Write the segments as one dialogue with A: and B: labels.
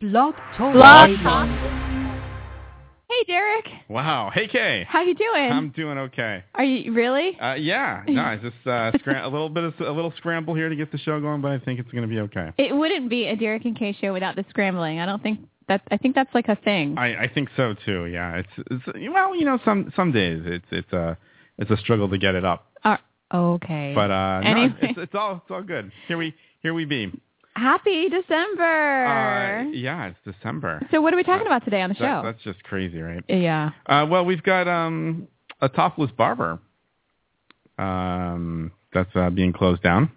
A: Blog Talk
B: Blog
A: Radio.
B: Talk. Hey, Derek.
C: Wow. Hey, Kay.
B: How you doing?
C: I'm doing okay.
B: Are you really?
C: Uh, yeah. No, I just uh, scram- a little bit of a little scramble here to get the show going, but I think it's going to be okay.
B: It wouldn't be a Derek and Kay show without the scrambling. I don't think that. I think that's like a thing.
C: I, I think so too. Yeah. It's, it's well, you know, some some days it's it's a it's a struggle to get it up,
B: okay.
C: but uh,
B: Anyway.
C: no, it's, it's all it's all good. Here we here we be.
B: Happy December.
C: Uh, yeah, it's December.
B: so what are we talking about today on the
C: Uh,
B: show?
C: That- that's just crazy, right?
B: yeah.
C: Uh, well, we've got um, a topless barber um, that's uh, being closed down.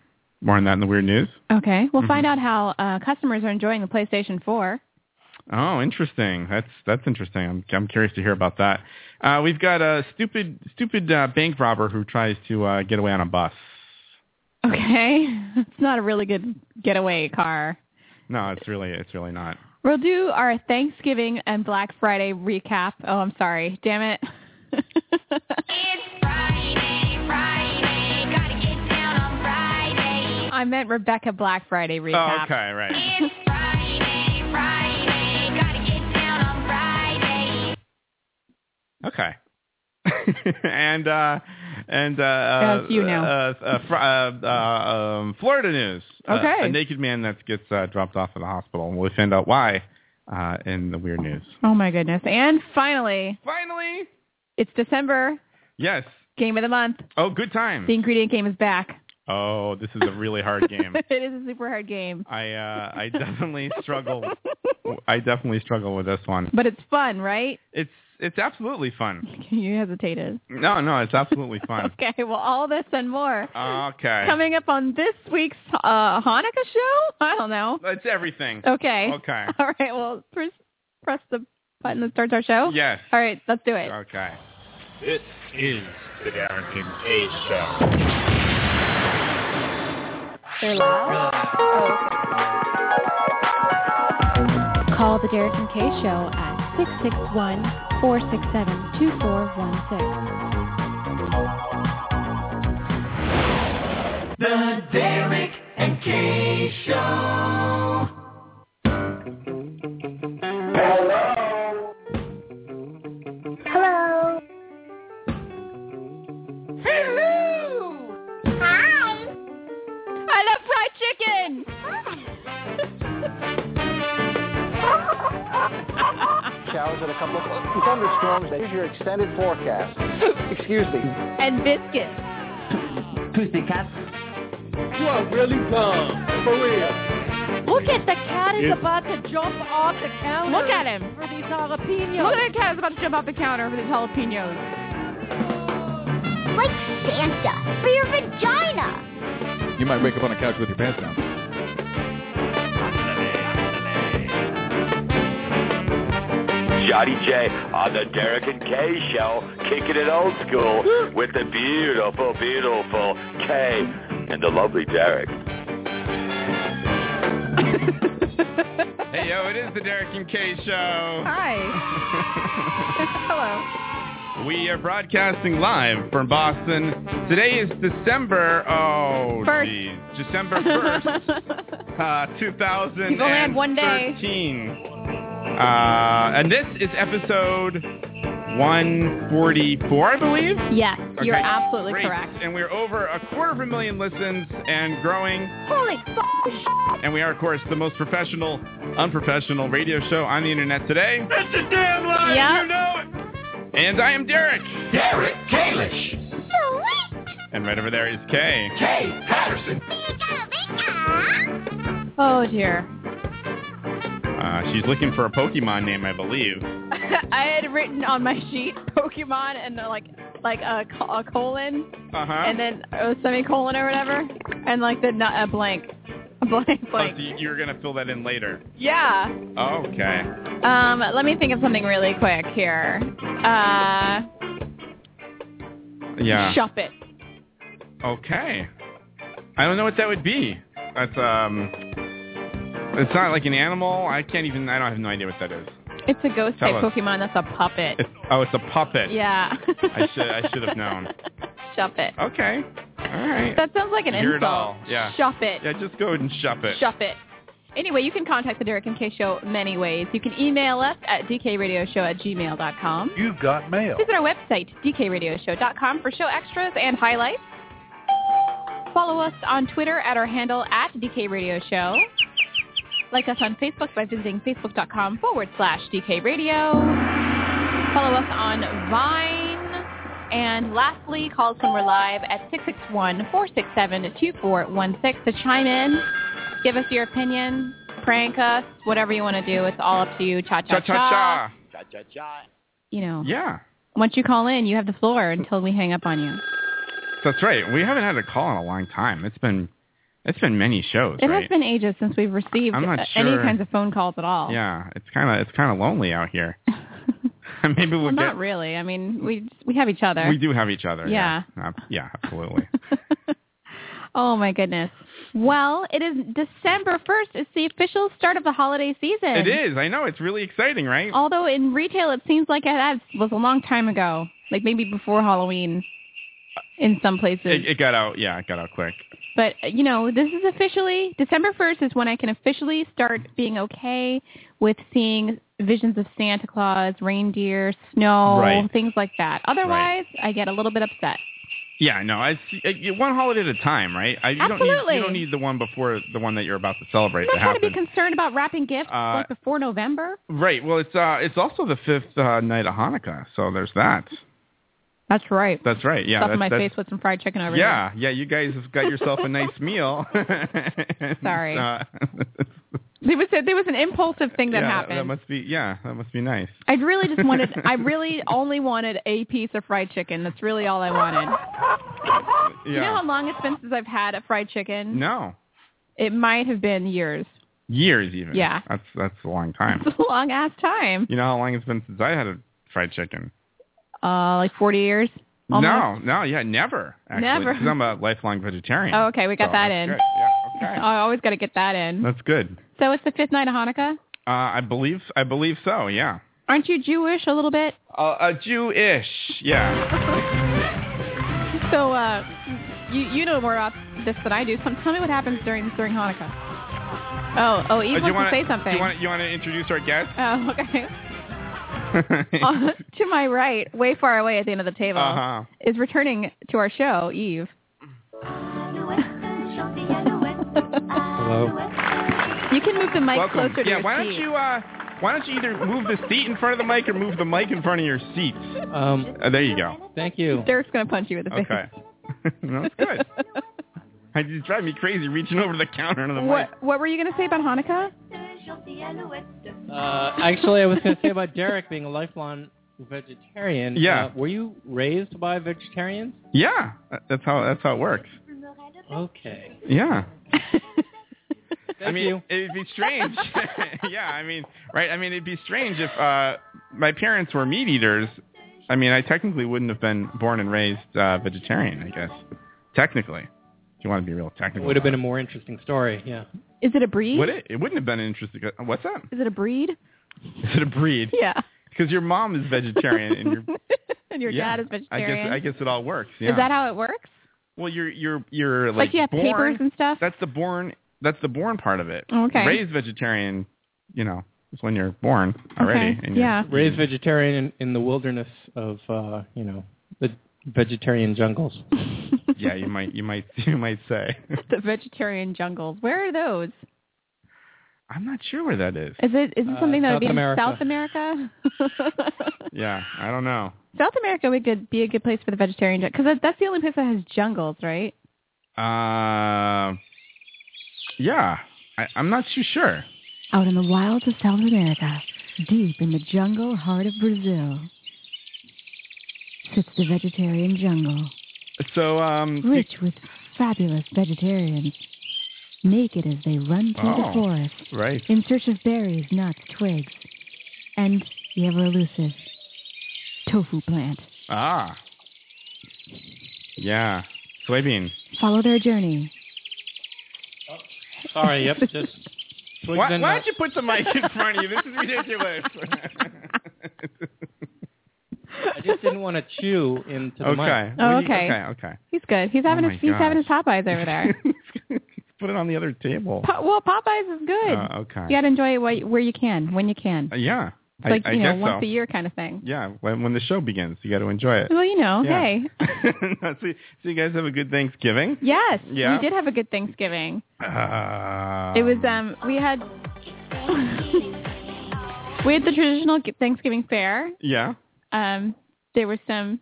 C: More on that in the weird news.
B: Okay. We'll
C: Mhm.
B: find out how uh, customers are enjoying the PlayStation 4.
C: Oh, interesting. That's that's interesting. I'm I'm curious to hear about that. Uh, we've got a stupid stupid uh, bank robber who tries to uh, get away on a bus.
B: Okay. It's not a really good getaway car.
C: No, it's really it's really not.
B: We'll do our Thanksgiving and Black Friday recap. Oh, I'm sorry. Damn it.
D: It's Friday, Friday, gotta get down on Friday.
B: I meant Rebecca Black Friday recap.
C: Oh, okay, right.
D: It's Friday, Friday, gotta get down on Friday.
C: Okay. and uh and uh,
B: Yeah,
C: uh,
B: it's you now.
C: uh, uh, fr- uh, uh um Florida news. Uh,
B: Okay.
C: a naked man that gets uh, dropped off at the hospital and we'll find out why uh in the weird news.
B: Oh my goodness. And finally,
C: Finally.
B: it's December,
C: Yes.
B: game of the month.
C: Oh, good time.
B: The ingredient game is back.
C: Oh, this is a really hard game.
B: it is a super hard game.
C: I uh, I definitely struggle. I definitely struggle with this one.
B: But it's fun, right?
C: It's it's absolutely fun.
B: You hesitated.
C: No, no, it's absolutely fun.
B: Okay, well, all this and more
C: Okay,
B: coming up on this week's uh, Hanukkah show. I don't know.
C: it's everything.
B: Okay.
C: Okay.
B: All right. Well, press press the button that starts our show.
C: Yes.
B: All right. Let's do it.
C: Okay.
E: This is the Derek and Kay Show.
B: They're live.
F: Call the Derek and Kay Show at 661-467-2416.
D: Hello. Hello. Hi.
B: I love fried chicken.
G: showers and a couple of thunderstorms. Here's your extended forecast. Excuse me.
B: and biscuits.
E: You are really dumb. For real.
F: Look at the cat is
E: It's-
F: about to jump off the counter.
B: Look at him.
F: For these jalapenos.
B: Look at the cat is about to jump off the counter for these jalapenos.
D: Like Santa for your vagina.
H: You might wake up on a couch with your pants down.
I: Johnny J on the Derek and Kay show, kicking it old school with the beautiful, beautiful Kay and the lovely Derek.
C: Hey yo, it is the Derek and Kay show.
B: Hi. Hello.
C: we are broadcasting live from Boston. Today is December. Oh,
B: First.
C: geez, December first. uh, 2013.
B: You've only had one day.
C: Uh, and this is episode 144, I believe.
B: yes, you're
C: Okay,
B: absolutely
C: great.
B: correct.
C: And we're over a quarter of a million listens and growing.
D: Holy fuck!
C: And we are, of course, the most professional, unprofessional radio show on the internet today. That's a damn lie.
B: Yep.
C: You know it. And I am Derek.
I: Derek Kalish,
C: And right over there is Kay.
I: Kay Patterson.
B: Oh dear.
C: Uh, she's looking for a Pokemon name, I believe.
B: I had written on my sheet Pokemon and uh, like like a, co- a colon
C: Uh huh.
B: and then a semicolon or whatever and like the not a blank a blank
C: Oh,
B: blank.
C: you're gonna fill that in later.
B: Yeah.
C: Okay.
B: Um, let me think of something really quick here. Uh,
C: Yeah.
B: shop it.
C: Okay. I don't know what that would be. That's um. It's not like an animal. I can't even. I don't I have no idea what that is.
B: It's a ghost
C: Tell
B: type
C: us.
B: Pokemon. That's a puppet.
C: It's, oh, it's a puppet.
B: yeah.
C: I should. I should have known.
B: Shop it.
C: Okay. All right.
B: That sounds like an
C: You hear it
B: insult.
C: all. Yeah.
B: Shop it.
C: yeah. Just go ahead and shop it.
B: Shop it. Anyway, you can contact the Derek and Kay Show many ways. You can email us at dkradioshow at gmail.com.
E: You've got mail.
B: Visit our website, dkradioshow.com, for show extras and highlights. Follow us on Twitter at our handle at dkradioshow. Like us on Facebook by visiting facebook.com forward slash dkradio. Follow us on Vine. And lastly, call us when we're live at 661-467-2416 to chime in. Give us your opinion. Prank us. Whatever you want to do. It's all up to you.
C: Cha cha
I: Cha
C: cha.
I: cha cha.
B: You know,
C: Yeah,
B: once you call in, you have the floor until we hang up on you.
C: that's right. We haven't had a call in a long time. It's been it's been many shows,
B: It
C: right?
B: has been ages since we've received
C: I'm not
B: uh, any
C: sure.
B: kinds of phone calls at all.
C: yeah, it's kind of it's kind of lonely out here. Maybe we'll
B: well,
C: get
B: not really. I mean, we we have each other.
C: we do have each other. yeah,
B: Yeah.
C: Uh, yeah absolutely.
B: oh my goodness. Well, it is December 1st. It's the official start of the holiday season.
C: It is. I know. It's really exciting, right?
B: Although in retail it seems like that was a long time ago, like maybe before Halloween in some places.
C: It, it got out. Yeah, it got out quick.
B: but you know, this is officially December 1st is when I can officially start being okay with seeing visions of Santa Claus, reindeer, snow,
C: Right.
B: things like that. Otherwise, I get a little bit upset.
C: Yeah, no. I see, uh, one holiday at a time, right? I, you Don't need,
B: Absolutely.
C: you don't need the one before the one that you're about to celebrate
B: I'm
C: to
B: not trying to
C: happen.
B: be concerned about wrapping gifts
C: Uh,
B: like before November.
C: right. Well, it's uh, it's also the fifth uh, night of Hanukkah, so there's that.
B: That's right.
C: That's right. Yeah.
B: Stuffing
C: that's,
B: my
C: that's,
B: face with some fried chicken over here.
C: Yeah, yeah. You guys have got yourself a nice meal. And,
B: Sorry.
C: uh,
B: There was a, there was an impulsive thing that
C: yeah,
B: happened.
C: That must be yeah. That must be nice.
B: I really just wanted. I really only wanted a piece of fried chicken. That's really all I wanted.
C: Yeah.
B: You know how long it's been since I've had a fried chicken?
C: no.
B: It might have been years.
C: Years even.
B: Yeah.
C: That's that's a long time.
B: It's a long ass time.
C: You know how long it's been since I had a fried chicken?
B: Uh, like forty years. Almost.
C: No, no, yeah, never. Actually,
B: Never.
C: 'cause I'm a lifelong vegetarian.
B: Oh, okay, we got
C: so
B: that
C: that's
B: in.
C: good. Yeah, okay.
B: I always got to get that in.
C: That's good.
B: So it's the fifth night of Hanukkah.
C: Uh, I believe I believe so. Yeah.
B: Aren't you Jewish a little bit?
C: Uh, a Jewish. Yeah.
B: So uh, you you know more about this than I do. So tell me what happens during during Hanukkah. Oh, oh, Eve
C: Uh, do you
B: wants
C: wanna,
B: to say something.
C: You want you want to introduce our guest?
B: Oh, okay. Uh, to my right, way far away at the end of the table,
C: Uh-huh.
B: is returning to our show, Eve.
E: Hello.
B: You can move the mic
C: Welcome.
B: closer to
C: yeah.
B: your
C: Why don't
B: seat.
C: you uh, Why don't you either move the seat in front of the mic or move the mic in front of your seat?
A: Um,
C: Uh, there you go.
A: thank you.
B: Derek's gonna punch you in the face.
C: Okay. That's good. I just drive me crazy reaching over to the counter and the mic.
B: what What were you gonna say about Hanukkah?
A: Uh, actually, I was going to say about Derek being a lifelong vegetarian.
C: Yeah.
A: Uh, were you raised by vegetarians?
C: Yeah, that- that's how that's how it works.
A: Okay.
C: Yeah.
A: Thank
C: I mean,
A: you.
C: it'd be strange. yeah, I mean, right? I mean, it'd be strange if uh my parents were meat eaters. I mean, I technically wouldn't have been born and raised uh vegetarian, I guess. Technically. If you want to be real
A: It
C: technical.
A: would have been a more interesting story. Yeah.
B: Is it a breed?
C: Would it? It wouldn't have been an interesting. uh, What's that?
B: Is it a breed?
C: Is it a breed?
B: Yeah.
C: Because your mom is vegetarian and your
B: And your
C: yeah,
B: dad is vegetarian.
C: I guess I guess it all works. Yeah.
B: Is that how it works?
C: well, you're you're you're like,
B: Like, you have
C: born,
B: papers and stuff.
C: that's the born that's the born part of it.
B: Okay.
C: Raised vegetarian, you know, is when you're born already.
B: Okay,
C: and you're-
B: yeah.
A: Raised vegetarian in, in the wilderness of, uh, you know, the vegetarian jungles.
C: Yeah, you might you might you might say.
B: the vegetarian jungles. Where are those?
C: I'm not sure where that is.
B: Is it is it
A: Uh,
B: something that would
A: South
B: be in
A: America.
B: South America?
C: Yeah, I don't know.
B: South America would good, be a good place for the vegetarian because that, that's the only place that has jungles, right?
C: Uh, yeah, I, I'm not too sure.
F: Out in the wilds of South America, deep in the jungle heart of Brazil, sits the vegetarian jungle,
C: So um,
F: rich with fabulous vegetarians, naked as they run through
C: Oh.
F: the forest
C: right.
F: in search of berries, nuts, twigs, and the ever elusive tofu plant.
C: Ah. Yeah, soybean.
F: Follow their journey.
A: Sorry. Yep. Just. twigs
C: Why,
A: and
C: why
A: nuts.
C: don't you put the mic in front of you? This is ridiculous.
A: I just didn't want to chew into the mic.
C: okay.
B: Oh,
C: What do you-
B: okay.
C: Okay. Okay.
B: He's good. He's having
C: Oh
B: his
C: my
B: he's having his
C: gosh.
B: Popeyes over there.
C: put it on the other table.
B: Po- well, Popeyes is good.
C: Uh, okay.
B: You got to enjoy it wh- where you can, when you can.
C: Uh, yeah.
B: It's like,
C: I, I
B: you know,
C: guess
B: once
C: so.
B: a year kind of thing.
C: Yeah, when, when the show begins, you got to enjoy it.
B: Well, you know,
C: Yeah.
B: hey.
C: so, so you guys have a good Thanksgiving.
B: Yes,
C: Yeah.
B: we did have a good Thanksgiving.
C: Uh,
B: It was um we had we had the traditional g- Thanksgiving fair.
C: Yeah.
B: Um there was some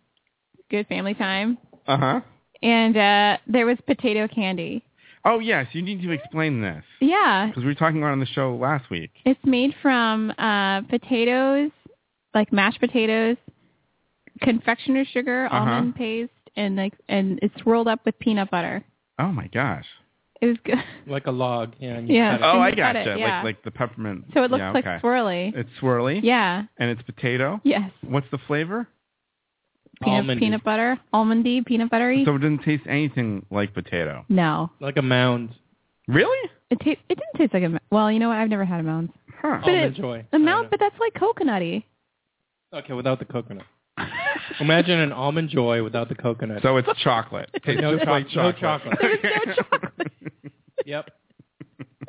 B: good family time
C: Uh huh.
B: and uh there was potato candy.
C: Oh yes, you need to explain this
B: Yeah,
C: because we were talking about it on the show last week.
B: it's made from uh potatoes, like mashed potatoes, confectioner sugar,
C: Uh-huh.
B: almond paste and like and it's rolled up with peanut butter.
C: Oh my gosh.
B: It was good.
A: Like a log. Yeah. And you
B: Yeah.
A: cut it.
C: Oh,
B: you
C: I
B: cut it,
C: gotcha.
B: yeah.
C: Like like the peppermint.
B: So it looks
C: yeah, okay.
B: like swirly.
C: It's swirly.
B: Yeah.
C: And it's potato.
B: Yes.
C: What's the flavor?
B: Peanut,
A: Almond.
B: peanut butter, almondy, peanut buttery.
C: So it doesn't taste anything like potato.
B: no,
A: Like a mound.
C: Really?
B: it ta- it didn't taste like a. mou- Well, you know what? I've never had a mound.
C: Huh.
B: But it-
A: Almond joy. I
B: A
A: don't
B: mound,
A: know.
B: but that's like coconutty.
A: okay, without the coconut. Imagine an almond joy without the coconut.
C: So it's chocolate. Tastes
A: No
C: just like
A: choc- no
C: chocolate.
A: chocolate.
B: There's no chocolate.
A: yep.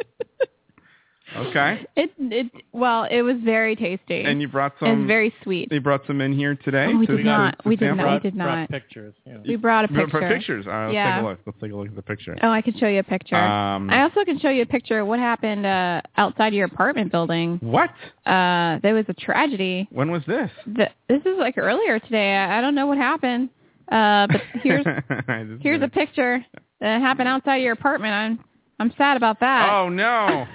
C: okay.
B: It it well, it was very tasty.
C: And you brought
B: It was
C: some.
B: very sweet.
C: They brought some in here today.
B: Oh, we
C: to-
B: did
C: to-
B: not.
C: to
B: We did
C: sample?
B: not.
A: Brought-
B: did
A: brought
B: not.
A: pictures. Yeah.
B: we brought a
C: You brought
B: picture.
C: pictures. All right, let's
B: Yeah.
C: take a look. Let's take a look at the picture.
B: Oh, I could show you a picture.
C: Um,
B: I also can show you a picture of what happened uh, outside your apartment building.
C: what?
B: Uh, there was a tragedy.
C: When was this?
B: The, this is like earlier today. I, I don't know what happened, uh, but here's
C: This is
B: here's a
C: good.
B: picture that happened outside your apartment. I'm I'm sad about that.
C: Oh no!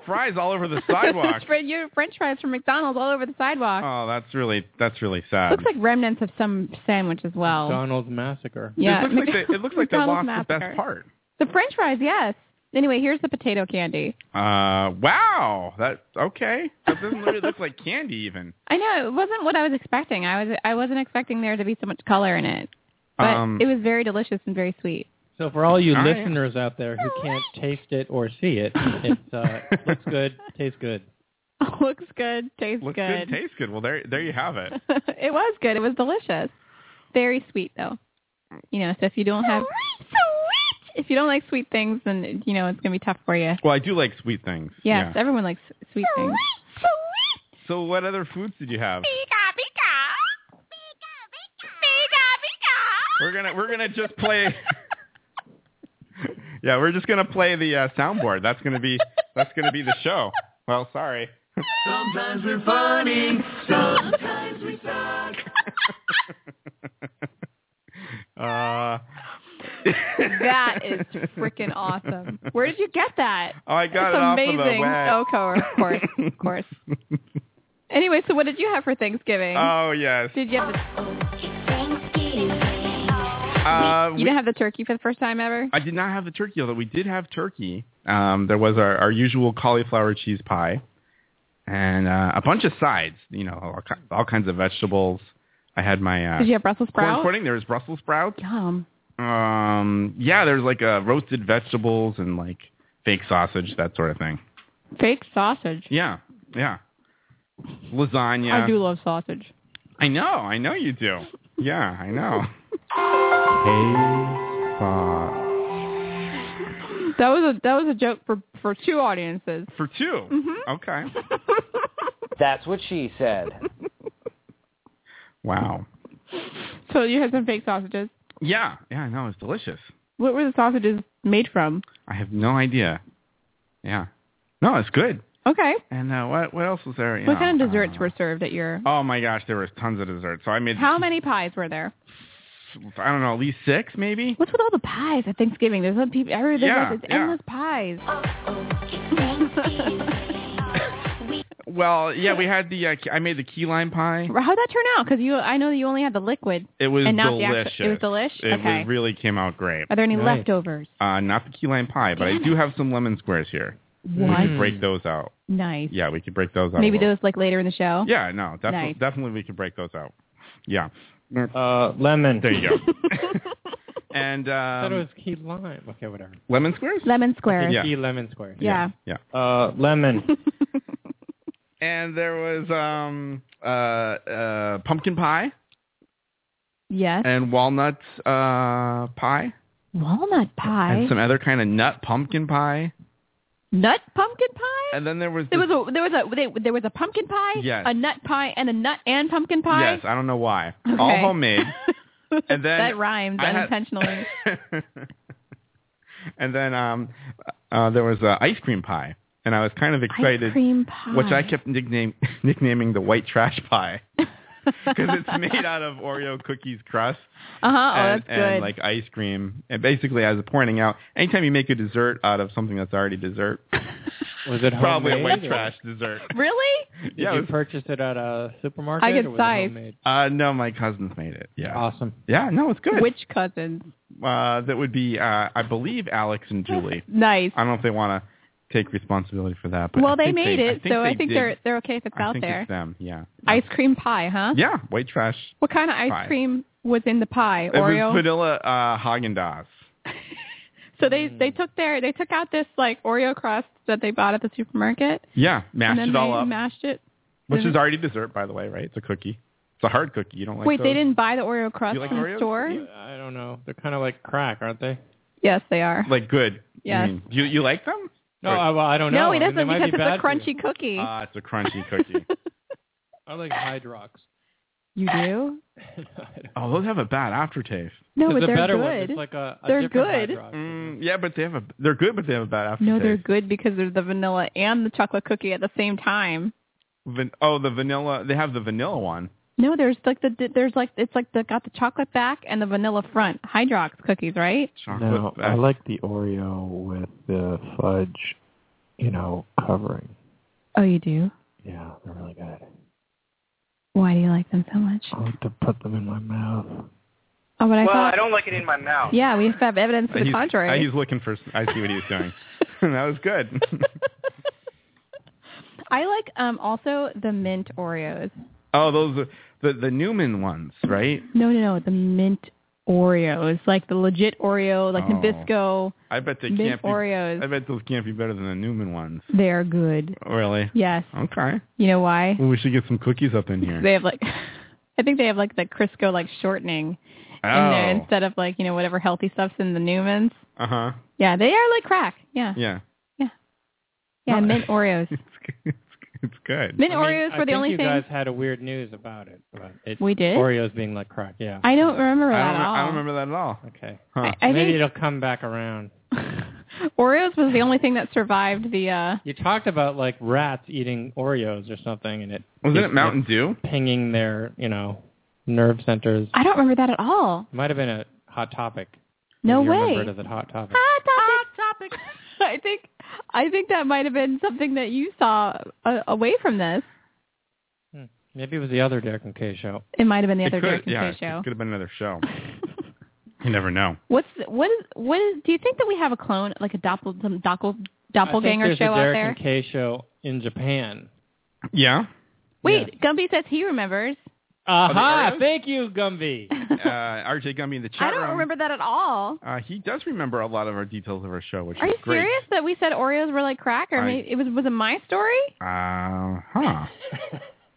C: Fries all over the sidewalk.
B: your French fries from McDonald's all over the sidewalk.
C: Oh, that's really that's really sad.
B: Looks like remnants of some sandwich as well.
A: McDonald's massacre.
B: yeah,
C: it looks like they, it looks like they lost
B: McDonald's
C: the
B: massacre.
C: best part.
B: The French fries, yes. Anyway, here's the potato candy.
C: Uh, wow. That okay? That doesn't really look like candy even.
B: I know it wasn't what I was expecting. I was I wasn't expecting there to be so much color in it, but
C: Um,
B: it was very delicious and very sweet.
A: So for all you
C: All right.
A: listeners out there who can't taste it or see it, it's uh, looks good, tastes good.
B: looks good, tastes
C: Looks good. Tastes good. Well, there there you have it.
B: it was good. It was delicious. Very sweet though. You know, so if you don't have if you don't like sweet things, then you know it's gonna be tough for you.
C: Well, I do like sweet things.
B: Yes,
C: Yeah.
B: everyone likes s- sweet things.
C: So what other foods did you have? We're gonna we're gonna just play. yeah, we're just gonna play the uh, soundboard. That's gonna be that's gonna be the show. Well, sorry.
I: Sometimes we're funny. Sometimes we suck.
C: Uh,
B: That is freaking awesome. Where did you get that?
C: Oh, I got
B: That's
C: it off
B: amazing.
C: of the web.
B: Oh, co- of course, of course. Anyway, so what did you have for Thanksgiving?
C: Oh yes.
B: did you have the,
C: Uh,
B: you
C: we-
B: didn't have the turkey for the first time ever?
C: I did not have the turkey, although we did have turkey. Um, there was our, our usual cauliflower cheese pie, and uh, a bunch of sides. You know, all, ki- all kinds of vegetables. I had my uh,
B: Did you have Brussels
C: corn
B: sprouts?
C: pudding. There was Brussels sprouts.
B: Yum.
C: Um, yeah, there's like uh, roasted vegetables and like fake sausage, that sort of thing.
B: Fake sausage.
C: Yeah, yeah. Lasagna.
B: I do love sausage.
C: I know, I know you do. Yeah, I know. hey, spot.
B: That was a that was a joke for for two audiences.
C: For 2
B: Mm-hmm.
C: Okay.
G: That's what she said.
C: Wow.
B: So you had some fake sausages.
C: Yeah, yeah, I know. It's delicious.
B: What were the sausages made from?
C: I have no idea. Yeah. No, it's good.
B: Okay.
C: And uh, what what else was there? You
B: What
C: know,
B: kind of desserts
C: uh,
B: were served at your?
C: Oh my gosh, there was tons of desserts. So I made
B: How many pies were there?
C: I don't know, at least six maybe.
B: What's with all the pies at Thanksgiving? There's other people. Every, there's
C: Yeah,
B: like this
C: yeah.
B: endless pies.
C: Well, yeah, we had the uh, I made the key lime pie.
B: How'd that turn out? Because you, I know you only had the liquid.
C: It was
B: And not the
C: delicious.
B: actual- it was delish?
C: It
B: Okay.
C: was, really came out great.
B: Are there any
A: Nice.
B: leftovers?
C: Uh, not the key lime pie, but I do have some lemon squares here.
B: What?
C: We could break those out.
B: Nice.
C: Yeah, we could break those out. a
B: Mm. Maybe
C: little.
B: those like later in the show.
C: Yeah, no, definitely,
B: Nice.
C: definitely we could break those out. Yeah,
A: Uh, lemon.
C: there you go. and
A: I thought it was
C: um,
A: key lime. Okay, whatever.
C: lemon squares.
B: Lemon squares.
C: Yeah.
A: Key lemon square.
B: Yeah.
C: Yeah.
A: Uh, lemon.
C: And there was um uh uh pumpkin pie
B: Yes.
C: and walnut uh pie.
B: Walnut pie,
C: and some other kind of nut pumpkin pie.
B: nut pumpkin pie.
C: And then there was
B: There
C: this-
B: was a there was a they, there was a pumpkin pie,
C: Yes.
B: a nut pie, and a nut and pumpkin pie.
C: yes, I don't know why,
B: Okay.
C: all homemade. And then
B: that rhymes
C: I had-
B: unintentionally.
C: and then um, uh, there was uh, ice cream pie, and I was kind of
B: Ice
C: excited,
B: cream pie,
C: which I kept nickname nicknaming the white trash pie because it's made out of Oreo cookies crust
B: Uh huh. Oh,
C: and,
B: that's
C: and,
B: good.
C: like ice cream. And basically, as I was pointing out, anytime you make a dessert out of something that's already dessert,
A: Was it
C: probably a
A: homemade
C: white
A: or-
C: trash dessert.
B: really?
A: Did
C: yeah,
A: you
C: it was-
A: purchase it at a supermarket?
B: I could
A: or was it
B: size.
A: homemade?
C: uh, no, my cousins made it. Yeah,
A: Awesome.
C: yeah, no, it's good.
B: Which cousins?
C: uh, that would be, uh, I believe, Alex and Julie.
B: Nice.
C: I don't know if they want to take responsibility for that. But I
B: Well, they
C: think
B: made it,
C: I think
B: so
C: they
B: I think
C: did.
B: they're they're okay if it's
C: I
B: out
C: think
B: there.
C: It's them, yeah.
B: Ice cream pie, huh?
C: Yeah, white trash.
B: What kind of ice
C: Pie.
B: cream was in the pie?
C: It
B: Oreo.
C: was vanilla uh, Haagen Dazs.
B: so they they took their they took out this like Oreo crust that they bought at the supermarket
C: Yeah, mashed
B: and then
C: it all
B: they
C: up,
B: mashed it.
C: which is already dessert, by the way, right? It's a cookie. It's a hard cookie. You don't like
B: Wait, they
C: those?
B: didn't buy the Oreo crust
C: You like
B: from the
C: Oreos?
B: store?
A: I don't know. They're kind of like crack, aren't they?
B: Yes, they are.
C: like good.
B: Yes.
C: You, mean, you you like them?
A: No,
C: Or-
A: I, well, I don't know.
B: no, he
A: I mean,
B: doesn't
A: they might
B: because it's
A: be
B: a
A: bad for you.
B: crunchy cookie.
C: Ah, it's a crunchy cookie.
A: I like Hydrox.
B: you do?
C: oh, those have a bad aftertaste.
B: No,
A: There's
B: but
A: a
B: they're
A: better
B: good.
A: One. It's like a, a
B: They're
A: different
B: good.
A: Hydrox.
C: Mm, yeah, but they have a they're good, but they have a bad aftertaste.
B: no, they're good because there's the vanilla and the chocolate cookie at the same time.
C: Van- oh, the vanilla. They have the vanilla one.
B: No, there's like the there's like it's like the got the chocolate back and the vanilla front. Hydrox cookies, right?
C: Chocolate. back-
A: like the Oreo with the fudge, you know, covering.
B: Oh, you do.
A: Yeah, they're really good.
B: Why do you like them so much?
A: I like to put them in my mouth.
B: Oh, but I thought.
E: don't like it in my mouth.
B: Yeah, we have evidence to the
C: he's,
B: contrary.
C: uh, he's looking for. I see what he's doing. that was good.
B: I like um also the mint Oreos.
C: oh, those are the the Newman ones, right?
B: No, no, no, the mint Oreos, like the legit Oreo, like
C: Oh.
B: Nabisco.
C: I bet they
B: mint
C: can't be.
B: Oreos.
C: I bet those can't be better than the Newman ones.
B: They're good.
C: Really?
B: Yes.
C: Okay.
B: You know why?
C: Well, we should get some cookies up in here.
B: They have like, I think they have like the Crisco like shortening in there
C: oh.
B: instead of like you know whatever healthy stuff's in the Newmans.
C: Uh huh.
B: Yeah, they are like crack. Yeah,
C: Yeah.
B: yeah,
C: No.
B: mint Oreos.
C: It's, good. it's good.
B: Mint
A: I mean,
B: Oreos
A: I
B: were the
A: think
B: only
A: you
B: thing
A: guys had a weird news about it. But it's
B: we did.
A: Oreos being like crack, yeah.
B: I don't remember
C: I
B: that
C: don't,
B: at all.
C: I don't remember that at all.
A: okay.
C: Huh.
B: I
A: Maybe
B: think-
A: it'll come back around.
B: Oreos was the only thing that survived the. uh
A: You talked about like rats eating Oreos or something, and it
C: Wasn't it Mountain Dew?
A: pinging their you know nerve centers.
B: I don't remember that at all.
A: Might have been a hot topic.
B: No
A: You
B: way.
A: Remember it as a hot topic.
B: Hot topic. I think I think that might have been something that you saw uh, away from this.
A: Maybe it was the other Derek and Kay show.
B: It might have been the
C: It
B: other
C: could,
B: Derek and
C: yeah,
B: Kay show.
C: It could have been another show. you never know.
B: What's what is what is? Do you think that we have a clone like a doppel, some doppel, doppelganger
A: I think there's
B: show
A: a
B: out
A: Derek
B: there?
A: and Kay show in Japan.
C: Yeah.
B: Wait, Gumby says he remembers.
A: Aha!
C: Oreos?
A: Thank you, Gumby.
C: Uh, RJ Gumby in the chat
B: I don't
C: room.
B: remember that at all.
C: Uh, he does remember a lot of our details of our show, which
B: Are
C: is
B: you
C: great.
B: serious that we said Oreos were like crack? Or
C: I-
B: maybe it was was it my story?
C: Uh huh.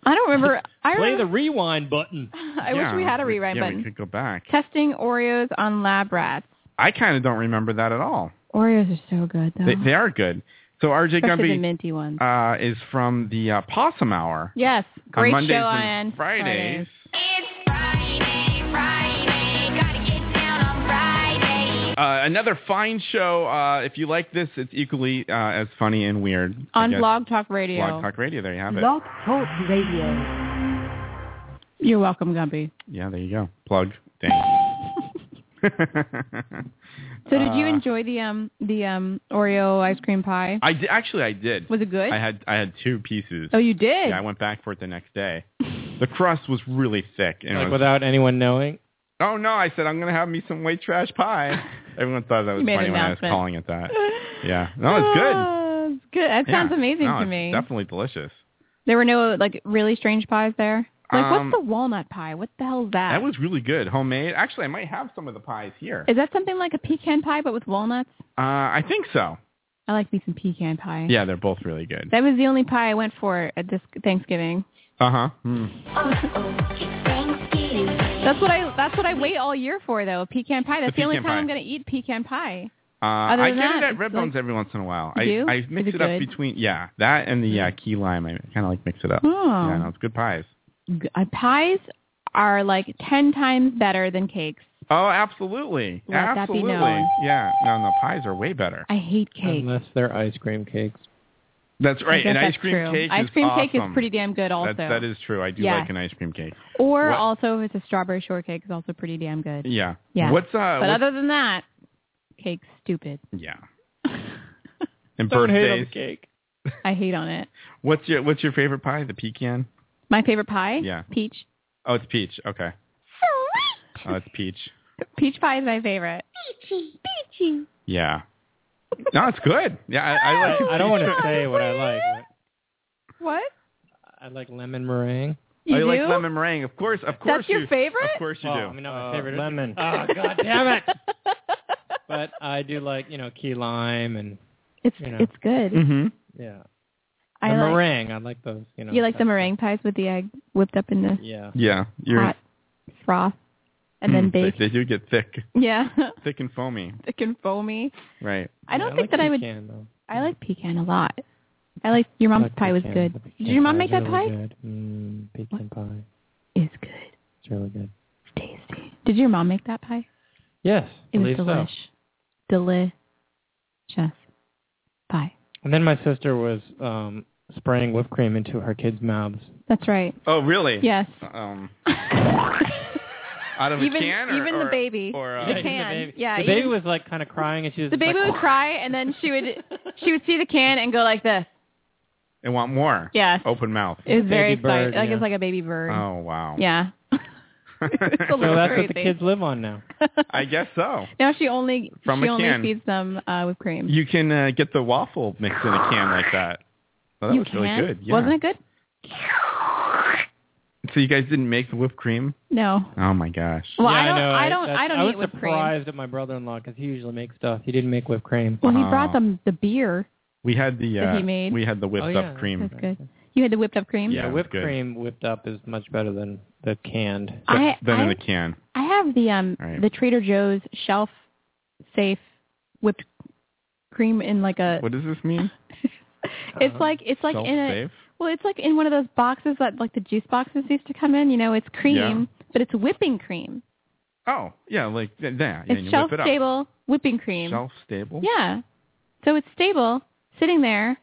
B: I don't remember. I
A: Play the
B: remember,
A: rewind button.
B: I wish we had a rewind
C: yeah,
B: button.
C: We could go back.
B: Testing Oreos on lab rats.
C: I kind of don't remember that at all.
F: Oreos are so good, though.
C: They, they are good. So RJ
B: Especially the
C: Gumby
B: minty ones.
C: uh, is from the uh, Possum Hour
B: Yes, great
C: on Mondays
B: show
C: and
B: on
C: Fridays.
D: It's Friday, Friday, gotta get down on Friday.
C: Uh, another fine show. Uh, if you like this, it's equally uh, as funny and weird. I
B: on
C: guess.
B: Blog Talk Radio.
C: Blog Talk Radio. There you have it.
F: Blog Talk Radio.
B: You're welcome, Gumby.
C: Yeah, there you go. Plug. Dang.
B: So did you
C: Uh,
B: enjoy the um the um Oreo ice cream pie?
C: I di- actually I did.
B: Was it good?
C: I had I had two pieces.
B: oh, you did.
C: Yeah, I went back for it the next day. The crust was really thick. And it
A: Like
C: was-
A: without anyone knowing.
C: oh no! I said I'm gonna have me some white trash pie. Everyone thought that was
B: You made an
C: funny when I was
B: announcement.
C: calling it that. Yeah, no, it's good.
B: Oh, it's good. That sounds
C: Yeah.
B: amazing
C: No,
B: to
C: it's
B: me.
C: Definitely delicious.
B: There were no like really strange pies there. Like
C: Um,
B: what's the walnut pie? What the hell is that?
C: That was really good, homemade. Actually, I might have some of the pies here.
B: is that something like a pecan pie but with walnuts?
C: Uh, I think so.
B: I like me some pecan pie.
C: Yeah, they're both really good.
B: That was the only pie I went for at this Thanksgiving.
C: Uh huh.
D: Oh, oh, it's Thanksgiving.
B: The That's what I that's what I wait all year for though. Pecan pie. That's
C: The
B: the, only
C: pecan
B: time I'm
C: pie.
B: going to eat pecan pie.
C: Uh,
B: Other
C: I
B: than
C: get it
B: that,
C: at
B: it's
C: Red
B: like-
C: Bones every once in a while. I
B: You do?
C: I mix
B: Is it
C: it up
B: good?
C: between yeah that and the uh, key lime. I kind of like mix it up.
B: Oh.
C: Yeah, no, it's good pies.
B: G- uh, Pies are like 10 times better than cakes.
C: Oh, absolutely,
B: Let that be
C: absolutely.
B: known.
C: Yeah, no, no, pies are way better.
F: I hate cake.
A: Unless they're ice cream cakes.
C: That's right.
B: I guess
C: And ice
B: that's
C: cream
B: true.
C: cake.
B: Ice
C: is
B: cream
C: awesome.
B: cake is pretty damn good also.
C: That's, that is true. I do
B: Yeah.
C: like an ice cream cake.
B: or
C: what-
B: also if it's a strawberry shortcake is also pretty damn good.
C: Yeah.
B: Yeah.
C: What's uh?
B: but
C: what's-
B: other than that, cake's stupid.
C: yeah. And
A: Don't hate on
C: birthdays.
A: the cake.
B: I hate on it.
C: What's your What's your favorite pie? The pecan.
B: My favorite pie?
C: Yeah.
B: Peach.
C: Oh, it's peach. Okay. Oh, it's peach.
B: Peach pie is my favorite.
C: Yeah. No, it's good. Yeah, I, I like.
A: I don't want to say what I like. but
B: What?
A: I like lemon meringue.
B: You
C: I
B: do?
C: Oh, like lemon meringue. Of course, of course.
B: That's your
C: you-
B: favorite?
C: Of course you
A: Oh,
C: do.
A: I mean, not my
H: Uh,
A: favorite.
H: lemon.
A: Oh, god damn it. But I do like, you know, key lime and,
B: It's
A: You know.
B: it's good.
C: Mm-hmm.
A: yeah. The
B: I like
A: meringue. I like those, you know.
B: you like the meringue pies with the egg whipped up in the
A: Yeah.
C: Yeah, you're.
B: hot froth and then
C: Mm, they-
B: baked.
C: They, do get thick,
B: Yeah,
C: thick and foamy.
B: thick and foamy.
C: Right.
A: Yeah,
B: I don't think
A: like
B: that I would.
A: pecan, though.
B: I like pecan a lot. I like your mom's
A: I like
B: pie was
A: pecan.
B: good.
A: The
B: Did
A: pecan
B: your mom
A: pie's
B: make that
A: really
B: pie?
A: Good. Mm, pecan pie.
B: It's good,
A: It's really good.
B: tasty. Did your mom make that pie?
A: Yes.
B: It was
A: believe so.
B: delish, delicious pie.
A: And then my sister was um spraying whipped cream into her kids' mouths.
B: That's right.
C: Oh, really?
B: Yes.
C: Um, out of
B: even
C: a can, or,
B: even
C: or-
B: the baby.
C: or uh,
B: The
A: Even
B: can.
A: baby,
B: Yeah,
A: The
B: even-
A: baby was like kind of crying, and she was
B: The
A: just
B: baby
A: like,
B: would cry, and then she would she would see the can and go like this.
C: and want more.
B: Yes.
C: Open mouth.
B: It was
A: Baby
B: very
A: bird,
B: exciting. Like
A: yeah.
B: it's like a baby bird.
C: Oh wow.
B: Yeah. a
A: So
B: little-
A: "Oh, that's what the
B: Crazy.
A: kids live on now.
C: I guess so.
B: now she only
C: From
B: she
C: a
B: only
C: can.
B: feeds them uh, whipped cream.
C: You can uh, get the waffle mixed in a can like that. Well, that
B: You
C: was
B: can?
C: really good. Yeah.
B: Wasn't it good?
C: So you guys didn't make the whipped cream?
B: No.
C: Oh my gosh.
B: Well,
A: yeah,
B: I don't.
A: know.
B: I don't.
A: that's-
B: I don't
A: I was
B: eat whipped cream.
A: surprised at my brother-in-law because he usually makes stuff. He didn't make whipped cream.
B: Well, he
C: Wow.
B: brought them the beer.
C: We had the
B: That
C: uh,
B: he made?
C: we had the whipped
A: Oh,
C: up
A: yeah.
C: cream.
B: That's good. You had the whipped up cream.
C: Yeah,
A: Yeah, whipped
C: good.
A: cream whipped up is much better than the canned.
B: I
C: Then
B: I,
C: in the can.
B: I have the um
C: Right.
B: the Trader Joe's shelf safe whipped cream in like a.
C: What does this mean?
B: It's
C: Uh-huh.
B: like it's uh, like
C: Self
B: in a
C: safe?
B: well, it's like in one of those boxes that like the juice boxes used to come in. You know, it's cream, but it's whipping cream.
C: Oh, yeah, like th- that. Yeah, and
B: it's
C: you
B: shelf
C: whip it up.
B: stable whipping cream.
C: Shelf stable.
B: Yeah. So it's stable, sitting there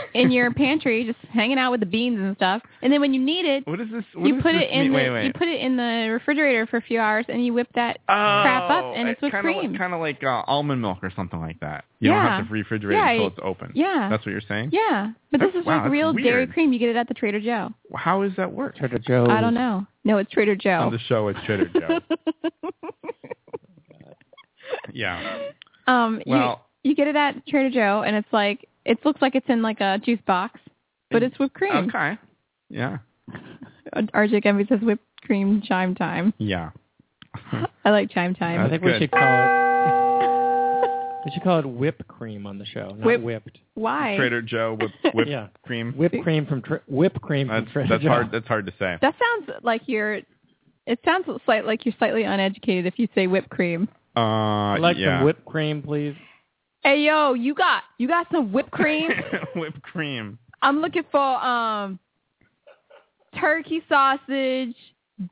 B: in your pantry, just hanging out with the beans and stuff. And then when you need it,
C: What is this? What
B: you
C: does
B: put
C: this
B: it in
C: mean?
B: the
C: wait, wait.
B: you put it in the refrigerator for a few hours, and you whip that
C: oh,
B: crap up, and it's with cream.
C: Kind of like uh, almond milk or something like that. You
B: Yeah.
C: don't have to refrigerate
B: Yeah,
C: until
B: I-
C: it's open.
B: yeah,
C: That's what you're saying.
B: yeah. But this
C: That's-
B: is
C: wow,
B: like
C: that's
B: real dairy
C: weird.
B: cream. You get it at the Trader Joe.
C: How does that work?
A: Trader Joe's.
B: I don't know. No, it's Trader
C: On
B: Joe.
C: the show is Oh. Trader Joe. yeah.
B: um,
C: Well,
B: you you get it at Trader Joe, and it's like it looks like it's in like a juice box, but it's whipped cream.
C: okay. Yeah.
B: RJ Gumby says whipped cream chime time.
C: Yeah.
B: I like chime time.
A: I
C: That's
A: think
C: good.
A: we should call it. We should call it whipped cream on the show, not
B: Whip-
A: whipped.
B: Why?
C: Trader Joe whipped, whipped
A: Yeah.
C: cream.
A: Whipped cream from tra- whipped cream
C: That's
A: from Trader
C: that's
A: Joe's.
C: hard. That's hard to say.
B: That sounds like you're. It sounds slight like you're slightly uneducated if you say whipped cream.
C: Uh,
A: I'd like
C: yeah.
A: some whipped cream, please.
B: Hey yo, you got you got some whipped cream.
C: whipped cream.
B: I'm looking for um turkey sausage,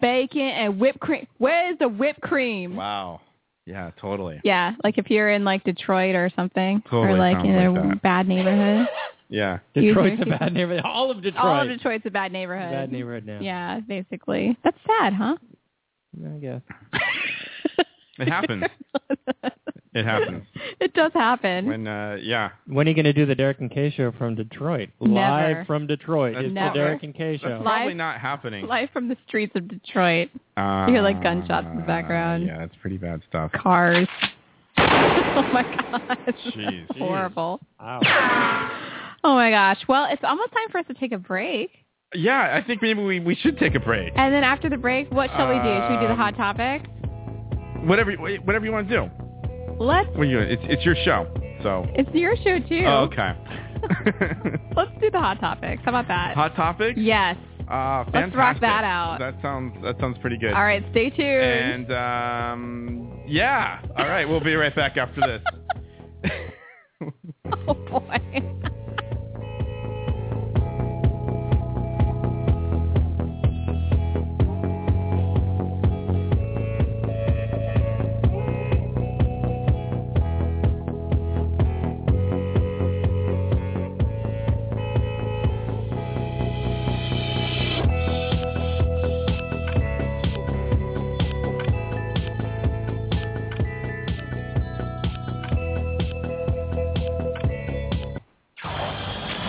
B: bacon, and whipped cream. Where is the whipped cream?
C: Wow. Yeah. Totally.
B: Yeah, like if you're in like Detroit or something, or
C: Totally
B: like
C: sounds
B: in a
C: like that.
B: bad neighborhood.
C: Yeah.
B: You
A: Detroit's a
B: think-
A: bad neighborhood. All of Detroit.
B: All of Detroit's a bad
A: It's
B: neighborhood.
A: a bad neighborhood now.
B: Yeah, basically. That's sad, huh?
A: I guess.
C: It happens. it happens.
B: It does happen.
C: When uh, yeah.
A: When are you going to do the Derek and Kay show from Detroit?
B: Never.
A: Live from Detroit.
C: That's
A: It's
B: Never.
A: the Derek and Kay
C: That's
A: show.
C: probably
B: Live-
C: not happening.
B: Life from the streets of Detroit.
C: Uh,
B: You hear, like, gunshots in the background.
C: Yeah, that's pretty bad stuff.
B: cars. oh my gosh.
C: Jeez.
B: That's horrible.
A: Wow.
B: Oh my gosh. Well, it's almost time for us to take a break.
C: Yeah, I think maybe we, we should take a break.
B: And then after the break, what shall we do? Should we do the
C: Um,
B: hot topic?
C: Whatever whatever you want to do.
B: Let's
C: What are you It's it's your show. So
B: it's your show too.
C: Oh, okay.
B: Let's do the hot topics. How about that?
C: Hot topics?
B: Yes.
C: Uh,
B: Let's
C: fantastic.
B: rock that out.
C: That sounds that sounds pretty good.
B: All right, stay tuned.
C: And um, yeah. All right, we'll be right back after this.
B: oh boy.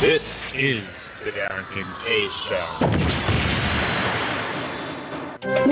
J: This is the Darren King K Show.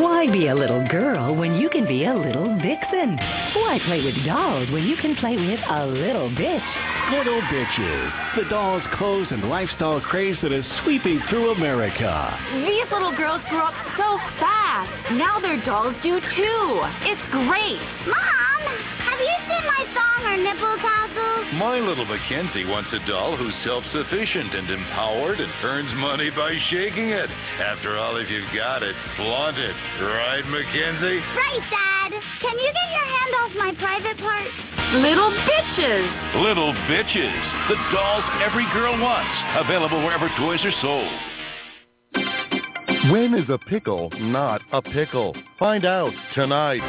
K: Why be a little girl when you can be a little vixen? Why play with dolls when you can play with a little bitch?
L: Little Bitches, the dolls, clothes, and lifestyle craze that is sweeping through America.
F: These little girls grew up so fast. Now their dolls do too. It's great. Mom, have you seen my thong or nipple tassels?
M: My little Mackenzie wants a doll who's self-sufficient and empowered and earns money by shaking it. After all, if you've got it, flaunt it. Right, Mackenzie?
F: Right, Dad. Can you get your hand off my private part? Little bitches.
M: Little Bitches, the dolls every girl wants. Available wherever toys are sold.
N: When is a pickle not a pickle? Find out tonight.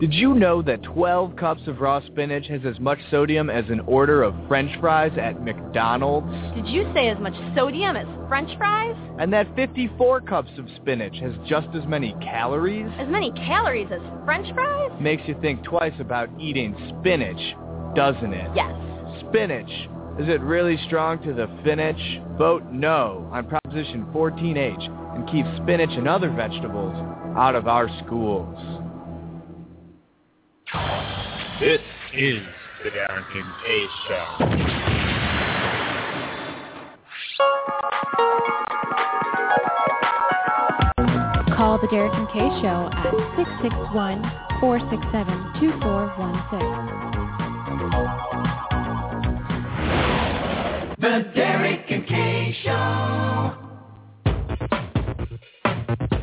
O: Did you know that 12 cups of raw spinach has as much sodium as an order of french fries at McDonald's?
D: Did you say as much sodium as french fries?
O: And that 54 cups of spinach has just as many calories?
D: As many calories as french fries?
O: Makes you think twice about eating spinach, doesn't it?
D: Yes.
O: Spinach. Is it really strong to the finish? Vote no on Proposition 14H and keep spinach and other vegetables out of our schools.
J: This is the Darren King K Show.
P: Call the Derek and Kay Show at 661-467-2416.
Q: The Derek and Kay Show.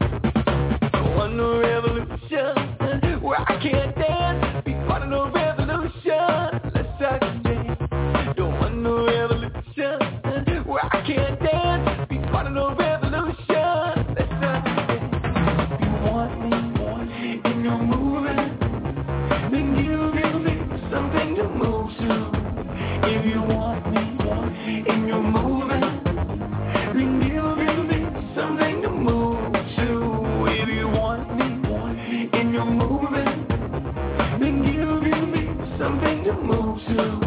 Q: One revolution where I can't dance. Be part of the revolution. Let's start today. Don't want no revolution where I can't dance. Be part of the revolution. Let's start today. You want me and you're moving. Then you give me something to move to. If you want me and you're moving. Then you give me something to move to. If you want me and you're moving, then you give me something to move to.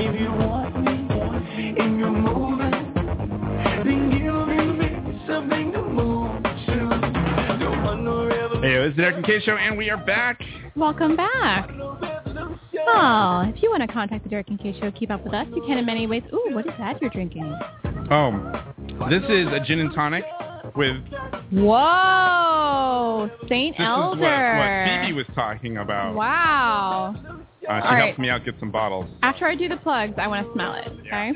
Q: If you want me and you're moving, then you give me something to move to. Don't want no
C: Hey, it's the Derek and Kay Show, and we are back.
B: Welcome back. Oh, if you want to contact the Derek and Kay Show, keep up with us. You can in many ways. Ooh, what is that you're drinking?
C: Um, this is a gin and tonic with
B: Whoa, Saint
C: this is what, what
B: Elder.
C: Phoebe was talking about.
B: wow.
C: Uh, she
B: All right.
C: helped me out get some bottles.
B: After I do the plugs, I want to smell it. Okay.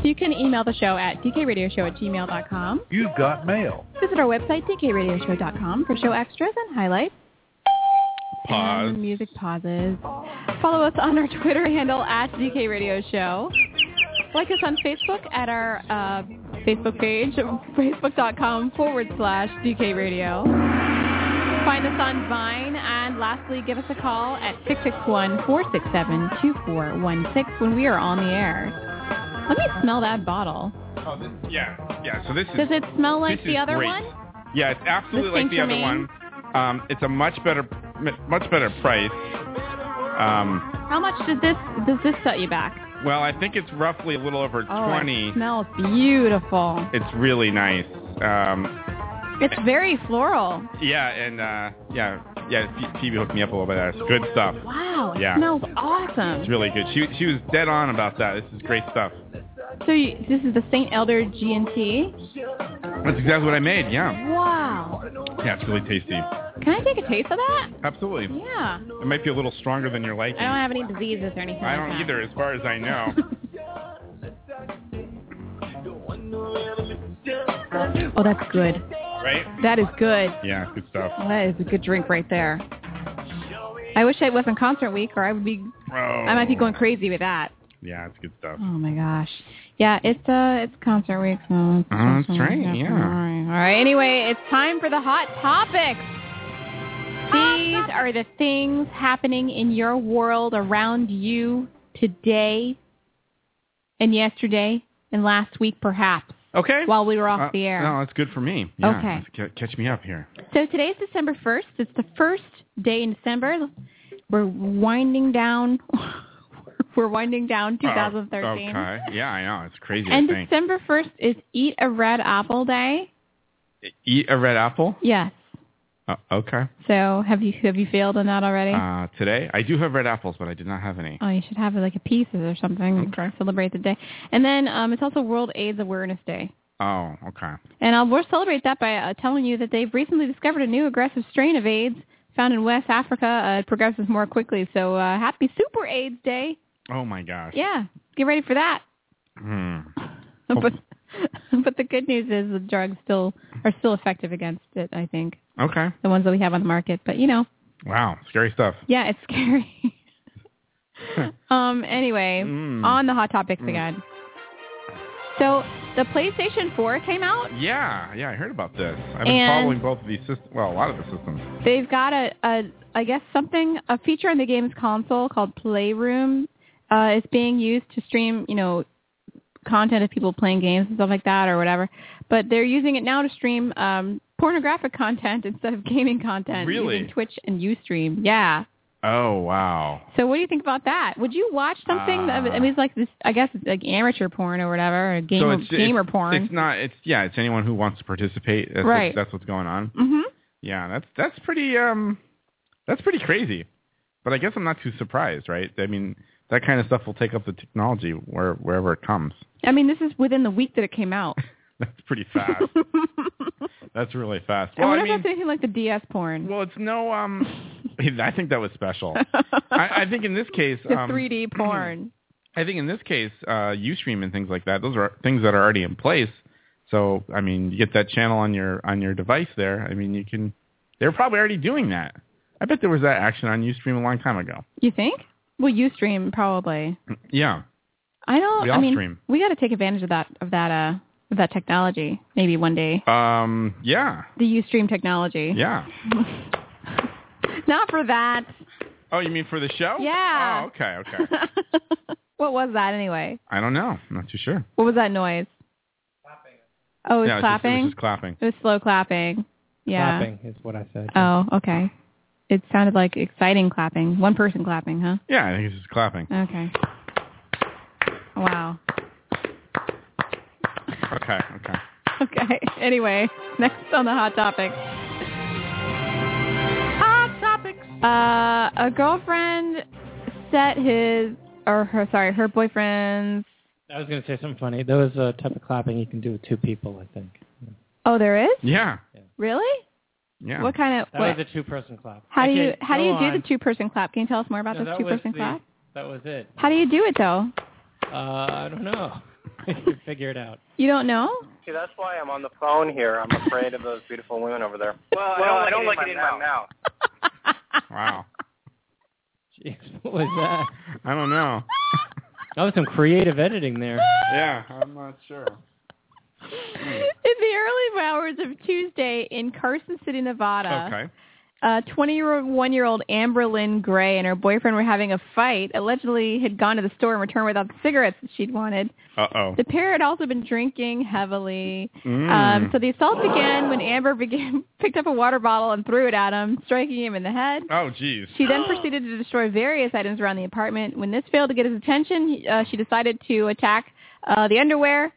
B: So you can email the show at dkradioshow at gmail.com.
R: You've got mail.
B: Visit our website, dkradioshow.com, for show extras and highlights.
C: Pause.
B: And the music pauses. Follow us on our Twitter handle at DK Radio Show. Like us on Facebook at our uh, Facebook page, facebook.com forward slash DK Radio. Find us on Vine. And lastly, give us a call at 661-467-2416 when we are on the air. Let me smell that bottle.
C: Oh, this, yeah, yeah. So this is.
B: Does it smell like
C: this
B: the
C: is
B: other
C: great.
B: one?
C: Yeah, it's absolutely
B: This thing
C: like the
B: for
C: other
B: me?
C: one. Um, it's a much better, m- much better price. Um,
B: How much did this does this set you back?
C: well, I think it's roughly a little over
B: Oh,
C: twenty.
B: it smells beautiful.
C: It's really nice. Um,
B: It's very floral.
C: yeah, and uh, yeah, yeah. Ph- Phoebe hooked me up a little bit. That's good stuff.
B: Wow, it
C: Yeah.
B: smells awesome.
C: It's really good. She she was dead on about that. This is great stuff.
B: So you, this is the St. Elder G&T?
C: That's exactly what I made. Yeah.
B: Wow.
C: Yeah, it's really tasty.
B: Can I take a taste of that?
C: Absolutely.
B: Yeah.
C: It might be a little stronger than you're liking.
B: I don't have any diseases or anything. like
C: I don't
B: that.
C: either, as far as I know.
B: Oh, that's good.
C: right?
B: That is good.
C: Yeah, good stuff.
B: That is a good drink right there. I wish I wasn't concert week, or I would be.
C: Oh.
B: I might be going crazy with that.
C: Yeah, it's good stuff.
B: Oh my gosh. Yeah, it's uh, it's concert week, so. it's-
C: Uh, that's right,
B: definitely-
C: yeah.
B: All right. All right. Anyway, it's time for the hot topics. These are the things happening in your world around you today, and yesterday, and last week, perhaps.
C: Okay.
B: While we were off
C: Uh,
B: the air.
C: No, that's good for me. Yeah,
B: Okay.
C: ca- Catch me up here.
B: So today's December 1st. It's the first day in December. We're winding down. We're winding down
C: Oh,
B: 2013.
C: Uh, Okay. Yeah, I know. It's crazy
B: And
C: to think.
B: December 1st is Eat a Red Apple Day.
C: E-, Eat a red apple?
B: Yes.
C: Uh, okay.
B: So have you have you failed on that already?
C: Uh, today, I do have red apples, but I did not have any.
B: oh, you should have like a pieces or something to celebrate the day. And then um, it's also World AIDS Awareness Day.
C: Oh, okay.
B: And I'll, we'll celebrate that by uh, telling you that they've recently discovered a new aggressive strain of AIDS found in West Africa. Uh, it progresses more quickly. So uh, happy Super AIDS Day.
C: Oh, my gosh.
B: Yeah, get ready for that.
C: Hmm.
B: but but the good news is the drugs still are still effective against it. I think
C: Okay.
B: the ones that we have on the market. But you know,
C: Wow. Scary stuff.
B: yeah, it's scary. um. Anyway,
C: Mm.
B: on the hot topics
C: Mm.
B: again. So the PlayStation 4 came out.
C: Yeah, yeah, I heard about this. I've been
B: And-
C: following both of these systems. Well, a lot of the systems.
B: They've got a, a I guess something a feature in the game's console called Playroom. Uh, is being used to stream, you know, content of people playing games and stuff like that or whatever. But they're using it now to stream um, pornographic content instead of gaming content
C: Really?
B: using Twitch and UStream. Yeah.
C: Oh, wow.
B: So what do you think about that? Would you watch something? that, I mean, it's like this. I guess it's like amateur porn or whatever, or gamer
C: Uh. so it's,
B: gamer
C: it's,
B: porn.
C: It's not. It's yeah. It's anyone who wants to participate. That's
B: Right.
C: That's what's going on.
B: hmm
C: Yeah. That's that's pretty um, that's pretty crazy. But I guess I'm not too surprised, right? I mean, that kind of stuff will take up the technology where wherever it comes.
B: I mean, this is within the week that it came out.
C: That's pretty fast. that's really fast.
B: I
C: Well,
B: wonder
C: Uh, I
B: if
C: mean,
B: that's anything like the DS porn,
C: well, it's no um. I think that was special. I, I think in this case,
B: the
C: um,
B: 3D porn.
C: I think in this case, uh, UStream and things like that, those are things that are already in place. So I mean, you get that channel on your on your device there. I mean, you can. They're probably already doing that. I bet there was that action on UStream a long time ago.
B: you think? Well, UStream probably.
C: Yeah.
B: I don't.
C: We
B: I
C: all
B: mean,
C: stream.
B: we got to take advantage of that of that uh of that technology. Maybe one day
C: Um. Yeah.
B: the UStream technology.
C: Yeah.
B: Not for that.
C: Oh, you mean for the show?
B: Yeah.
C: Oh, okay. Okay.
B: what was that anyway?
C: I don't know. I'm not too sure.
B: What was that noise? Oh, it was
C: yeah,
B: clapping.
C: It was, just, it was just clapping.
B: It was slow clapping. Yeah.
A: Clapping is what I said.
B: Oh, okay. It sounded like exciting clapping. One person clapping, huh?
C: Yeah, I think it's just clapping.
B: Okay. Wow.
C: Okay. Okay.
B: Okay. Anyway, next on the hot topic. Hot topics. Uh, a girlfriend set his or her sorry her boyfriend's.
A: I was going to say something funny. There was a type of clapping you can do with two people, I think.
B: Oh, there is
C: Yeah.
B: really.
C: Yeah.
B: What kind of
A: That
B: what,
A: was a two-person clap.
B: how do you
A: Okay,
B: how do
A: go
B: you do
A: on.
B: the two person clap? Can you tell us more about
A: No,
B: this
A: that
B: two
A: was
B: person
A: the-
B: clap?
A: That was it.
B: How do you do it though?
A: Uh, I don't know. you figure it out.
B: You don't know?
Q: See, that's why I'm on the phone here. I'm afraid of those beautiful women over there. Well, I don't like it in my mouth.
C: Wow.
A: Jeez, what was that?
C: I don't know.
A: That was some creative editing there.
C: Yeah, I'm not sure.
B: In the early hours of Tuesday in Carson City, Nevada,
C: Okay.
B: uh, 21-year-old Amber Lynn Gray and her boyfriend were having a fight. Allegedly, had gone to the store and returned without the cigarettes that she'd wanted.
C: Uh oh.
B: The pair had also been drinking heavily.
C: Mm.
B: Um, so the assault began when Amber began picked up a water bottle and threw it at him, striking him in the head.
C: Oh, jeez.
B: She then proceeded to destroy various items around the apartment. When this failed to get his attention, he- uh, she decided to attack uh, the underwear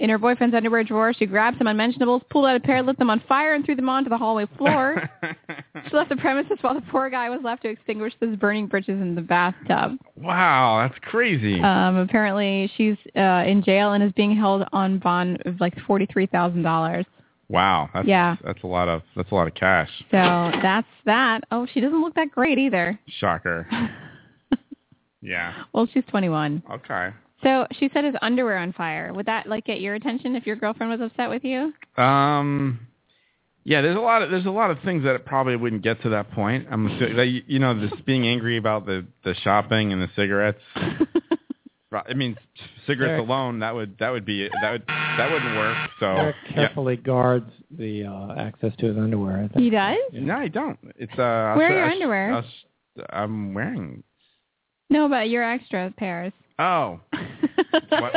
B: in her boyfriend's underwear drawer. She grabbed some unmentionables, pulled out a pair, lit them on fire, and threw them onto the hallway floor. she left the premises while the poor guy was left to extinguish those burning bridges in the bathtub.
C: Wow, that's crazy.
B: Um, uh, apparently, she's uh, in jail and is being held on bond of like forty-three thousand dollars.
C: Wow. That's,
B: Yeah.
C: That's a lot of that's a lot of cash.
B: So that's that. Oh, she doesn't look that great either.
C: Shocker. yeah.
B: Well, she's 21.
C: Okay.
B: So she set his underwear on fire. Would that like get your attention if your girlfriend was upset with you?
C: Um, yeah, there's a lot of there's a lot of things that it probably wouldn't get to that point. I'm assu- that you you know just being angry about the the shopping and the cigarettes. Right, I mean, cigarettes
A: Eric.
C: alone that would that would be that would that wouldn't work. So
A: Eric
C: Oh, yeah.
A: carefully guards the uh, access to his underwear. I think.
B: He does?
C: no, I don't. It's uh, I'll
B: Wear
C: s-
B: your
C: I'll s-
B: underwear.
C: I'll s- I'm wearing.
B: No, but your extra pairs.
C: Oh, What?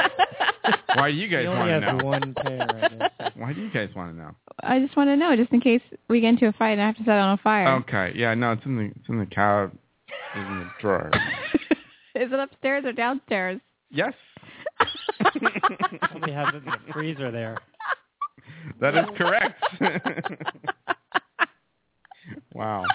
C: why do you guys
A: He
C: want
A: only
C: to
A: has
C: know?
A: one pair.
C: Why do you guys want to know?
B: I just want to know, just in case we get into a fight and I have to set it on fire.
C: Okay, yeah, no, it's in the it's in the cab, it's Oh, in the drawer.
B: Is it upstairs or downstairs?
C: Yes,
A: Probably has it in the freezer there.
C: that is correct. wow.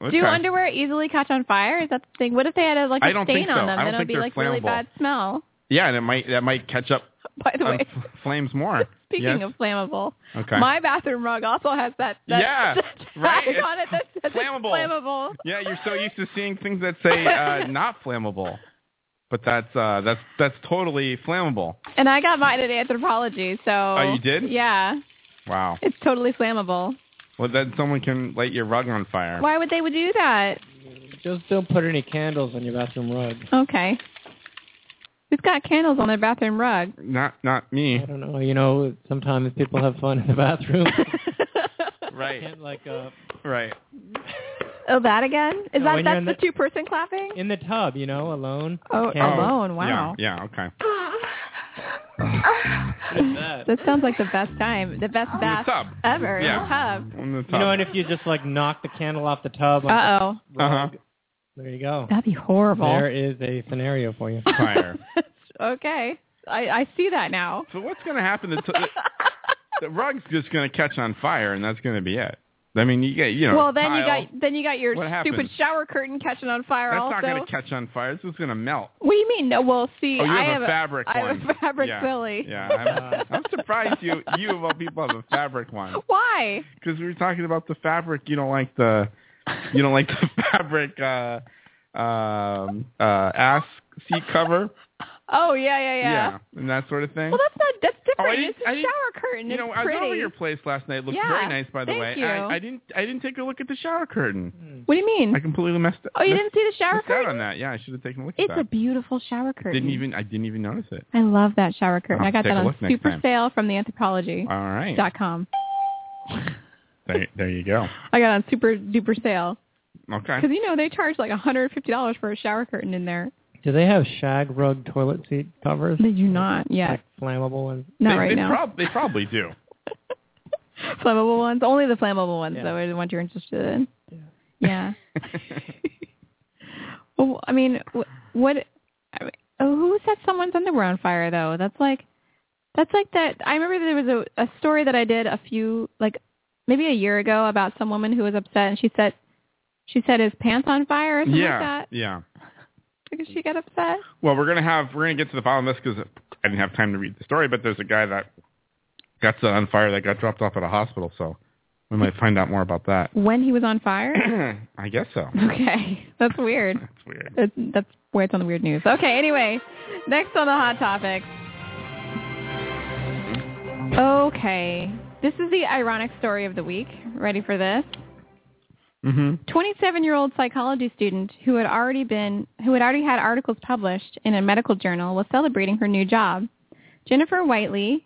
C: Okay.
B: Do underwear easily catch on fire? Is that the thing? What if they had a, like
C: I
B: a
C: don't
B: stain
C: think so.
B: on them?
C: I don't
B: then it
C: think
B: would be
C: they're
B: like really
C: flammable.
B: bad smell.
C: Yeah, and it might that might catch up
B: By the
C: on
B: way,
C: f- flames more.
B: speaking
C: Um, yes?
B: of flammable,
C: Okay.
B: my bathroom rug also has that. that
C: Yeah,
B: that tag
C: right? It's
B: on it that says it's
C: flammable.
B: flammable.
C: yeah, you're so used to seeing things that say uh, not flammable, but that's uh, that's that's totally flammable.
B: And I got mine at anthropology, so.
C: Oh, you did?
B: Yeah,
C: Wow.
B: it's totally flammable.
C: Well, then someone can light your rug on fire.
B: Why would they would do that?
A: Just don't put any candles on your bathroom rug.
B: Okay. Who's got candles on their bathroom rug?
C: Not not me.
A: I don't know. You know, sometimes people have fun in the bathroom.
C: Right.
A: And like uh,
C: Right.
B: oh, that again? Is
A: No,
B: that
A: when you're
B: that's
A: in
B: the
A: the-
B: two person clapping?
A: in the tub, you know, alone.
B: Oh,
A: Candles.
B: alone. Wow.
C: Yeah. Yeah. Okay.
B: That sounds like the best time, the best bath
C: tub.
B: ever in
C: Yeah.
B: the tub.
C: On the top.
A: You know, and if you just like knock the candle off the tub, on the
B: Uh oh,
C: uh-huh.
A: There you go.
B: that'd be horrible.
A: There is a scenario for you.
C: Fire.
B: okay, I, I see that now.
C: So what's going to happen? The, t- the, the rug's just going to catch on fire, and that's going to be it. I mean, you get you know.
B: well, then
C: tile.
B: you got then you got your
C: What
B: stupid
C: happens?
B: shower curtain catching on fire.
C: That's
B: also,
C: not going to catch on fire. This is going to melt.
B: what do you mean? No, well, see,
C: oh, you
B: I
C: have,
B: have
C: a fabric
B: I
C: one.
B: have a fabric
C: yeah.
B: Billy.
C: Yeah, I'm, I'm surprised you you of all people have a fabric one
B: Why?
C: because we were talking about the fabric. You don't like the you don't like the fabric uh, um, uh, ass seat cover.
B: Oh yeah, yeah, yeah.
C: and that sort of thing.
B: Well, that's not that's
C: Oh, I
B: different.
C: didn't-
B: it's a
C: I didn't-
B: shower curtain.
C: you know,
B: it's
C: I was
B: pretty.
C: over your place last night. It looked
B: Yeah,
C: very nice, by the
B: thank
C: way.
B: you.
C: I, I didn't I didn't take a look at the shower curtain.
B: What do you mean?
C: I completely messed up.
B: oh, you
C: missed-
B: didn't see the shower
C: missed out
B: curtain?
C: on that. Yeah, I should have taken a look
B: It's
C: at
B: a
C: that.
B: beautiful shower curtain.
C: Didn't even I didn't even notice it.
B: I love that shower curtain.
C: I'll
B: I got
C: take
B: that
C: a
B: on
C: look next
B: super
C: time.
B: sale from the anthropology
C: All right.
B: dot com.
C: There, there you go.
B: I got on super duper sale
C: Okay.
B: because you know they charge like hundred fifty dollars for a shower curtain in there.
A: Do they have shag rug toilet seat covers?
B: They do not yet,
A: Like flammable ones.
B: not
C: they,
B: right
C: they
B: now.
C: prob- they probably do.
B: flammable ones, only the flammable ones
A: Yeah.
B: though, are the ones you're interested in. Yeah. well, I mean, wh- what? I mean, oh, who set someone's underwear on fire though? That's like, that's like that. I remember there was a, a story that I did a few, like maybe a year ago, about some woman who was upset and she set, she set his pants on fire or something
C: yeah.
B: like that
C: Yeah.
B: because she got upset.
C: Well, we're gonna have we're gonna get to the bottom of this because I didn't have time to read the story, but there's a guy that got set on fire that got dropped off at a hospital, so we might find out more about that.
B: When he was on fire.
C: I guess so.
B: okay, that's weird.
C: That's weird.
B: That's, that's where it's on the weird news. Okay, anyway, next on the hot topics. Okay, this is the ironic story of the week. Ready for this?
C: Mm-hmm.
B: 27-year-old psychology student who had already been who had already had articles published in a medical journal was celebrating her new job. Jennifer Whiteley,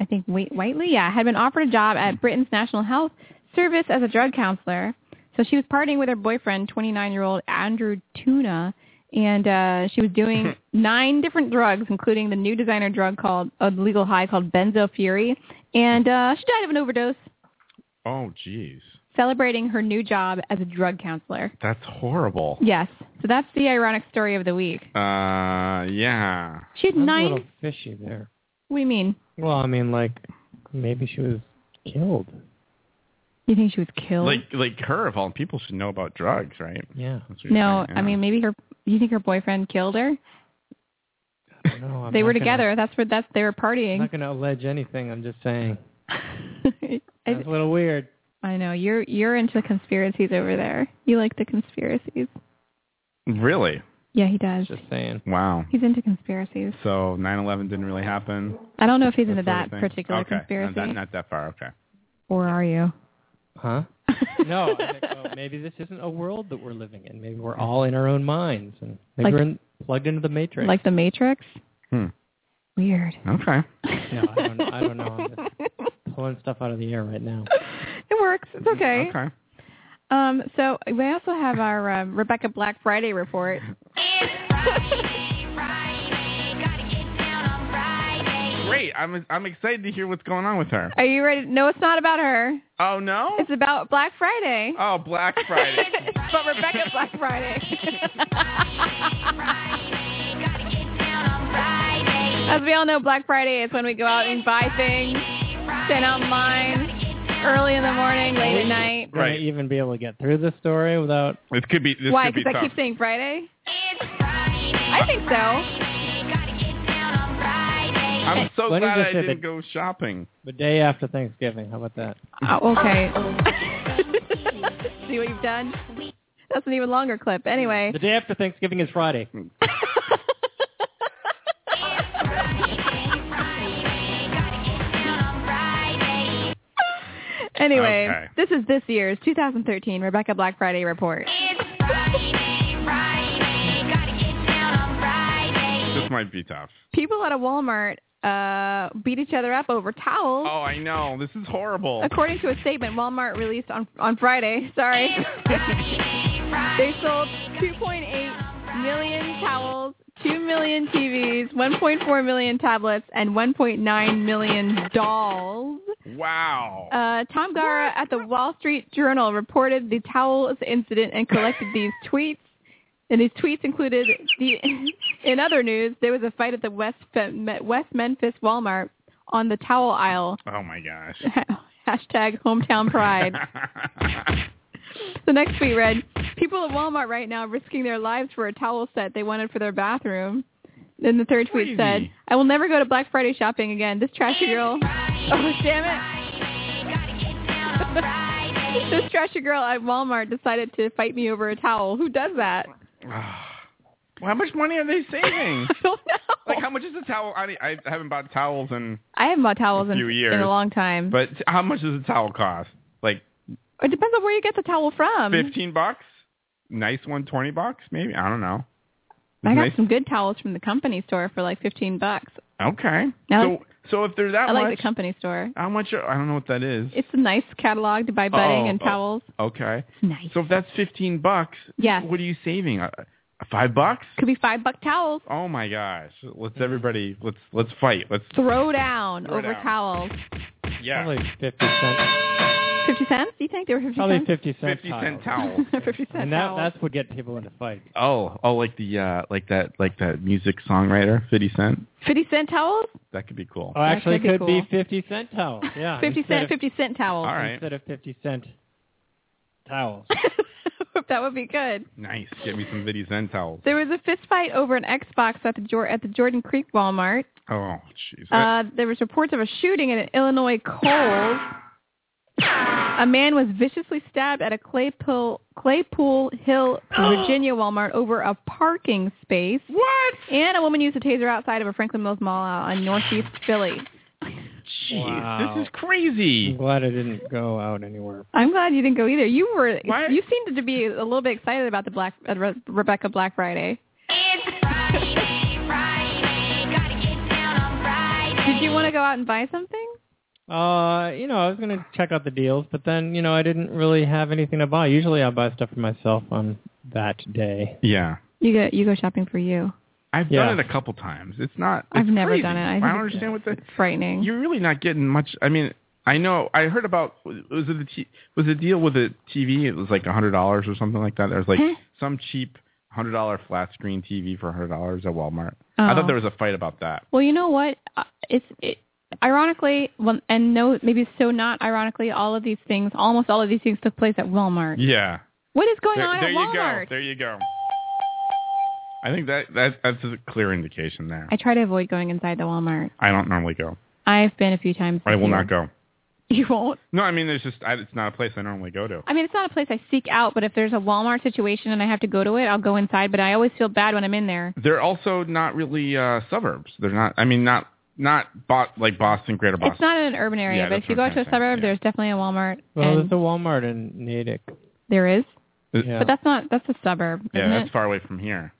B: I think Wait, Whiteley, yeah, had been offered a job at Britain's National Health Service as a drug counselor. So she was partying with her boyfriend, 29-year-old Andrew Tuna, and uh, she was doing nine different drugs, including the new designer drug called a legal high called Benzo Fury, and uh, she died of an overdose.
C: Oh, jeez,
B: Celebrating her new job as a drug counselor.
C: that's horrible.
B: Yes. So that's the ironic story of the week.
C: Uh, yeah.
B: She had
A: That's
B: nine.
A: a little fishy there.
B: What do you mean?
A: Well, I mean, like maybe she was killed.
B: You think she was killed?
C: Like like her of all people should know about drugs, right?
A: Yeah.
C: That's what you're
B: no,
C: saying,
B: I
C: yeah.
B: mean maybe her. You think her boyfriend killed her?
A: No, I'm
B: they
A: not
B: were
A: gonna-
B: together. That's where that's they were
A: I'm
B: partying.
A: not going to allege anything. I'm just saying. That's a little weird.
B: I know you're you're into conspiracies over there. You like the conspiracies.
C: Really?
B: Yeah, he does.
A: Just saying.
C: Wow.
B: He's into conspiracies.
C: So 9/11 didn't really happen.
B: I don't know if he's into
C: sort of
B: that
C: thing?
B: particular
C: okay.
B: conspiracy,
C: Not that, not that far. Okay.
B: or are you?
A: Huh? no, I think, oh, maybe this isn't a world that we're living in. Maybe we're all in our own minds, and maybe
B: Like-
A: we're in, plugged into the matrix.
B: Like the Matrix?
C: Hmm.
B: Weird.
C: Okay.
A: no, I don't, I don't know. I'm just pulling stuff out of the air right now.
B: It works. It's okay.
C: Okay.
B: Um, so we also have our um, Rebecca Black Friday report.
C: Great. I'm I'm excited to hear what's going on with her.
B: Are you ready? No, it's not about her.
C: Oh no.
B: It's about Black Friday.
C: Oh, Black Friday.
B: but Rebecca Black Friday. As we all know, Black Friday is when we go out and buy things, send online, early in the morning, late at night.
A: Gonna
C: Right.
A: Even be able to get through this story without.
C: It could be. This
B: Why?
C: could be
B: I
C: tough.
B: keep saying Friday. I think so.
C: I'm so
A: Let me
C: glad I
A: just say
C: didn't
A: that-
C: go shopping.
A: The day after Thanksgiving. How about that?
B: Oh, okay. See what you've done? That's an even longer clip. Anyway.
A: The day after Thanksgiving is Friday.
B: Anyway,
A: Okay.
B: this is this year's 2013 Rebecca Black Friday report.
C: This might be tough.
B: People at a Walmart uh, beat each other up over towels.
C: Oh, I know. This is horrible.
B: According to a statement Walmart released on on Friday, sorry, they sold 2.8 million towels, 2 million TVs, 1.4 million tablets, and 1.9 million dolls.
C: Wow.
B: Uh, Tom Gara at the Wall Street Journal reported the towels incident and collected these tweets. And these tweets included the. In other news, there was a fight at the West Fe- Me- West Memphis Walmart on the towel aisle.
C: Oh my gosh.
B: Hashtag hometown pride. the next tweet read, people at Walmart right now risking their lives for a towel set they wanted for their bathroom. Then the third tweet said,
D: Crazy.
B: I will never go to Black Friday shopping again. This trashy girl. Oh, damn it. this trashy girl at Walmart decided to fight me over a towel. Who does that?
C: Well, how much money are they saving?
B: I don't know.
C: Like how much is a towel? I, I haven't bought towels in,
B: I haven't bought towels in,
C: few years.
B: in a long time.
C: but how much does a towel cost? Like
B: it depends on where you get the towel from.
C: fifteen bucks? Nice one, twenty bucks maybe. I don't know.
B: I got
C: Nice-
B: some good towels from the company store for like 15 bucks.
C: Okay.
B: I
C: so
B: like-
C: so if they're that
B: I like
C: much,
B: the company store.
C: how much? Are, I don't know what that is.
B: It's a nice catalog to buy bedding
C: Oh,
B: and
C: oh,
B: towels.
C: Okay.
B: Nice.
C: So if that's fifteen bucks,
B: Yes.
C: what are you saving? Uh, five bucks?
B: Could be five buck towels.
C: Oh my gosh! Let's everybody let's let's fight. Let's
B: Throw down
C: Throw
B: over
C: down.
B: towels.
C: yeah.
A: Probably fifty cents.
B: 50 cents? Do you think they were 50
A: Probably
B: cents?
A: fifty cents.
C: Fifty cent towels.
B: 50 cent
A: And that
B: towels.
A: that's what get people into fights.
C: Oh, oh, like the uh, like that, like that music songwriter, Fifty Cent.
B: 50 cent towels?
C: That could be cool.
A: Oh, actually, it
B: could be
A: could be
B: cool.
A: fifty cent towels. Yeah.
B: 50
A: Ah, instead
B: cent,
A: of-
B: 50 cent towels.
C: All right,
A: instead of fifty cent towels.
B: that would be good.
C: nice. Get me some Fifty Cent towels.
B: There was a fist fight over an Xbox at the, Jor- at the Jordan Creek Walmart.
C: Oh, jeez.
B: Uh, there was reports of a shooting at an Illinois Kohl's. A man was viciously stabbed at a Claypool, Claypool Hill, Virginia Walmart over a parking space.
C: What?
B: And a woman used a taser outside of a Franklin Mills Mall out on Northeast Philly.
C: Jeez,
A: Wow.
C: this is crazy.
A: I'm glad I didn't go out anywhere.
B: I'm glad you didn't go either. You were
C: What?
B: you seemed to be a little bit excited about the Black uh, Re- Rebecca Black Friday. Did you want to go out and buy something?
A: Uh, you know, I was gonna check out the deals, but then you know I didn't really have anything to buy. Usually, I buy stuff for myself on that day.
C: Yeah,
B: You go you go shopping for you.
C: I've
A: Yeah.
C: done it a couple times. It's not.
B: I've
C: it's
B: never
C: crazy.
B: done it. I
C: I,
B: think
C: don't
B: it's-
C: understand what the.
B: Frightening.
C: You're really not getting much. I mean, I know. I heard about was it the t- was the deal with the TV? It was like a hundred dollars or something like that. There was like
B: Huh?
C: some cheap hundred dollar flat screen TV for a hundred dollars at Walmart. I
B: Oh.
C: thought there was a fight about that.
B: Well, you know what? Uh, It's it, ironically, well, and no, maybe so not ironically, all of these things, almost all of these things, took place at Walmart.
C: Yeah.
B: What is going
C: there,
B: on
C: there
B: Oh, at
C: you go.
B: Walmart?
C: There you go. I think that, that that's a clear indication there.
B: I try to avoid going inside the Walmart.
C: I don't normally go.
B: I've been a few times.
C: I
B: this
C: will
B: year.
C: not go.
B: You won't?
C: No, I mean, there's just I, it's not a place I normally go to.
B: I mean, it's not a place I seek out, but if there's a Walmart situation and I have to go to it, I'll go inside. But I always feel bad when I'm in there.
C: They're also not really uh, suburbs. They're not. I mean, not not bo- like Boston, Greater Boston.
B: It's not in an urban area,
C: Yeah,
B: but
C: that's
B: if you go
C: what
B: out to a
C: I'm trying to say,
B: suburb,
C: yeah.
B: there's definitely a Walmart.
A: Well,
B: and
A: there's a Walmart in Natick.
B: there is,
A: Yeah.
B: but that's not that's a suburb, isn't
C: yeah, that's
B: it?
C: far away from here.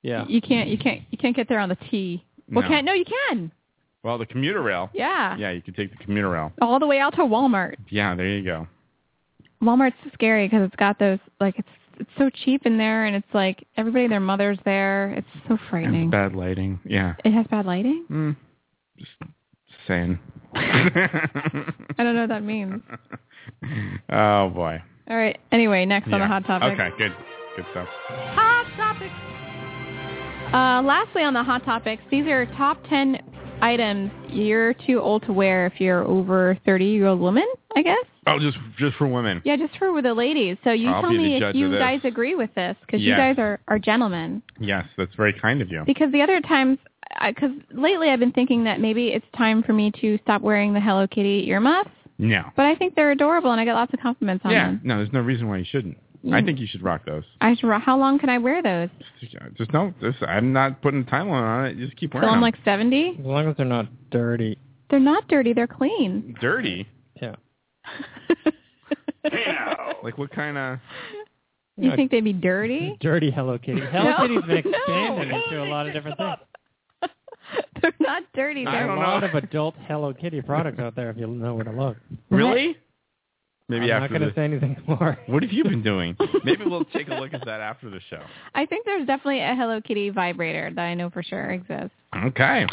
A: yeah.
B: You can't you can't you can't get there on the T. Well,
C: No.
B: can't no, you can.
C: Well, the commuter rail.
B: Yeah.
C: Yeah, you could take the commuter rail.
B: all the way out to Walmart.
C: Yeah, there you go.
B: Walmart's scary because it's got those like it's it's so cheap in there, and it's like everybody their mother's there. It's so frightening.
C: It's bad lighting. Yeah,
B: It has bad lighting.
C: Mm. saying.
B: I don't know what that means.
C: oh boy.
B: All right. Anyway, next on
C: Yeah.
B: the hot topic.
C: Okay, good, good stuff.
B: Hot topics. Uh, lastly, on the hot topics, these are top ten items you're too old to wear if you're over 30 year old woman. I guess.
C: Oh, just just for women.
B: Yeah, just for the ladies. So you
C: I'll
B: tell
C: be the
B: me
C: judge
B: if
C: of
B: you
C: this.
B: guys agree with this because you
C: Yes.
B: guys are are gentlemen.
C: Yes, that's very kind of you.
B: Because the other times, because lately I've been thinking that maybe it's time for me to stop wearing the Hello Kitty earmuffs,
C: No.
B: but I think they're adorable and I get lots of compliments on
C: Yeah.
B: them.
C: No, there's no reason why you shouldn't.
B: You-
C: I think you should rock those.
B: I should, how long can I wear those?
C: Just no. This, I'm not putting a timeline on it. Just keep wearing
B: Till I'm
C: them.
B: like 70?
A: As long as they're not dirty.
B: They're not dirty, they're clean.
C: dirty.
A: Yeah.
C: Like what kind of?
B: You
A: Yeah.
B: think they'd be dirty?
A: Dirty Hello Kitty. Hello
B: No,
A: Kitty's been
B: no.
A: expanded into a lot of different things.
B: They're not dirty.
A: There's
B: They're
A: a lot of adult Hello Kitty products out there if you know where to look.
C: Really? Maybe
A: I'm not
C: after
A: gonna
C: this.
A: say anything more.
C: What have you been doing? Maybe we'll take a look at that after the show.
B: I think there's definitely a Hello Kitty vibrator that I know for sure exists.
C: Okay.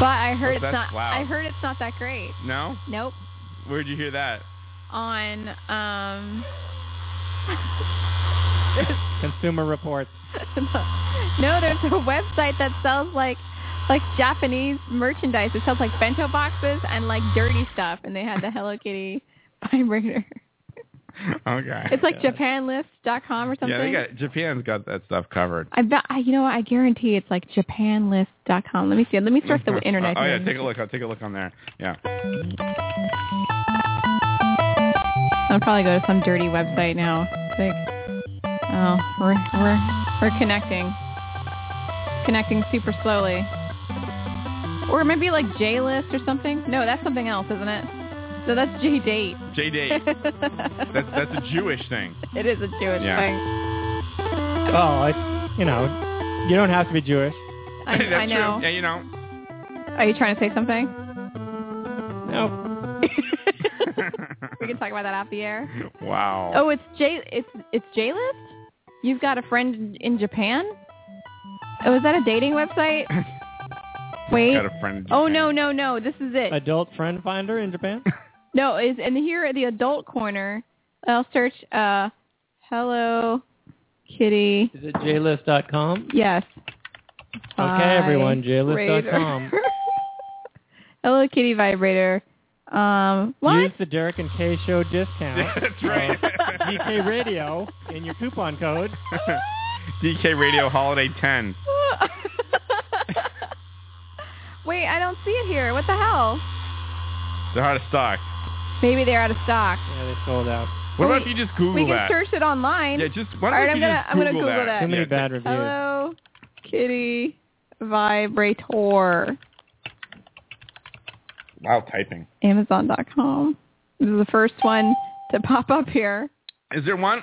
B: But I heard it's
C: That's
B: not.
C: loud.
B: I heard it's not that great.
C: No?
B: Nope.
C: Where'd you hear that?
B: On um.
A: Consumer Reports.
B: no, there's a website that sells like like Japanese merchandise. It sells like bento boxes and like dirty stuff, and they had the Hello Kitty vibrator.
C: Oh Okay.
B: It's like JapanList.com or something.
C: Yeah, they got Japan's got that stuff covered.
B: I bet I, you know what I guarantee it's like JapanList.com. Let me see. Let me search the internet.
C: oh, yeah,
B: here.
C: take a look. I'll take a look on there. Yeah.
B: I'll probably go to some dirty website now. It's Like, oh, we're we're we're connecting, connecting super slowly. Or maybe like J list or something. No, that's something else, isn't it? No, that's J date.
C: J date. that's that's a Jewish thing.
B: It is a Jewish
C: Yeah.
B: thing.
A: Well, I, you know, you don't have to be Jewish.
B: I,
C: that's
B: I know.
C: True. Yeah, you know.
B: Are you trying to say something?
A: No.
B: we can talk about that off the air.
C: Wow.
B: Oh, it's J. It's it's J list. You've got a friend in Japan. Oh, is that a dating website? Wait.
A: Got a friend in
B: Oh
A: Japan.
B: no no no! This is it.
A: Adult Friend Finder in Japan?
B: No, is and here at the adult corner, I'll search uh, Hello Kitty.
A: Is it jlist.com?
B: Yes.
A: Okay, everyone,
B: Vibrator.
A: jlist.com.
B: Hello Kitty vibrator. Um, what?
A: Use the Derek and Kay Show discount.
C: That's right.
A: DK Radio in your coupon code.
C: DK Radio Holiday 10.
B: Wait, I don't see it here. What the hell?
C: They're out of stock.
B: Maybe they're out of stock.
A: Yeah, they sold out.
C: What
B: Well,
C: about if you just Google
B: we can
C: that?
B: search it online.
C: Yeah, just why don't
B: All right,
C: you
B: I'm gonna
C: just
B: I'm gonna
C: Google that?
A: Too many
C: Yeah,
A: bad reviews.
B: Hello Kitty vibrator.
C: Wow, typing.
B: Amazon.com. This is the first one to pop up here.
C: Is there one?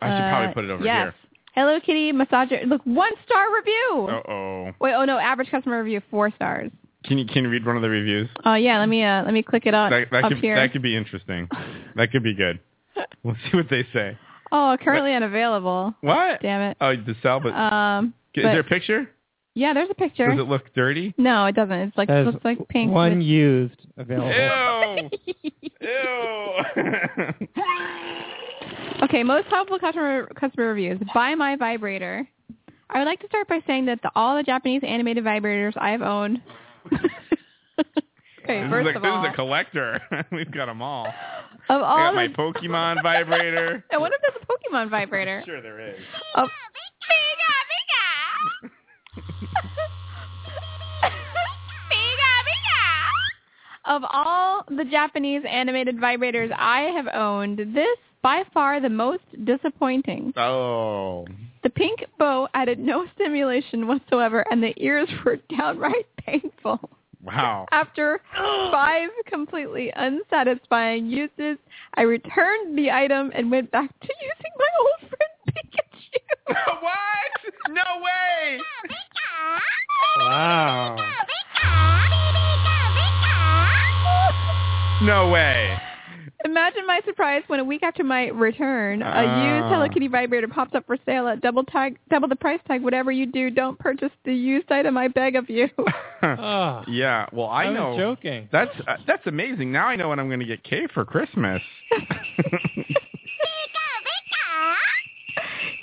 C: I should
B: Uh,
C: probably put it over
B: yes.
C: here.
B: Hello Kitty massager. Look, one star review.
C: Uh oh.
B: Wait, oh no, average customer review four stars.
C: Can you can you read one of the reviews?
B: Oh yeah, let me uh, let me click it on
C: that that
B: up
C: could
B: here.
C: that could be interesting. that could be good. We'll see what they say.
B: oh, currently unavailable.
C: What?
B: Damn it.
C: Oh, the cell, but
B: Um,
C: is
B: but-
C: there a picture?
B: yeah, there's a picture.
C: Does it look dirty?
B: No, it doesn't. It's like
A: There's
B: looks like pink.
A: One
B: with-
A: used available.
C: Ew. Ew.
B: okay, most helpful customer customer reviews. Buy my vibrator. I would like to start by saying that the, all the Japanese animated vibrators I've owned. okay,
C: this,
B: first
C: is a,
B: of
C: this
B: all,
C: is a collector. We've got them all.
B: of
C: I
B: all
C: got my
B: the,
C: Pokemon vibrator.
B: I wonder if there's a Pokemon vibrator.
C: Sure, there is.
B: Of- Of all the Japanese animated vibrators I have owned, this by far the most disappointing.
C: Oh.
B: The pink bow added no stimulation whatsoever, and the ears were downright painful.
C: Wow.
B: After five completely unsatisfying uses, I returned the item and went back to using my old friend Pikachu.
C: what? No way.
B: Wow.
C: No way.
B: Imagine my surprise when a week after my return, a used
C: Ah.
B: Hello Kitty vibrator pops up for sale at double tag, double the price tag. Whatever you do, don't purchase the used item. I beg of you.
A: Ah.
C: yeah. Well, I,
A: I was
C: know.
A: joking.
C: That's uh, that's amazing. Now I know what I'm going to get Kay for Christmas.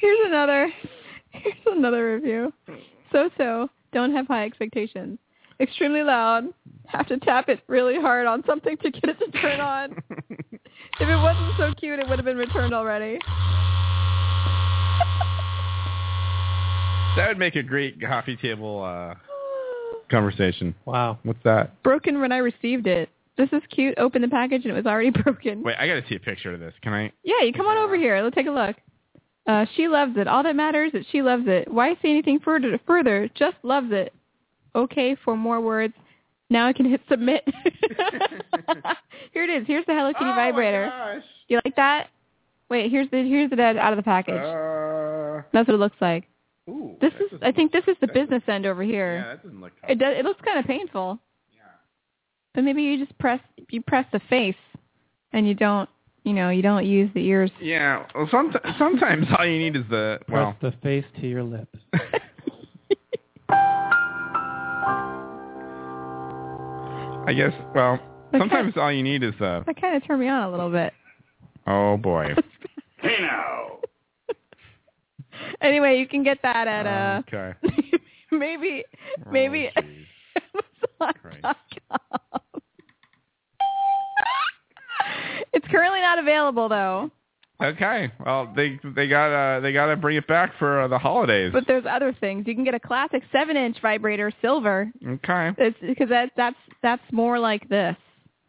B: Here's another. Here's another review. So so. Don't have high expectations. Extremely loud. Have to tap it really hard on something to get it to turn on. if it wasn't so cute, it would have been returned already.
C: That would make a great coffee table uh, conversation.
A: Wow.
C: What's that?
B: Broken when I received it. This is cute. Open the package and it was already broken.
C: Wait, I got to see a picture of this. Can I?
B: Yeah, you come on over here. Let's take a look. Uh, she loves it. All that matters is she loves it. Why say anything further? Further, just loves it. Okay, for more words. Now I can hit submit. here it is. Here's the Hello Kitty vibrator. You like that? Wait, here's the here's the out of the package.
C: Uh,
B: That's what it looks like.
C: Ooh,
B: This
C: that
B: is.
C: doesn't
B: I think this is the
C: that
B: business end over here.
C: Yeah, that doesn't look.
B: It does. It looks kind of painful. But maybe you just press you press the face, and you don't you know you don't use the ears.
C: Yeah. Well, somet sometimes all you need is the well.
A: Press the face to your lips.
C: I guess well. Sometimes all you need is the
B: That kind of turned me on a little bit.
C: oh boy.
B: Hey now. anyway, you can get that at uh
C: Okay.
B: maybe maybe Amazon.com. It's currently not available though,
C: Okay. Well, they they got uh they got to bring it back for uh, the holidays.
B: but there's other things. You can get a classic seven-inch vibrator, silver.
C: Okay.
B: It's because that that's that's more like this.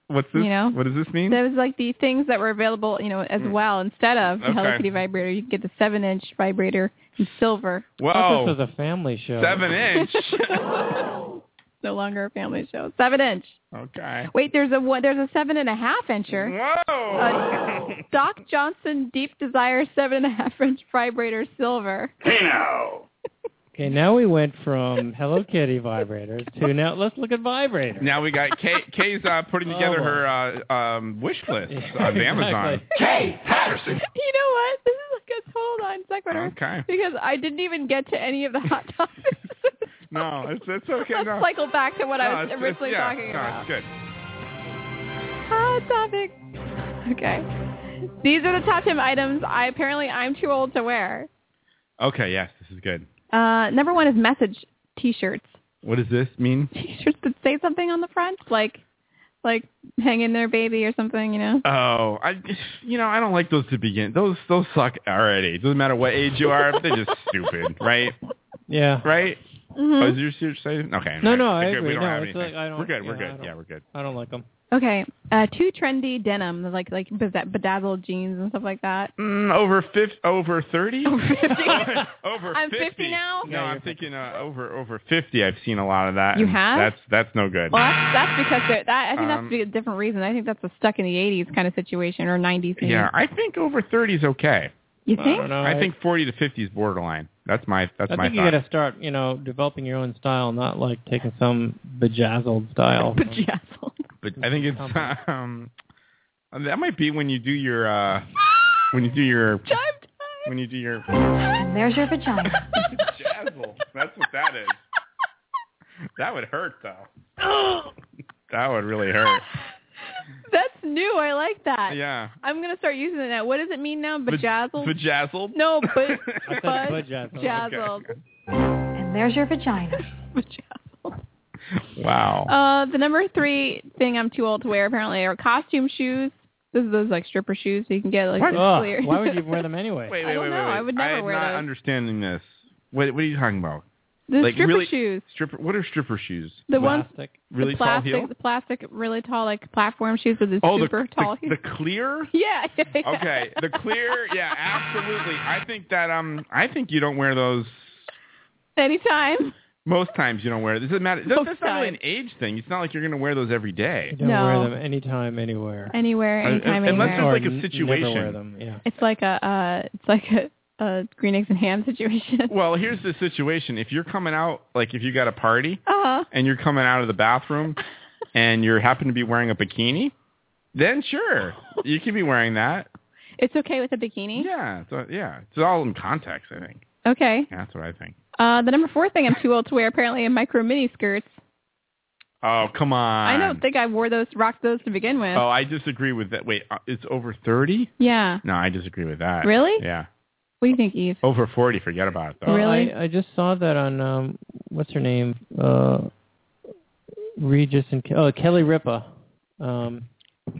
C: What's this?
B: you know,
C: what does this mean?
B: That was like the things that were available, you know, as well. Instead of the Hello
C: Okay.
B: Kitty vibrator, you can get the seven-inch vibrator in silver.
A: I
C: Whoa.
A: thought this was a family show.
C: Seven inch.
B: no longer a family show. Seven inch.
C: okay.
B: Wait, there's a one. There's a seven and a half incher.
C: Whoa.
B: Uh, Doc Johnson Deep Desire seven and a half inch vibrator silver.
A: Okay, now we went from Hello Kitty vibrators to now let's look at vibrators.
C: Now we got Kay, Kay's uh, putting
A: Oh,
C: together
A: boy.
C: her uh, um, wish list on Amazon.
A: Exactly.
C: Kay Patterson.
B: You know what? This is like a hold on a second.
C: Okay.
B: Because I didn't even get to any of the hot topics.
C: No, it's, it's okay.
B: Let's
C: no.
B: cycle back to what
C: No,
B: I was
C: it's- it's-
B: originally
C: yeah,
B: talking
C: no,
B: about.
C: It's good.
B: Hot topic. Okay. These are the top 10 items I apparently I'm too old to wear.
C: Okay, yes, this is good.
B: Uh, number one is message t-shirts.
C: What does this mean?
B: T-shirts that say something on the front, like like hang in there baby or something, you know.
C: Oh, I you know I don't like those to begin. Those those suck already. Doesn't matter what age you are, they're just stupid, right?
A: Yeah.
C: Right?
B: Mhm.
C: Oh, is your shirt saying? Okay.
A: Hmm. No, no,
C: we're
A: I
C: good.
A: agree.
C: We don't
A: No,
C: have
A: it's
C: anything.
A: like I don't-
C: We're good.
A: yeah,
C: We're
A: I
C: good.
A: don't-
C: Yeah, we're good.
A: I don't like them.
B: Okay. Uh, too trendy denim, like like beza- bedazzled jeans and stuff like that.
C: Mm, over fif over thirty. over
B: I'm
C: 50.
B: 50 now?
C: No,
B: Yeah,
C: I'm
B: you're
C: thinking uh, over over fifty. I've seen a lot of that.
B: You
C: and
B: have?
C: That's that's no good.
B: Well, that's, that's because they're, that I think
C: Um,
B: that's a different reason. I think that's a stuck in the '80s kind of situation or '90s. Maybe.
C: Yeah, I think over thirty is okay.
B: You think?
C: I think forty to fifty is borderline. That's my that's
A: Uh, I
C: my
A: think you
C: thought.
A: got to start, you know, developing your own style, not like taking some bejazzled style.
B: Bejazzled.
C: but I think it's um that might be when you do your uh when you do your when you do your
F: There's your vagina.
C: jazzle. That's what that is. That would hurt though. that would really hurt.
B: That's new. I like that.
C: Yeah.
B: I'm gonna start using it now. What does it mean now? Bejazzled?
C: Bejazzled.
B: no, but
C: I
B: but
A: bejazzled.
B: jazzled.
F: And there's your vagina.
C: Wow.
B: Uh, the number three thing I'm too old to wear apparently are costume shoes. This is those like stripper shoes so you can get like
A: What?
B: those
A: Ugh,
B: clear.
A: why would you wear them anyway?
C: Wait, wait,
B: I don't
C: wait,
B: know.
C: wait, wait.
B: I would never
C: am
B: wear
C: not
B: those.
C: understanding this. What what are you talking about?
B: The
C: like
B: stripper
C: really,
B: shoes.
C: Stripper. What are stripper shoes?
B: The ones-
C: Plastic. really
B: the
C: tall
B: plastic,
C: heel.
B: the plastic, really tall, like platform shoes with the
C: Oh, the-
B: super tall
C: the,
B: heel.
C: the clear.
B: yeah, yeah, yeah.
C: Okay, the clear. Yeah, absolutely. I think that um, I think you don't wear those
B: Anytime.
C: most times. You don't wear this. Doesn't matter. That's,
B: Most
C: that's not really an age thing. It's not like you're going to wear those every day.
B: don't No. wear
A: Wear them anytime, anywhere.
B: Anywhere,
C: Uh,
B: anytime,
C: uh,
B: anywhere.
C: unless there's like
A: Or n-
C: a situation.
A: Never wear them. Yeah.
B: It's like a uh, it's like a, a green eggs and ham situation.
C: Well, here's the situation. If you're coming out, like if you got a party
B: Uh-huh.
C: and you're coming out of the bathroom and you happen to be wearing a bikini, then sure, you could be wearing that.
B: It's okay with a bikini.
C: Yeah, so, yeah. It's all in context, I think.
B: Okay.
C: Yeah, that's what I think.
B: Uh, the number four thing I'm too old to wear apparently in micro mini skirts.
C: Oh, come on.
B: I don't think I wore those, rocked those to begin with.
C: Oh, I disagree with that. Wait, uh, it's over 30?
B: yeah.
C: No, I disagree with that.
B: Really? Mm.
C: Yeah.
B: What do you think, Eve?
C: Over 40, forget about it, though.
A: Well, I, I just saw that on um, what's her name? Uh, Regis and Ke- oh Kelly Ripa. Um,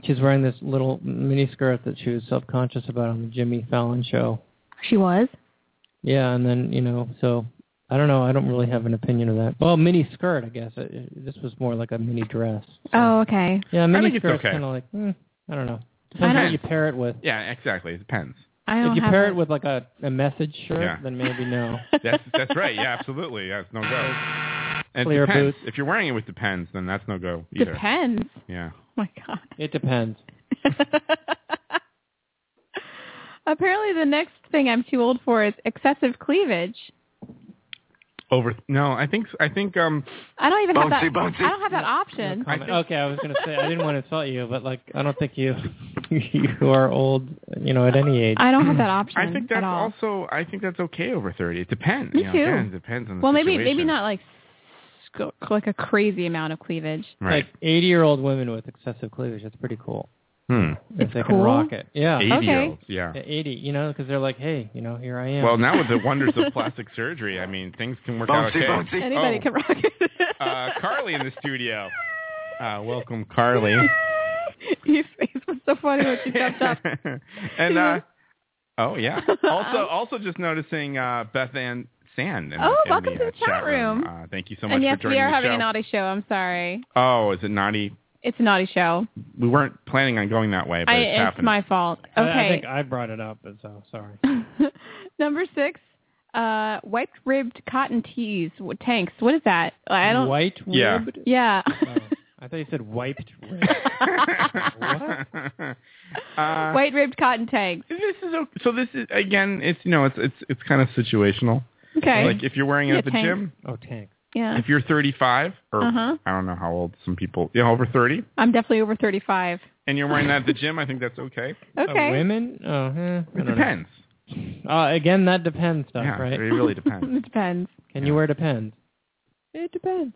A: she's wearing this little mini skirt that she was self conscious about on the Jimmy Fallon show.
F: She was?
A: Yeah, and then you know, so I don't know. I don't really have an opinion of that. Well, mini skirt, I guess. It, it- this was more like a mini dress.
B: Oh, okay.
A: Yeah,
C: I
A: mini
C: think it's
A: skirt's
C: okay.
A: kind of like mm, I don't know.
B: I
A: Depends
B: don't-
A: what you pair it with.
C: Yeah, exactly. It depends.
B: I don't
A: if you
B: have
A: pair
B: a-
A: it with like a, a message shirt,
C: Yeah.
A: then maybe no.
C: That's that's right. Yeah, absolutely. Yeah, it's no go. And it
A: Clear
C: depends. If you're wearing it with depends, then that's no go either.
B: Depends.
C: Yeah.
B: Oh my god.
A: It depends.
B: Apparently, the next thing I'm too old for is excessive cleavage.
C: Over. No, I think I think um.
B: I don't even have that.
C: Bouncy, bouncy.
B: I don't have that option.
A: I mean, okay, I was gonna say I didn't want to insult you, but like I don't think you you are old, you know, at any age.
B: I don't have that option
C: Hmm. I think
B: at
C: that's
B: all.
C: also. I think that's okay over thirty. It depends.
B: Me
C: you know,
B: too.
C: Again, it depends on the
B: well, maybe maybe
C: situation.
B: not like sc- like a crazy amount of cleavage.
C: Right.
A: Like eighty-year-old women with excessive cleavage. That's pretty cool.
C: Hmm.
A: If they
B: cool?
A: can rock it, uh, yeah.
C: Eighty
B: Okay.
C: year olds. Yeah.
A: At Eighty, you know, because they're like, hey, you know, here I am.
C: Well, now with the wonders of plastic surgery, I mean, things can work out
A: Bouncy,
C: okay.
A: bouncy.
B: Anybody
C: Oh,
B: can rock it.
C: uh, Carly in the studio. Uh, welcome, Carly.
B: Your face was so funny when she jumped up.
C: and uh, oh yeah. Also, also just noticing uh, Beth Ann Sand. In,
B: Oh,
C: in
B: welcome
C: the,
B: to
C: uh,
B: the chat room.
C: Uh, thank you so much
B: and yes,
C: for
B: we
C: joining
B: are
C: the
B: having
C: show.
B: a naughty show. I'm sorry.
C: Oh, is it naughty?
B: It's a naughty show.
C: We weren't planning on going that way, but
B: I,
C: it's
B: it's
C: happening.
B: my fault.
A: I-
B: Okay.
A: I, think I brought it up, and so sorry.
B: Number six, uh, white ribbed cotton tees w- tanks. What is that? I don't.
A: White
C: Yeah.
A: ribbed.
B: Yeah.
A: I thought you said wiped. Rib. Oh.
C: uh,
B: white ribbed cotton tanks.
C: This is okay. so. This is again. It's you know. It's it's it's kind of situational.
B: Okay.
C: Like if you're wearing it
B: Yeah,
C: at the
B: tanks.
C: gym,
A: Oh, tank.
B: yeah.
C: if you're 35 or
B: Uh-huh.
C: I don't know how old some people, you know, over 30,
B: I'm definitely over 35.
C: and you're wearing that at the gym, I think that's okay.
B: Okay.
A: Uh, women? Oh, eh, I
C: It
A: don't know.
C: depends.
A: Uh, again, that depends stuff,
C: Yeah,
A: right?
C: it really depends.
B: it depends.
A: Can you wear depends? It depends.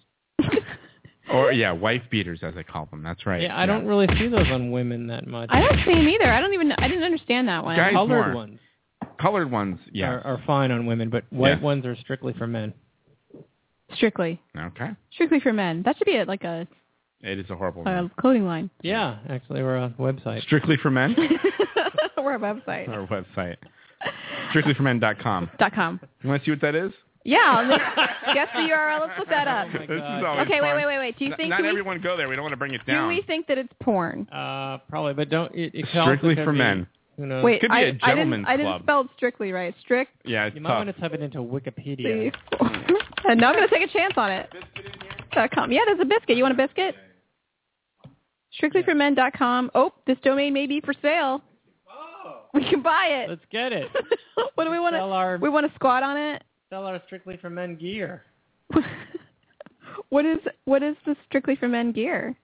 C: Or yeah, wife beaters as I call them. That's right.
A: Yeah, I don't really see those on women that much.
B: I don't see them either. I don't even. I didn't understand that one.
C: Guys
A: Colored
C: more.
A: ones
C: Colored ones. Yeah.
A: are, are fine on women, but white
C: Yeah.
A: ones are strictly for men.
B: Strictly,
C: Okay.
B: strictly for men. That should be a, like a,
C: It is a horrible. name.
B: a clothing line.
A: Yeah, actually, we're on a website.
C: Strictly for men.
B: or a website.
C: Our website. Strictlyformen.com.
B: Dot com.
C: You want to see what that is?
B: Yeah. Let's, guess the URL. Let's look that up. Oh
C: this is always
B: Okay. Wait.
C: fun.
B: Wait. Wait. Wait. Do you
C: Not-
B: think
C: not
B: do we,
C: everyone go there? We don't want to bring it
B: do
C: down.
B: we think that it's porn?
A: Uh, probably, but don't. It, it could
C: Strictly
A: also
C: for
A: be-
C: men.
A: Who knows?
B: Wait,
C: could be
B: I,
C: a
B: I didn't.
C: gentleman's
B: I didn't
C: club.
B: spell strictly right. Strict.
C: yeah, it's
A: You might
C: tough.
A: want to type it into Wikipedia.
B: and now I'm going to take a chance on it. Dot com. Yeah, there's a biscuit. You want a biscuit? Strictlyformen.com. Oh, this domain may be for sale. We can buy it.
A: Oh, Let's get it.
B: what do we want
A: Sell
B: to?
A: our
B: We want to squat on it.
A: sell our strictly for men gear.
B: What is what is the strictly for men gear?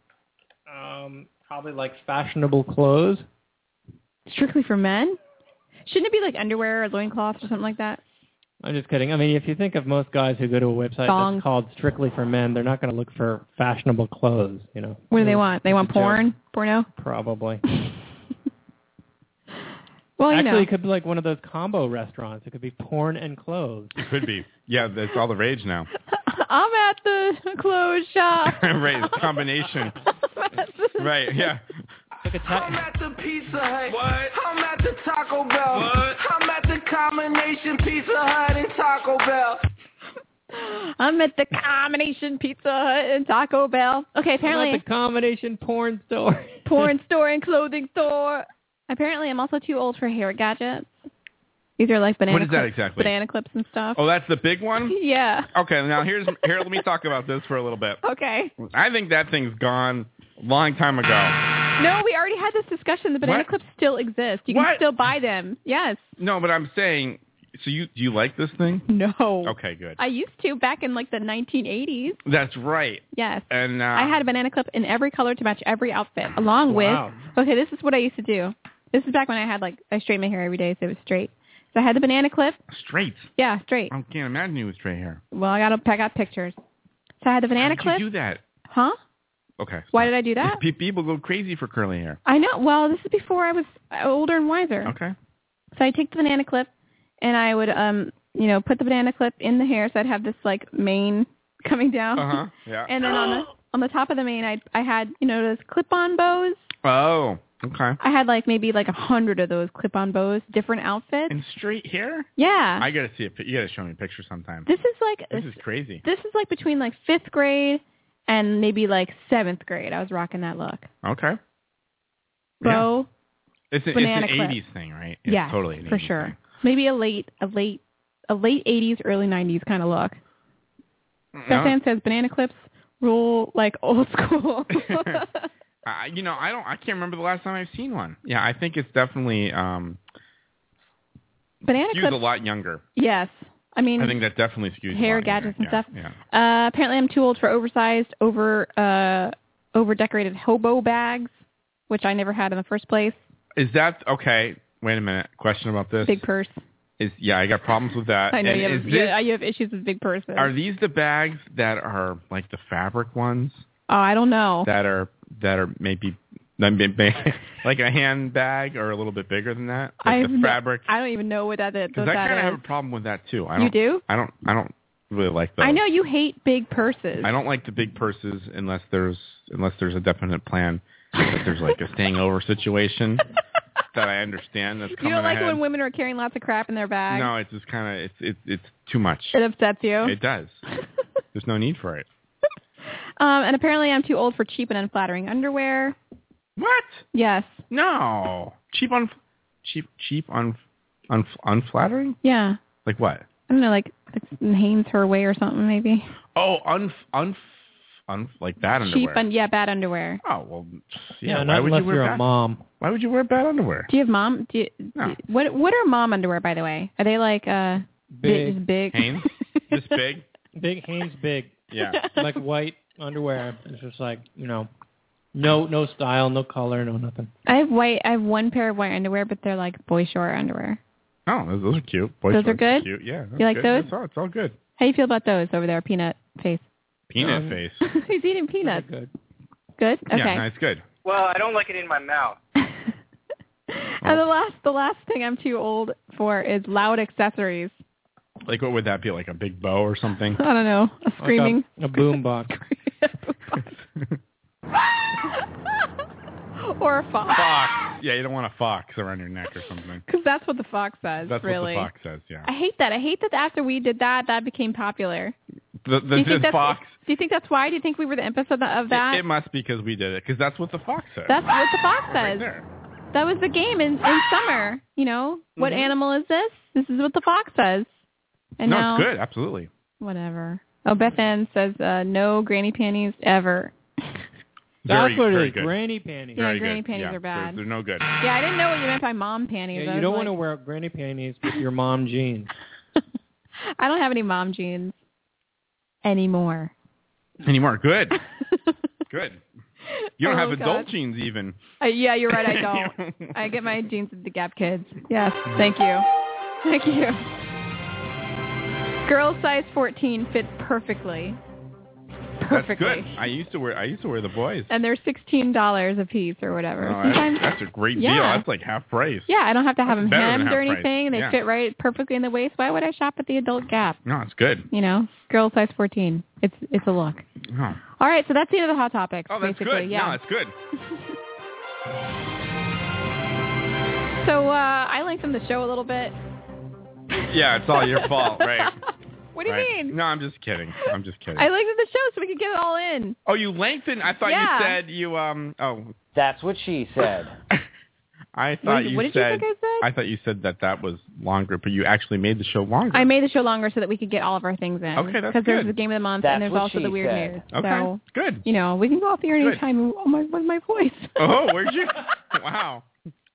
A: Um, probably like fashionable clothes.
B: Strictly for men? Shouldn't it be like underwear or loincloths or something like that?
A: I'm just kidding. I mean, if you think of most guys who go to a website
B: Thongs.
A: that's called strictly for men, they're not going to look for fashionable clothes. You know,
B: What do they want? They want
A: It's a joke.
B: porn, porno.
A: probably.
B: Well, you
A: Actually,
B: know.
A: it could be like one of those combo restaurants. It could be porn and clothes.
C: It could be. Yeah, that's all the rage now.
B: I'm at the clothes shop.
C: right, it's combination. right, yeah.
Q: I'm at the Pizza Hut. I'm at the Taco Bell. I'm at the combination Pizza Hut and Taco Bell.
B: I'm at the combination Pizza Hut and Taco Bell. Okay, apparently
A: Not the combination porn store.
B: porn store and clothing store. Apparently, I'm also too old for hair gadgets. These are like banana.
C: What is that
B: clips,
C: exactly?
B: Banana clips and stuff.
C: Oh, that's the big one.
B: Yeah.
C: Okay, now here's here. Let me talk about this for a little bit.
B: Okay.
C: I think that thing's gone a long time ago.
B: No, we already had this discussion. The banana
C: What?
B: clips still exist. You can
C: What?
B: still buy them. Yes.
C: No, but I'm saying. So you do you like this thing?
B: No.
C: Okay, good.
B: I used to back in like the 1980s.
C: That's right.
B: Yes.
C: And uh,
B: I had a banana clip in every color to match every outfit, along
C: Wow.
B: with. Okay, this is what I used to do. This is back when I had like I straightened my hair every day, so it was straight. So I had the banana clip.
C: straight.
B: Yeah, straight.
C: I can't imagine you with straight hair.
B: Well, I got a, I got pictures. So I had the banana
C: How did
B: clip.
C: You do that?
B: Huh?
C: Okay.
B: Why did I do that?
C: Pe- People go crazy for curly hair.
B: I know. Well, this is before I was uh, older and wiser.
C: Okay.
B: So I take the banana clip, and I would, um, you know, put the banana clip in the hair, so I'd have this like mane coming down.
C: Uh-huh. Yeah.
B: And then on the on the top of the mane, I I had you know those clip-on bows.
C: Oh. Okay.
B: I had like maybe like a hundred of those clip-on bows, different outfits.
C: And straight hair.
B: Yeah.
C: I gotta see a. pi- You gotta show me a picture sometime.
B: this is like
C: This is crazy.
B: this is like between like fifth grade and maybe like seventh grade. I was rocking that look.
C: Okay. Yeah.
B: Bow.
C: It's, a, it's an
B: banana clip.
C: 80s thing, right? It's
B: yeah.
C: totally an
B: for
C: 80s
B: sure.
C: thing.
B: Maybe a late a late a late eighties, early nineties kind of look. Stefan says banana clips rule like old school.
C: I, you know, I don't. I can't remember the last time I've seen one. Yeah, I think it's definitely um,
B: banana
C: skews a
B: clips.
C: lot younger.
B: Yes. I mean
C: I think that definitely skews
B: hair
C: a lot younger.
B: gadgets and
C: Yeah,
B: stuff. Uh, apparently, I'm too old for oversized, over uh, over decorated hobo bags, which I never had in the first place.
C: Yeah. Is that okay? Wait a minute. Question about this.
B: Big purse.
C: Is yeah, I got problems with that.
B: I know
C: Uh, And
B: you
C: is
B: have,
C: this,
B: yeah, you have issues with big purses.
C: Are these the bags that are like the fabric ones
B: oh, I don't know.
C: that are that are maybe I mean, may- like a handbag or a little bit bigger than that? Like
B: I've
C: the
B: no-
C: fabric.
B: I don't even know what that is.
C: Because
B: what
C: I
B: that
C: kind of have a
B: is.
C: problem with that too. I
B: You
C: don't,
B: do?
C: I don't. I don't really like those.
B: I know you hate big purses.
C: I don't like the big purses unless there's unless there's a definite plan. If there's like a staying over situation that I understand that's
B: You
C: coming
B: don't like it
C: ahead.
B: when women are carrying lots of crap in their bag.
C: no, it's just kind of it's it's it's too much.
B: It upsets you.
C: It does. There's no need for it.
B: um, and apparently, I'm too old for cheap and unflattering underwear.
C: What?
B: Yes.
C: No. Cheap on cheap cheap on un, unflattering?
B: Yeah.
C: Like what?
B: I don't know, like Hanes her way or something maybe.
C: Oh, un un, un like bad underwear.
B: Cheap and yeah, bad underwear.
C: oh, well yeah,
A: Yeah,
C: why
A: not
C: would you
A: unless
C: wear
A: you're
C: bad,
A: a mom.
C: Why would you wear bad underwear?
B: Do you have mom? Do you,
C: No.
B: do- what what are mom underwear by the way? Are they like uh
A: Big.
B: just big?
C: Hanes? Just big?
A: Big Hanes big.
C: Yeah.
A: like white underwear. It's just like, you know, no no style, no color, no nothing.
B: I have white. I have one pair of white underwear, but they're like boy short underwear.
C: Oh, those, those are cute. Boy
B: Those are
C: shorts
B: good?
C: Cute. Yeah. that's
B: You like
C: good.
B: those?
C: That's all, it's all good.
B: How do you feel about those over there, peanut face?
C: Peanut
A: Um,
C: face.
B: He's eating peanuts.
A: Good.
B: Good. Okay.
C: Yeah, no, it's good.
Q: Well, I don't like it in my mouth.
B: And the last the last thing I'm too old for is loud accessories.
C: Like what would that be? Like a big bow or something?
B: I don't know. A screaming.
A: Like a, a boom box.
B: or a fox.
C: Fox. Yeah, you don't want a fox around your neck or something.
B: Because that's what the fox says.
C: That's
B: really.
C: what the fox says. Yeah.
B: I hate that. I hate that after we did that, that became popular.
C: The
B: do
C: the,
B: you think
C: the
B: that's
C: fox.
B: Do you think that's why? Do you think we were the emphasis of the- of that?
C: It, it must be because we did it. Because that's what the fox says.
B: that's what the fox
C: Right
B: says.
C: there.
B: that was the game in, in summer. You know, what
C: Mhm.
B: animal is this? This is what the fox says. And
C: no,
B: now,
C: it's good. Absolutely.
B: whatever. Oh, Beth Ann says, uh, no granny panties ever.
A: That's
C: Very-
A: what
C: very
A: it is.
C: good.
A: Granny panties.
B: Yeah,
C: Very
B: granny
C: good.
B: panties
C: yeah,
B: are bad.
C: They're, they're no good.
B: Yeah, I didn't know what you meant by mom panties.
A: Yeah,
B: I
A: you
B: was
A: don't
B: like,
A: want to wear granny panties with your mom jeans.
B: I don't have any mom jeans anymore.
C: Anymore. Good. good. You don't
B: Oh,
C: have
B: God.
C: adult jeans even.
B: Uh, yeah, you're right. I don't. I get my jeans at the Gap Kids. Yes, thank you. Thank you. Girl size 14 fits perfectly. Perfectly.
C: That's good. I used to wear I used to wear the boys.
B: And they're $16 a piece or whatever.
C: Oh,
B: Sometimes,
C: that's, that's a great deal.
B: Yeah.
C: That's like half price.
B: yeah, I don't have to have
C: That's
B: them
C: better than
B: hemmed
C: half
B: or
C: price.
B: anything. They
C: Yeah.
B: fit right perfectly in the waist. Why would I shop at the adult Gap?
C: No, it's good.
B: You know, girl size 14. It's it's a look.
C: No.
B: All right, so that's the end of the hot topics.
C: Oh, that's
B: basically.
C: good.
B: Yeah.
C: No, it's good.
B: so uh, I lengthened the show a little bit.
C: Yeah, it's all your fault, right?
B: What do you
C: Right.
B: mean?
C: No, I'm just kidding. I'm just kidding.
B: I lengthened the show so we could get it all in.
C: oh, you lengthened. I thought
B: Yeah.
C: you said you um. Oh,
R: That's what she said.
C: I
B: What
C: thought
B: did-
C: you
B: what did you
C: said.
B: think I said?
C: I thought you said that that was longer, but you actually made the show longer.
B: I made the show longer so that we could get all of our things in.
C: Okay, that's
B: Because there's
C: good.
B: the game of the month
C: That's
B: and there's
C: what
B: also
C: she
B: the weird
C: said.
B: news.
C: Okay,
B: So,
C: good.
B: You know, we can go off the air
C: Good.
B: anytime. Oh my, with my voice.
C: oh, where'd you? Wow.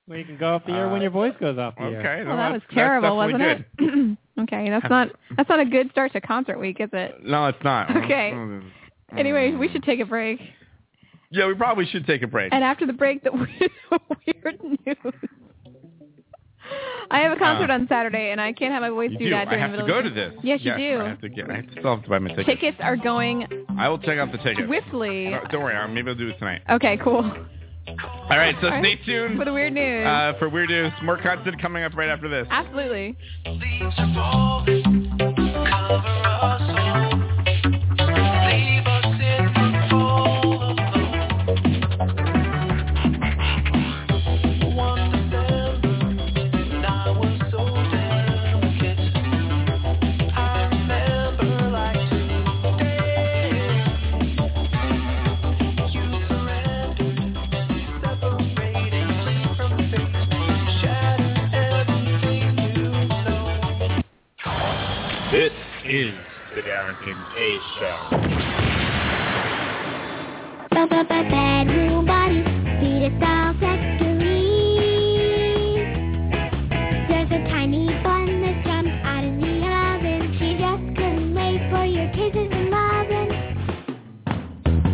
A: Well, you can go off the air when your voice goes off the air.
C: Okay.
B: Well, Oh, that was
C: that's- that's
B: terrible,
C: definitely
B: wasn't
C: good.
B: it? okay, that's not that's not a good start to concert week, is it?
C: No, it's not.
B: Okay.
C: Uh,
B: Anyway, we should take a break.
C: Yeah, we probably should take a break.
B: And after the break, the weird, weird news. I have a concert
C: Uh,
B: on Saturday, and I can't have my voice
C: You
B: do,
C: do.
B: that
C: I
B: during
C: have
B: the
C: to
B: middle
C: go
B: of
C: to
B: the
C: this.
B: Yes, you do.
C: I have to get. I still have to buy my ticket.
B: Tickets are going
C: I will check out the ticket.
B: swiftly.
C: Don't worry. I- Maybe I'll do it tonight.
B: Okay, cool.
C: All right. So
B: All right.
C: stay tuned
B: For the weird news.
C: uh, for Weird News. More content coming up right after this.
B: Absolutely.
E: This is the Darrington K Show.
S: Bedroom body, beat a doll factory. There's a tiny bun that jumps out of the oven. She just couldn't wait for your kisses and loving.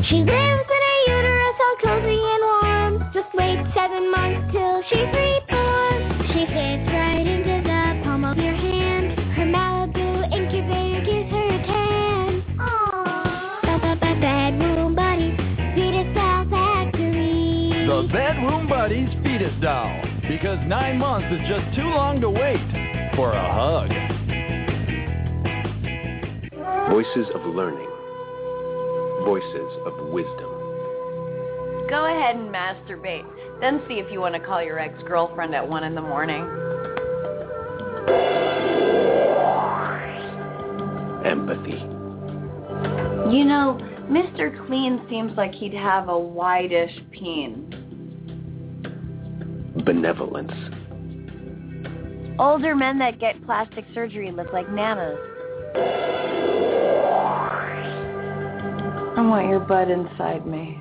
S: She lives in a uterus all cozy and warm. Just wait seven months till she's reborn. She fits right into the palm of your hand. Her Malibu incubator gives her a tan. Aww. Bedroom buddies, fetus doll factory.
G: The Bedroom Buddies Fetus Doll. Because nine months is just too long to wait for a hug.
T: Voices of learning. Voices of wisdom.
U: Go ahead and masturbate. Then see if you want to call your ex-girlfriend at 1 in the morning.
T: Empathy.
U: You know, Mr. Clean seems like he'd have a whitish peen.
T: Benevolence.
V: Older men that get plastic surgery look like nanas.
U: I want your butt inside me.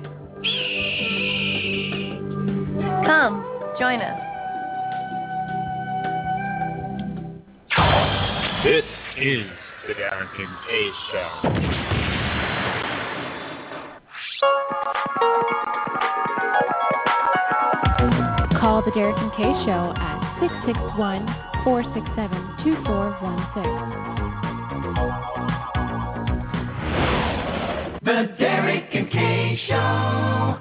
U: Come, join us.
E: This is the Darrington K Show.
W: Call the Derek and Kay Show at 661 467 2416.
D: The Derek and Kay Show.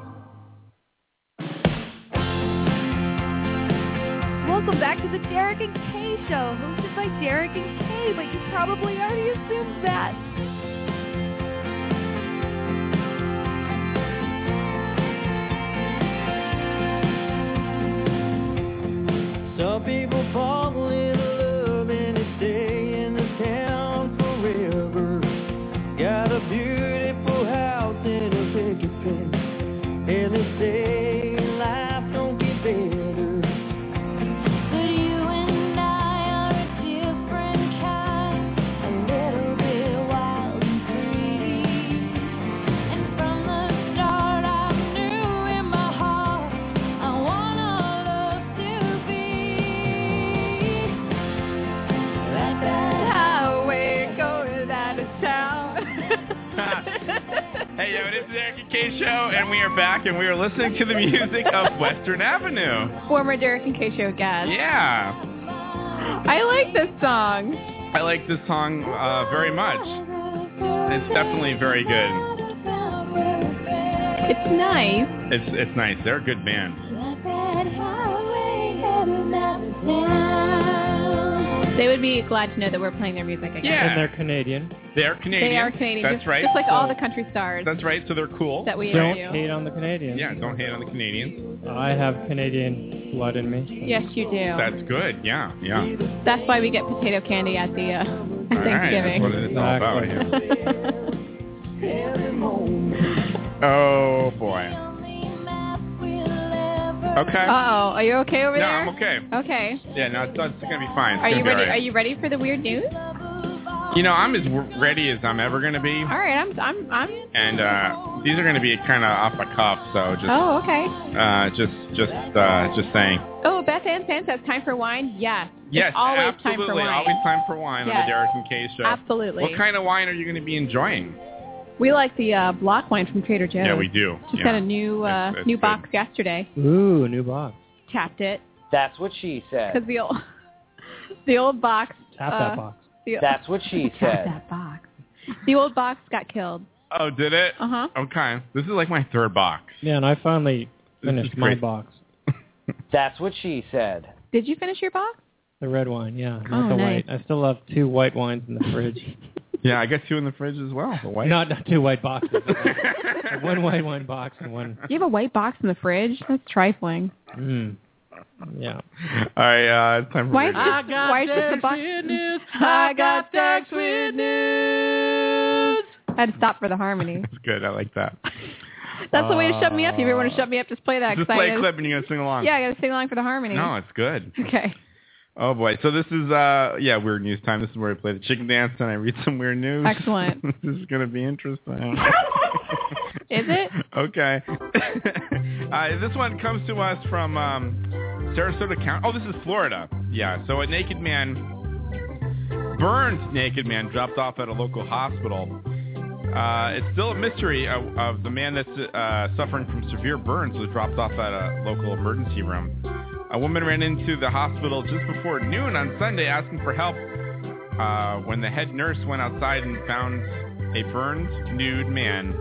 X: Welcome back to the Derek and Kay Show, hosted by Derek and Kay, but you probably already assumed that.
D: Some people fall in love and they stay in the town forever. Got a beautiful house and a big pen. And they say life don't get better. But you and I are a different kind. A little bit wild and free. And from the start I knew in my heart I wanna love to be like that highway going out of town.
C: Hey, yo, it is the Derek and Kay Show, and we are back, and we are listening to the music of Western Avenue.
B: Former Derek and Kay show guest.
C: Yeah,
B: I like this song.
C: I like this song uh, very much. It's definitely very good.
B: It's nice.
C: It's it's nice. They're a good band.
B: They would be glad to know that we're playing their music again.
A: And they're Canadian.
C: They're Canadian.
B: They are Canadian.
C: That's
B: just,
C: right.
B: Just like all
C: So-
B: the country stars.
C: That's right. So they're cool.
B: That we
C: right?
B: interview.
A: Hate on the Canadians.
C: Yeah, don't hate on the Canadians.
A: I have Canadian blood in me.
B: Yes, you do.
C: That's good. Yeah, yeah.
B: That's why we get potato candy at the uh,
C: All right,
B: Thanksgiving.
C: That's what it's all about here. oh boy.
B: Uh,
C: Okay.
B: Uh-oh. Are you okay over
C: no,
B: there?
C: I'm okay.
B: Okay.
C: Yeah, no, it's, it's gonna be fine. It's
B: Are
C: gonna
B: you
C: be all
B: ready?
C: right.
B: Are you ready for the weird news?
C: You know, I'm as w- ready as I'm ever gonna be,
B: All right. I'm. I'm. I'm.
C: and uh, these are gonna be kind of off the cuff, so just,
B: Oh, okay.
C: uh, just, just, uh, just saying.
B: Oh, Beth Ann Sands has time for wine. Yes. It's
C: Yes,
B: always
C: absolutely.
B: time for wine.
C: Always time for wine on
B: Yes.
C: the Derek and Kay show.
B: Absolutely.
C: What kind of wine are you going to be enjoying?
B: We like the uh, block wine from Trader Joe's.
C: Yeah, we do.
B: Just
C: yeah.
B: got a new uh,
C: that's
B: new
C: good.
B: box yesterday.
A: Ooh, new box.
B: Tapped it
I: That's what she said.
B: because the old the old box.
A: Tap
B: uh,
A: that box.
B: The,
I: That's what she said.
B: that box. The old box got killed.
C: Oh, did it?
B: Uh huh.
C: Okay. This is like my third box.
A: Yeah, and I finally finished my
C: great.
A: box.
I: That's what she said.
B: Did you finish your box?
A: The red wine, yeah.
B: Oh,
A: Not the
B: nice.
A: white. I still have two white wines in the fridge.
C: Yeah, I got two in the fridge as well. The white.
A: Not, not two white boxes. one white wine box and one.
B: You have a white box in the fridge. That's trifling.
A: Mm. Yeah.
C: All right, uh, it's time for
B: Why is
C: radio.
B: this, why is this a box? I got tax weird news. I had to stop for the harmony.
C: It's good. I like that.
B: That's the way to shut me up. If you ever want to shut me up, just play that.
C: Just
B: 'cause I
C: play a
B: gotta-
C: clip and you're gonna sing along.
B: Yeah, I got to sing along for the harmony.
C: No, it's good.
B: Okay.
C: Oh boy. So this is uh yeah weird news time. This is where I play the chicken dance and I read some weird news.
B: Excellent.
C: this is gonna be interesting.
B: Is it?
C: okay. uh, this one comes to us from um, Sarasota County. Oh, this is Florida. Yeah. So a naked man, burned naked man, dropped off at a local hospital. Uh, it's still a mystery of, of the man that's uh, suffering from severe burns was dropped off at a local emergency room. A woman ran into the hospital just before noon on Sunday asking for help uh, when the head nurse went outside and found a burned, nude man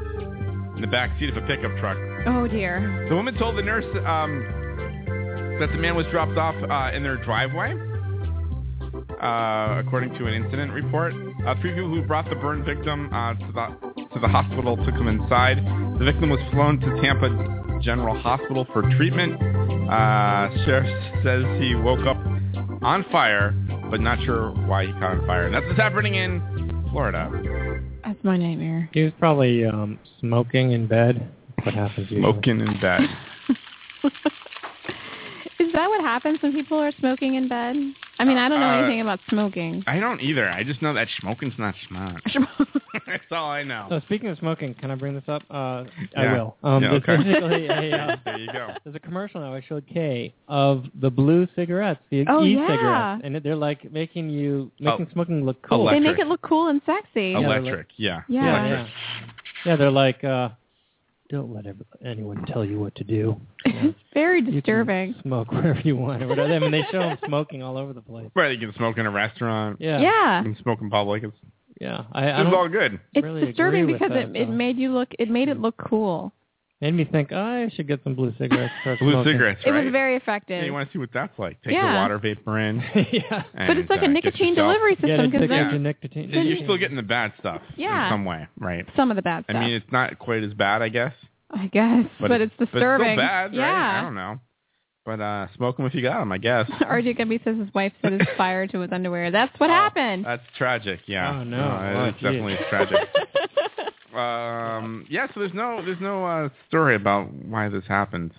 C: in the back seat of a pickup truck.
B: Oh dear.
C: The woman told the nurse um, that the man was dropped off uh, in their driveway, uh, according to an incident report. Uh, three people who brought the burn victim uh, to, the, to the hospital took him inside. The victim was flown to Tampa General Hospital for treatment. Uh, sheriff says he woke up on fire, but not sure why he caught on fire. And that's what's happening in Florida.
B: That's my nightmare.
A: He was probably um, smoking in bed. That's What happens? usually.
C: Smoking in bed.
B: Is that what happens when people are smoking in bed? I mean, I don't know
C: Uh,
B: anything about smoking.
C: I don't either. I just know that smoking's not smart. That's all I know.
A: So speaking of smoking, can I bring this up? Uh, I
C: Yeah.
A: will. Um,
C: Yeah,
A: there's
C: okay.
A: basically a, uh,
C: there you go.
A: there's a commercial now I showed Kay of the blue cigarettes, the
B: Oh, yeah.
A: e-cigarettes, and they're like making you making
C: Oh.
A: smoking look cool.
B: They
C: Electric.
B: make it look cool and sexy.
A: Yeah, they're
C: Electric, yeah.
B: Yeah.
A: Yeah,
B: Electric.
A: yeah. Yeah, they're like, uh, don't let ev- anyone tell you what to do.
B: Very disturbing.
A: Smoke wherever you want or whatever. I mean, they show them smoking all over the place.
C: Right, you can smoke in a restaurant.
A: Yeah.
B: Yeah.
C: You can smoke in public. It's,
A: Yeah. I, I
C: it's
A: don't
C: all good.
B: It's
A: really
B: disturbing
A: agree
B: because
A: with that,
B: it, it
A: though.
B: made you look it made it look cool.
A: made me think, oh, I should get some blue cigarettes. Start
C: Blue
A: smoking.
C: cigarettes,
B: It
C: right?
B: was very
C: Yeah,
B: effective.
C: you want to see what that's like. Take
B: Yeah.
C: the water vapor in. uh,
A: yeah.
B: but it's like a nicotine delivery
A: Get
B: system because
A: addicted
C: Yeah.
A: to nicotine.
C: Yeah, you're still getting the bad stuff
B: Yeah.
C: in some way, right?
B: some of the bad
C: I
B: stuff.
C: mean, it's not quite as bad, I guess.
B: I guess, but, it's, disturbing.
C: But it's still bad, right? I
B: yeah.
C: don't know. But uh, smoke 'em if you got 'em, I guess.
B: RJ Gumby says his wife set his fire to his underwear. That's what
C: Oh,
B: happened.
C: That's tragic. Yeah.
A: Oh, no. Oh,
C: it's
A: geez.
C: definitely tragic. um, yeah. So there's no there's no uh, story about why this happened.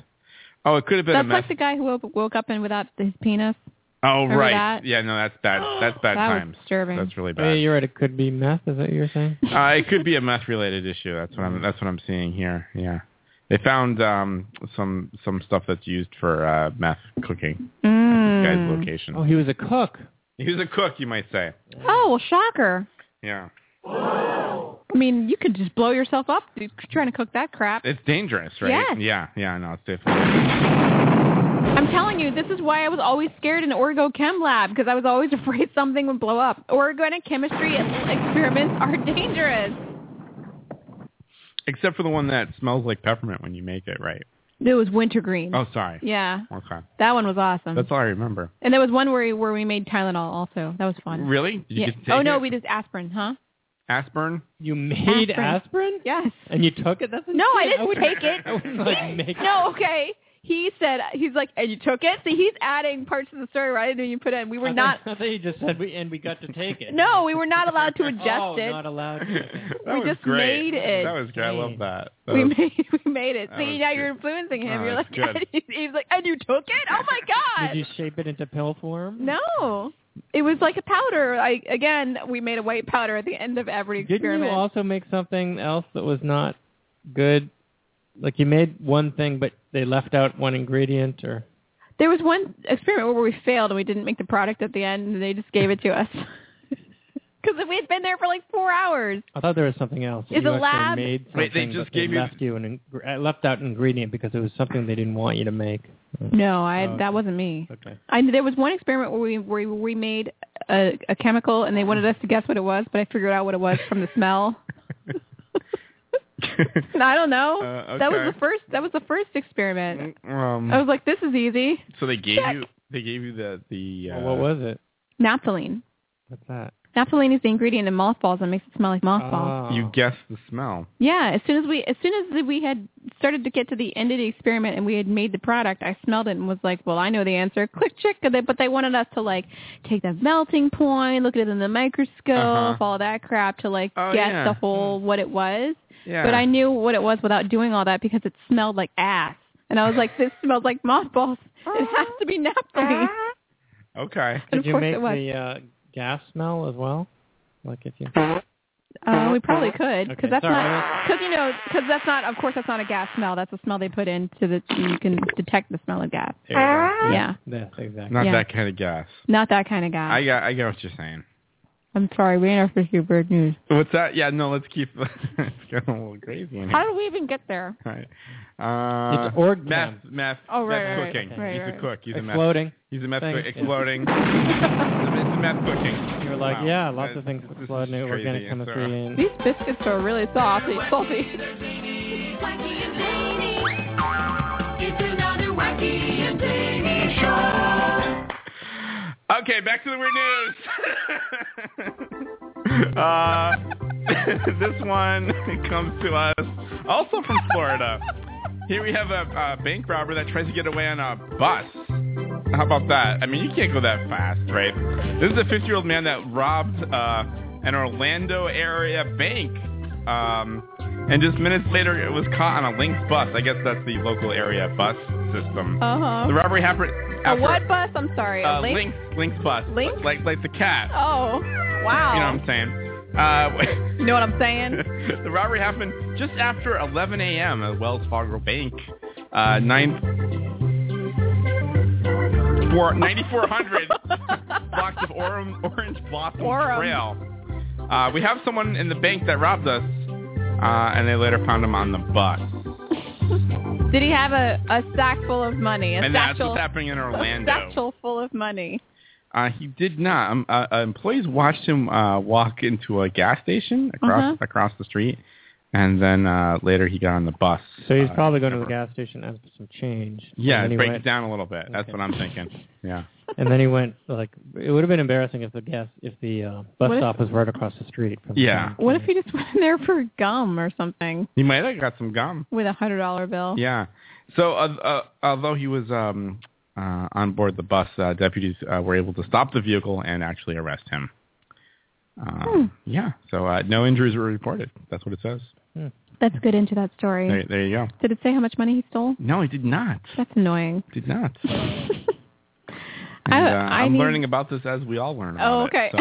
C: Oh, it could have been
B: That's
C: a mess.
B: like the guy who woke, woke up and without his penis.
C: oh,
B: remember
C: right.
B: that?
C: Yeah. No, that's bad. That's bad
B: That was
C: times.
B: disturbing.
C: That's really
A: Yeah,
C: bad.
A: you're right. It could be meth. Is that what you're saying?
C: uh, it could be a meth related issue. That's what I'm that's what I'm seeing here. Yeah. They found um, some some stuff that's used for uh, meth cooking at this guy's
B: Mm.
C: location.
A: Oh, he was a cook.
C: He was a cook, you might say.
B: Oh, well, shocker.
C: Yeah.
B: I mean, you could just blow yourself up dude, trying to cook that crap.
C: It's dangerous, right?
B: Yes.
C: Yeah. Yeah. No, it's definitely.
B: I'm telling you, this is why I was always scared in Orgo Chem Lab because I was always afraid something would blow up. Organic chemistry experiments are dangerous.
C: Except for the one that smells like peppermint when you make it, right?
B: It was wintergreen.
C: Oh, sorry.
B: Yeah,
C: Okay.
B: that one was awesome.
C: That's all I remember.
B: and there was one where we, where we made Tylenol also. That was fun.
C: Really? Did you
B: Yeah.
C: get to take
B: Oh no,
C: it?
B: we just aspirin, huh?
C: Aspirin?
A: You made aspirin,
B: Yes.
A: and you took it. That's
B: No, I
A: insane.
B: didn't
A: would-
B: take it.
A: I would like make
B: No, okay. He said he's like, and you took it. So he's adding parts of the story where I didn't know you put in. We were
C: Uh-huh.
A: I
B: not.
A: Thought, I thought you just said we and we got to take it.
B: No, we were not allowed to adjust
A: oh,
B: it.
A: not allowed. To.
B: we just made it.
C: That was great. I love that. That
B: we
C: was-
B: made we made it.
C: That
B: See
C: was
B: now
C: good.
B: you're influencing him.
C: Oh,
B: you're like,
C: that's good.
B: and he's like, and you took it. Oh my god.
A: Did you shape it into pill form?
B: No. It was like a powder. I again, we made a white powder at the end of every
A: Didn't you
B: experiment.
A: also make something else that was not good? Like you made one thing, but they left out one ingredient, or
B: there was one experiment where we failed and we didn't make the product at the end, and they just gave it to us. Because we had been there for like four hours.
A: I thought there was something else. that
B: Is
A: you
B: the
A: actually
B: lab-
A: made something,
C: Wait, they
A: but
C: just
A: they
C: gave you-
A: left you an ing- uh, left out an ingredient because it was something they didn't want you to make.
B: No, I
A: Oh,
B: that wasn't me.
A: Okay.
B: I there was one experiment where we where we made a, a chemical and they wanted us to guess what it was, but I figured out what it was from the smell. And I don't know.
C: Uh,
B: That was
C: okay.
B: the first. That was the first experiment.
C: Um,
B: I was like, this is easy.
C: so they gave
B: check.
C: you they gave you the the. Uh,
A: Well, Oh, what was it?
B: Naphthalene.
A: What's that? Ah.
B: Naphthalene is the ingredient in mothballs that makes it smell like mothballs.
A: Oh.
C: You guessed the smell.
B: Yeah, as soon as we as soon as we had started to get to the end of the experiment and we had made the product, I smelled it and was like, "Well, I know the answer." Click, check. and they- But they wanted us to like take the melting point, look at it in the microscope,
C: Uh-huh.
B: all that crap to like
C: Oh,
B: guess
C: yeah.
B: the whole what it was.
C: Yeah.
B: But I knew what it was without doing all that because it smelled like ass, and I was like, "This smells like mothballs. It has to be naphthalene."
C: Okay.
B: And of
A: Did you
B: course
A: make
B: it was.
A: the uh, gas smell as well? Like if you.
B: Uh, we probably could because
A: Okay,
B: that's
A: sorry,
B: not because you know because that's not of course that's not a gas smell. That's a smell they put in so that you can detect the smell of gas.
C: There you go.
B: Yeah.
A: Yeah, exactly.
C: Not
B: Ah. Yeah. Ah.
C: that kind of gas.
B: Not that kind of guy.
C: I got I got what you're saying.
B: I'm sorry, we ain't after your bird news.
C: What's that? Yeah, no, let's keep. it's going a little crazy in here.
B: How did we even get there?
C: All right. Uh,
A: It's org
C: meth,
A: chem.
C: meth,
B: Oh, right,
C: meth
B: right, right.
C: cooking.
B: Right,
C: He's
B: right.
C: a cook. He's a
A: Exploding.
C: meth. He's a meth
A: Thing,
C: cook.
A: yeah.
C: Exploding. it's a meth cooking.
A: You're like,
C: Wow.
A: yeah, lots
C: That-
A: of things
C: this is
A: explode new
C: crazy.
A: organic chemistry and
B: These biscuits are really salty. salty.
C: Okay, back to the weird news. uh, this one comes to us also from Florida. Here we have a, a bank robber that tries to get away on a bus. How about that? I mean, you can't go that fast, right? This is a 50-year-old man that robbed uh, an Orlando area bank, um, and just minutes later, it was caught on a Lynx bus. I guess that's the local area bus system.
B: Uh huh.
C: The robbery happened
B: A
C: after
B: what bus? I'm sorry.
C: uh,
B: a link?
C: Lynx, Lynx bus.
B: Lynx?
C: Like like the cat.
B: Oh, wow.
C: You know what I'm saying? Uh,
B: You know what I'm saying?
C: the robbery happened just after 11 a.m. at Wells Fargo Bank. Uh, nine four 9400 blocks of orange, orange blossom
B: Orem.
C: trail. Uh, we have someone in the bank that robbed us, uh, and they later found him on the bus.
B: Did he have a, a sack full of money? A
C: and that's
B: satchel,
C: what's happening in
B: a
C: Orlando.
B: satchel full of money.
C: Uh, he did not. Um, uh, uh, employees watched him uh, walk into a gas station across
B: Uh-huh.
C: across the street, and then uh, later he got on the bus.
A: So he's
C: Uh,
A: probably going to the gas station and asked for some change.
C: yeah,
A: and
C: it
A: then he
C: breaks
A: went,
C: down a little bit. That's
A: Okay.
C: what I'm thinking. Yeah.
A: And then he went like it would have been embarrassing if the gas if the uh, bus
B: What if-
A: stop was right across the street. From
C: Yeah.
A: from-
B: What if he just went in there for gum or something
C: He might have got some gum.
B: with a hundred dollar bill?
A: Oh.
C: Yeah. So uh, uh, although he was um, uh, on board the bus, uh, deputies uh, were able to stop the vehicle and actually arrest him.
A: Hmm.
C: Um, Yeah. So uh, no injuries were reported. That's what it says.
B: That's good into that story.
C: There, there you go.
B: Did it say how much money he stole?
C: No, he did not.
B: That's annoying.
C: Did not.
B: I,
C: And, uh,
B: I
C: I'm
B: need-
C: learning about this as we all learn
B: Oh,
C: about
B: okay.
C: it. So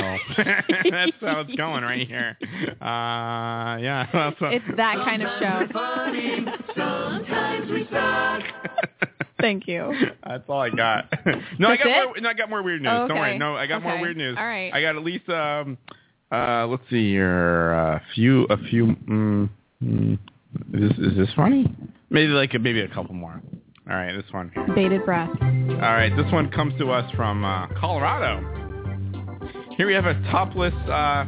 C: that's how it's going right here. Uh, yeah. That's what,
B: It's that kind of show. Thank you.
C: That's all I got. no, I
B: That's
C: got
B: it?
C: more. No, I got more weird news.
B: Oh,
C: Don't
B: okay.
C: worry. No, I got more
B: Okay.
C: weird news.
B: All right.
C: I got at least um, uh, let's see here, a few, a few. Mm, mm, is, is this funny? Maybe like a, maybe a couple more. All right, this one.
B: Bated breath.
C: All right, this one comes to us from uh, Colorado. Here we have a topless uh,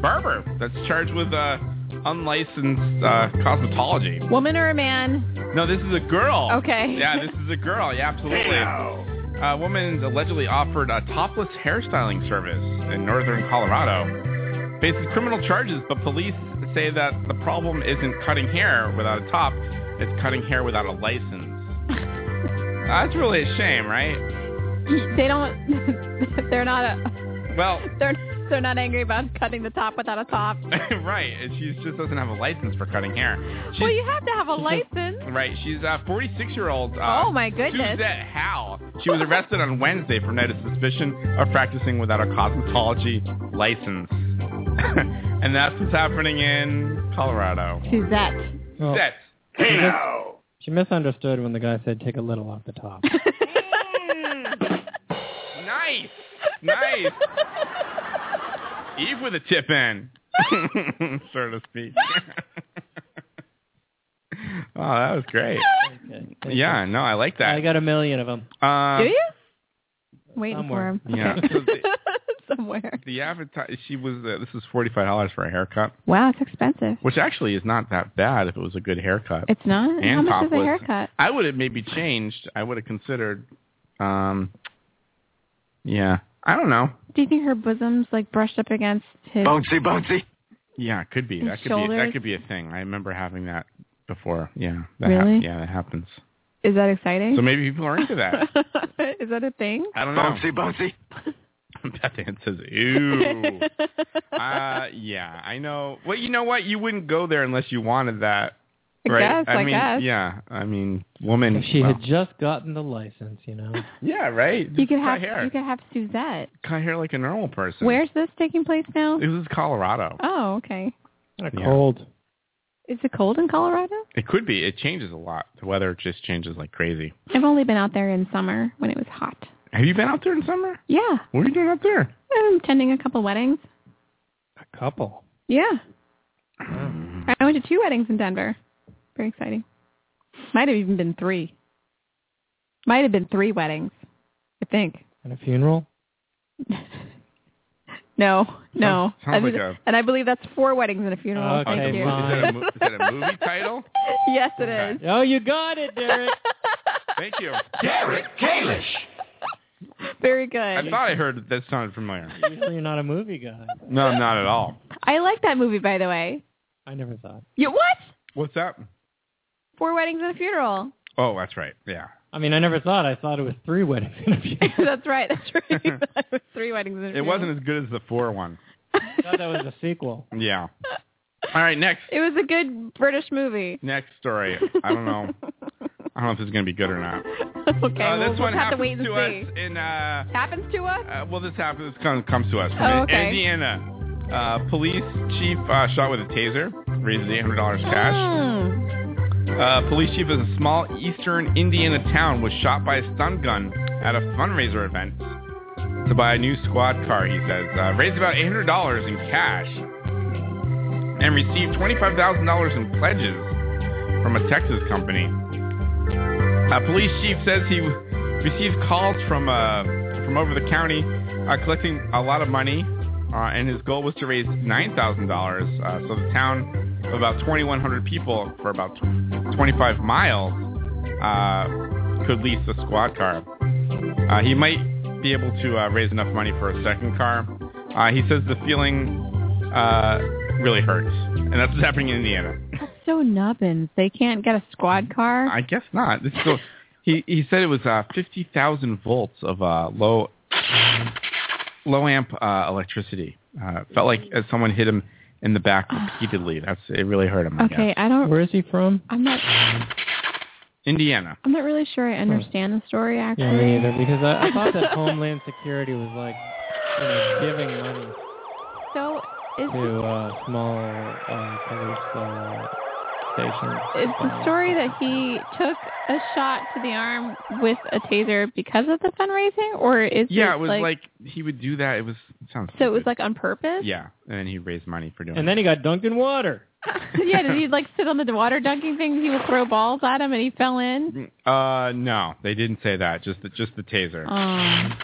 C: barber that's charged with uh, unlicensed uh, cosmetology.
B: Woman or a man?
C: No, this is a girl.
B: Okay.
C: Yeah, this is a girl. Yeah, absolutely. A woman allegedly offered a topless hairstyling service in northern Colorado. Faces criminal charges, but police say that the problem isn't cutting hair without a top, it's cutting hair without a license. That's really a shame, right?
B: They don't. they're not. A,
C: Well,
B: they're they're not angry about cutting the top without a top.
C: right. and She just doesn't have a license for cutting hair. She's,
B: well, you have to have a license.
C: right. She's a 46-year-old. Uh,
B: Oh my goodness.
C: Suzette Howe. She was arrested on Wednesday for night of suspicion of practicing without a cosmetology license. and that's what's happening in Colorado.
B: Suzette.
A: Well,
C: Suzette.
A: she mis- She misunderstood when the guy said take a little off the top.
C: Nice. Nice. Eve with a tip in, so to speak. oh, that was great. Yeah, no, I like that.
A: I got a million of them.
C: Uh,
B: Do you? Waiting
A: somewhere.
B: for him.
C: Yeah. So the,
B: somewhere.
C: the advertise she was uh, this is forty five dollars for a haircut,
B: Wow, it's expensive.
C: which actually is not that bad if it was a good haircut.
B: It's not. How
C: And
B: much is a
C: topless.
B: haircut?
C: I would have maybe changed. I would have considered. Um, yeah, I don't know.
B: Do you think her bosom's like brushed up against his?
C: Oh, Yeah, it could be.
B: His
C: that could be
B: shoulders?
C: that could be a thing. I remember having that before. Yeah. That hap-
B: Really?
C: yeah, that happens.
B: Is that exciting?
C: So maybe people are into that.
B: Is that a thing?
C: I don't know. Bouncy, bouncy. Beth Ann says, ooh. uh, yeah, I know. Well, you know what? You wouldn't go there unless you wanted that.
A: I
C: Right?
A: guess, I
C: mean,
A: guess.
C: yeah. I mean, woman.
A: If she
C: well,
A: had just gotten the license, you know.
C: yeah, right.
B: you
C: Just
B: could
C: cut
B: have
C: hair.
B: you could have Suzette.
C: cut hair like a normal person.
B: Where's this taking place now?
C: This is Colorado.
B: Oh, okay.
C: Yeah.
A: Cold.
B: Is it cold in Colorado?
C: It could be. It changes a lot. The weather just changes like crazy.
B: I've only been out there in summer when it was hot.
C: Have you been out there in summer?
B: Yeah,
C: What are you doing out there?
B: I'm attending a couple weddings.
A: A couple.
B: Yeah, I went to two weddings in Denver. Very exciting. Might have even been three. Might have been three weddings. I think.
A: And a funeral.
B: No, no.
A: Sounds- sounds
B: I-
A: like a-
B: and I believe that's four weddings and a funeral.
A: Okay,
B: Thank you.
A: fine. Is that a mo-
C: Is that a movie title?
B: yes, it is.
A: Oh, you got it, Derek.
C: Thank you.
A: Derek Kalish.
B: Very good.
C: I thought I heard that, that sounded familiar.
A: Usually you're not a movie guy.
C: No, not at all.
B: I like that movie, by the way.
A: I never thought.
B: You what?
C: What's up?
B: Four weddings and a funeral.
C: Oh, that's right. Yeah.
A: I mean, I never thought. I thought it was three weddings and a funeral.
B: that's right. That's right. That was three weddings and a
C: It
B: funeral.
C: wasn't as good as the four one.
A: I thought that was a sequel.
C: Yeah. All right, next
B: It was a good British movie.
C: next story. I don't know. I don't know if this is gonna be good or not.
B: Okay,
C: uh,
B: well,
C: this
B: we'll
C: one
B: have to
C: happens
B: wait and
C: to
B: see.
C: us in uh,
B: Happens to us.
C: uh well this happens this comes comes to us from
B: Oh, okay.
C: Indiana. Uh, police chief uh, shot with a taser, raises eight hundred dollars
B: Ah.
C: cash.
B: Hmm,
C: Uh, police chief of a small eastern Indiana town was shot by a stun gun at a fundraiser event to buy a new squad car, he says. Uh, raised about $800 in cash and received $25,000 in pledges from a Texas company. Uh, police chief says he received calls from, uh, from over the county uh, collecting a lot of money, uh, and his goal was to raise $9,000. Uh, so the town of about 2,100 people for about 25 miles uh, could lease a squad car. Uh, he might be able to uh, raise enough money for a second car. Uh, he says the feeling uh, really hurts, and that's what's happening in Indiana.
B: That's so nubbins. They can't get a squad car.
C: I guess not. This is so, he he said it was uh, 50,000 volts of uh, low low amp uh, electricity. Uh, felt like
B: Mm-hmm.
C: as someone hit him in the back repeatedly. That's it. Really hurt him. I guess.
B: okay, I don't.
A: Where is he from?
B: I'm not.
C: Indiana.
B: I'm not really sure I understand the story actually.
A: Yeah, me either. Because I, I thought that Homeland Security was like you know, giving money
B: So is
A: to uh, small uh, police uh, stations.
B: is the story that he took a shot to the arm with a taser because of the fundraising, or is
C: Yeah,
B: it
C: it was
B: like,
C: like, he would do that. It was it sounds.
B: so? It was
C: stupid.
B: like on purpose.
C: Yeah, and then he raised money for doing.
A: And then he got dunked in water.
B: yeah. Did he like sit on the water dunking thing? He would throw balls at him, and he fell in.
C: it. Uh, no, they didn't say that. Just the just the taser.
B: Um,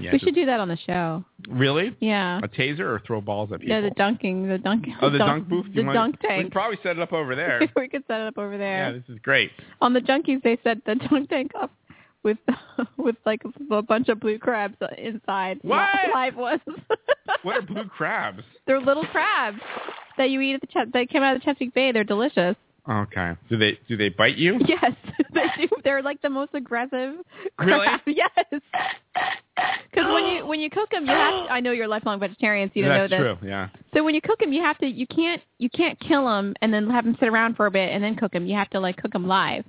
C: yeah,
B: we
C: just-
B: should do that on the show.
C: really
B: Yeah.
C: a taser or throw balls at people.
B: No, the dunking, the dunking.
C: oh, the dunk, booth. Do
B: The
C: you want-
B: dunk
C: We could
B: tank.
C: probably set it up over there.
B: we could set it up over there.
C: yeah, this is great.
B: On the junkies, they set the dunk tank up with with like a bunch of blue crabs inside.
C: What?
B: Li- Live ones.
C: What are blue crabs?
B: They're little crabs that you eat at the. Ch- they came out of the Chesapeake Bay. They're delicious.
C: Okay. Do they do they bite you?
B: Yes, they do. They're like the most aggressive. crap. Yes. Because when you when you cook them, you have. To, I know you're lifelong vegetarians. you don't
C: That's
B: know this.
C: true. Yeah.
B: So when you cook them, you have to. You can't. You can't kill them and then have them sit around for a bit and then cook them. You have to like cook them live.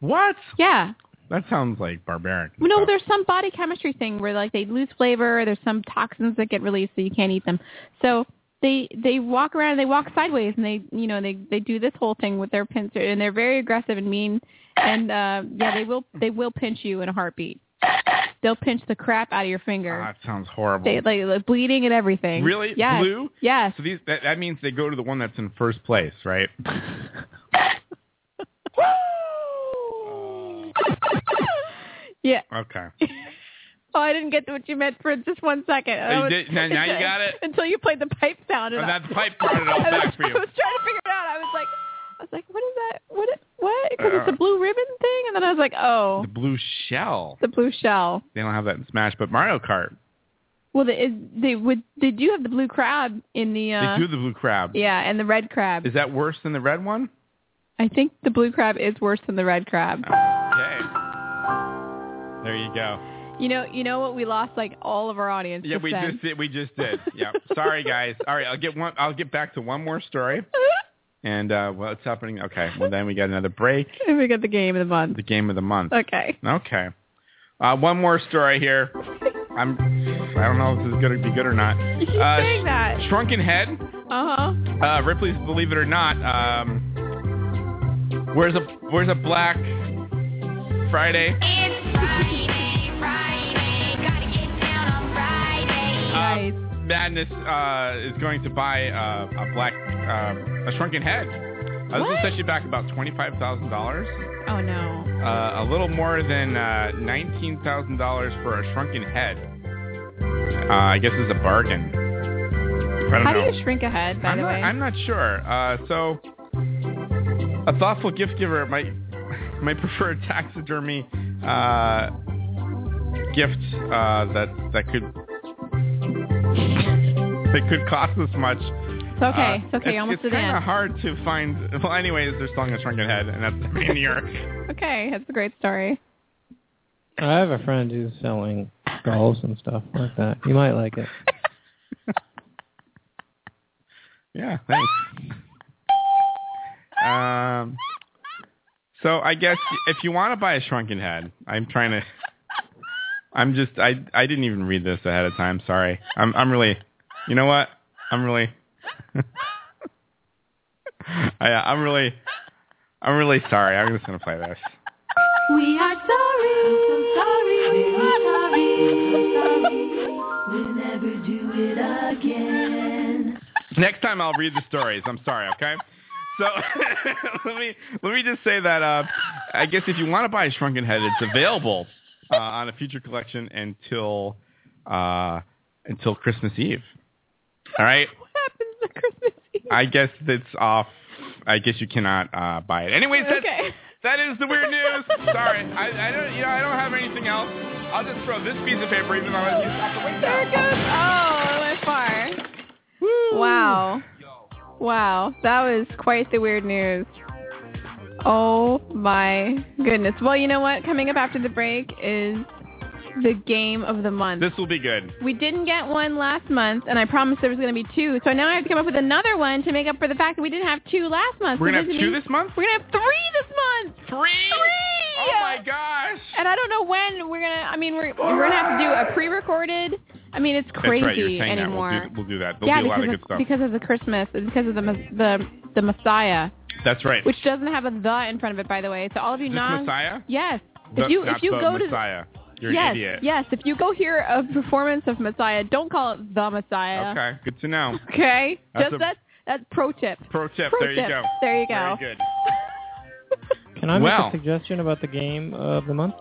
C: What?
B: Yeah.
C: That sounds like barbaric.
B: Well, no, there's some body chemistry thing where like they lose flavor. There's some toxins that get released, so you can't eat them. So they they walk around, they walk sideways, and they you know they they do this whole thing with their pincer, and they're very aggressive and mean. And uh, yeah, they will they will pinch you in a heartbeat. They'll pinch the crap out of your finger.
C: That sounds horrible.
B: They like, like bleeding and everything.
C: Really?
B: Yes.
C: Blue?
B: Yes.
C: So these that, that means they go to the one that's in first place, right?
B: Yeah.
C: Okay.
B: Oh, I didn't get what you meant for just one second. I
C: Oh, you
B: was-
C: did- now- now you got it?
B: Until you played the pipe sound. and
C: Oh,
B: I-
C: that pipe brought it all
B: I was-
C: back for you.
B: I was trying to figure it out. I was like, I was like, what is that? What? Is, what? Because it's
C: Uh,
B: a blue ribbon thing. And then I was like, oh,
C: The blue shell.
B: the blue shell.
C: They don't have that in Smash, but Mario Kart.
B: Well, the, is, they would. They do have the blue crab in the. Uh,
C: they do the blue crab.
B: Yeah, and the red crab.
C: Is that worse than the red one?
B: I think the blue crab is worse than the red crab.
C: Okay. There you go.
B: You know, you know what? We lost like all of our audience.
C: Oh. Yeah,
B: just
C: we
B: then.
C: just did. We just did. Yeah. Sorry, guys. All right, I'll get one. I'll get back to one more story. And uh, what's happening? Okay. Well, then we got another break.
B: And we got the game of the month.
C: The game of the month.
B: Okay.
C: Okay. Uh, one more story here. I'm. I don't know if this is going to be good or not.
B: You keep
C: Uh,
B: saying that.
C: Shrunken Head.
B: Uh huh.
C: Uh, Ripley's Believe It or Not. Um, where's a Where's a Black Friday? Um, Uh, Madness uh, is going to buy uh, a black uh, a shrunken head. Uh, this
B: What?
C: is actually back about twenty five thousand dollars,
B: Oh no.
C: uh, a little more than uh, nineteen thousand dollars for a shrunken head. Uh, I guess it's a bargain. I don't
B: How
C: know.
B: do you shrink a head, by
C: I'm
B: the
C: not,
B: way?
C: I'm not sure. Uh, so, a thoughtful gift giver might might prefer a taxidermy uh, gift uh, that that could that could cost this much. Uh,
B: It's okay. it's okay. You're almost
C: it's
B: to the
C: kind of
B: end.
C: hard to find. Well, anyways, they're selling a shrunken head, and that's the maniac.
B: Okay, that's a great story.
A: I have a friend who's selling skulls and stuff like that. You might like it.
C: Yeah, thanks. um, so I guess if you want to buy a shrunken head, I'm trying to. I'm just I I didn't even read this ahead of time. Sorry. I'm I'm really. You know what? I'm really. I, I'm really. I'm really sorry. I'm just gonna play this.
D: We are sorry. I'm sorry. I'm sorry. I'm sorry. We'll never do it again.
C: Next time I'll read the stories. I'm sorry, okay? So let me let me just say that uh, I guess if you want to buy a shrunken head, it's available uh, on a future collection until uh, until Christmas Eve. All right.
B: What happens to Christmas Eve?
C: I guess that's off. I guess you cannot uh, buy it. Anyways, that's,
B: okay.
C: that is the weird news. Sorry, I, I don't. You know, I don't have anything else. I'll just throw this piece of paper, even though I just off the window.
B: There it goes. Oh, it went far. Wow. Wow. That was quite the weird news. Oh my goodness. Well, you know what? Coming up after the break is the game of the month.
C: This will be good.
B: We didn't get one last month, and I promised there was going to be two. So now I have to come up with another one to make up for the fact that we didn't have two last month.
C: We're
B: So
C: gonna have two
B: means-
C: this month.
B: We're going to have three this month.
C: Three.
B: Three.
C: Oh my gosh.
B: And I don't know when we're gonna. I mean, we're we're gonna have to do a pre-recorded. I mean, it's crazy
C: That's right, you're saying
B: anymore.
C: That. We'll, do, we'll do that. There'll
B: yeah,
C: be a lot
B: because
C: of good stuff.
B: because of the Christmas and because of the mes- the the Messiah,
C: That's right.
B: which doesn't have a the in front of it, by the way. So all of you
C: Is this
B: non
C: Messiah?
B: yes,
C: The-
B: if you
C: not
B: if you
C: the
B: go to
C: Messiah. You're
B: yes
C: an idiot.
B: yes if you go hear a performance of Messiah, don't call it the Messiah.
C: Okay, good to know.
B: Okay,
C: That's
B: just
C: a-
B: that's that's pro tip.
C: Pro tip.
B: Pro
C: there
B: tip.
C: you go.
B: There you go.
C: Very good.
A: Can I make
C: Well.
A: a suggestion about the game of the month?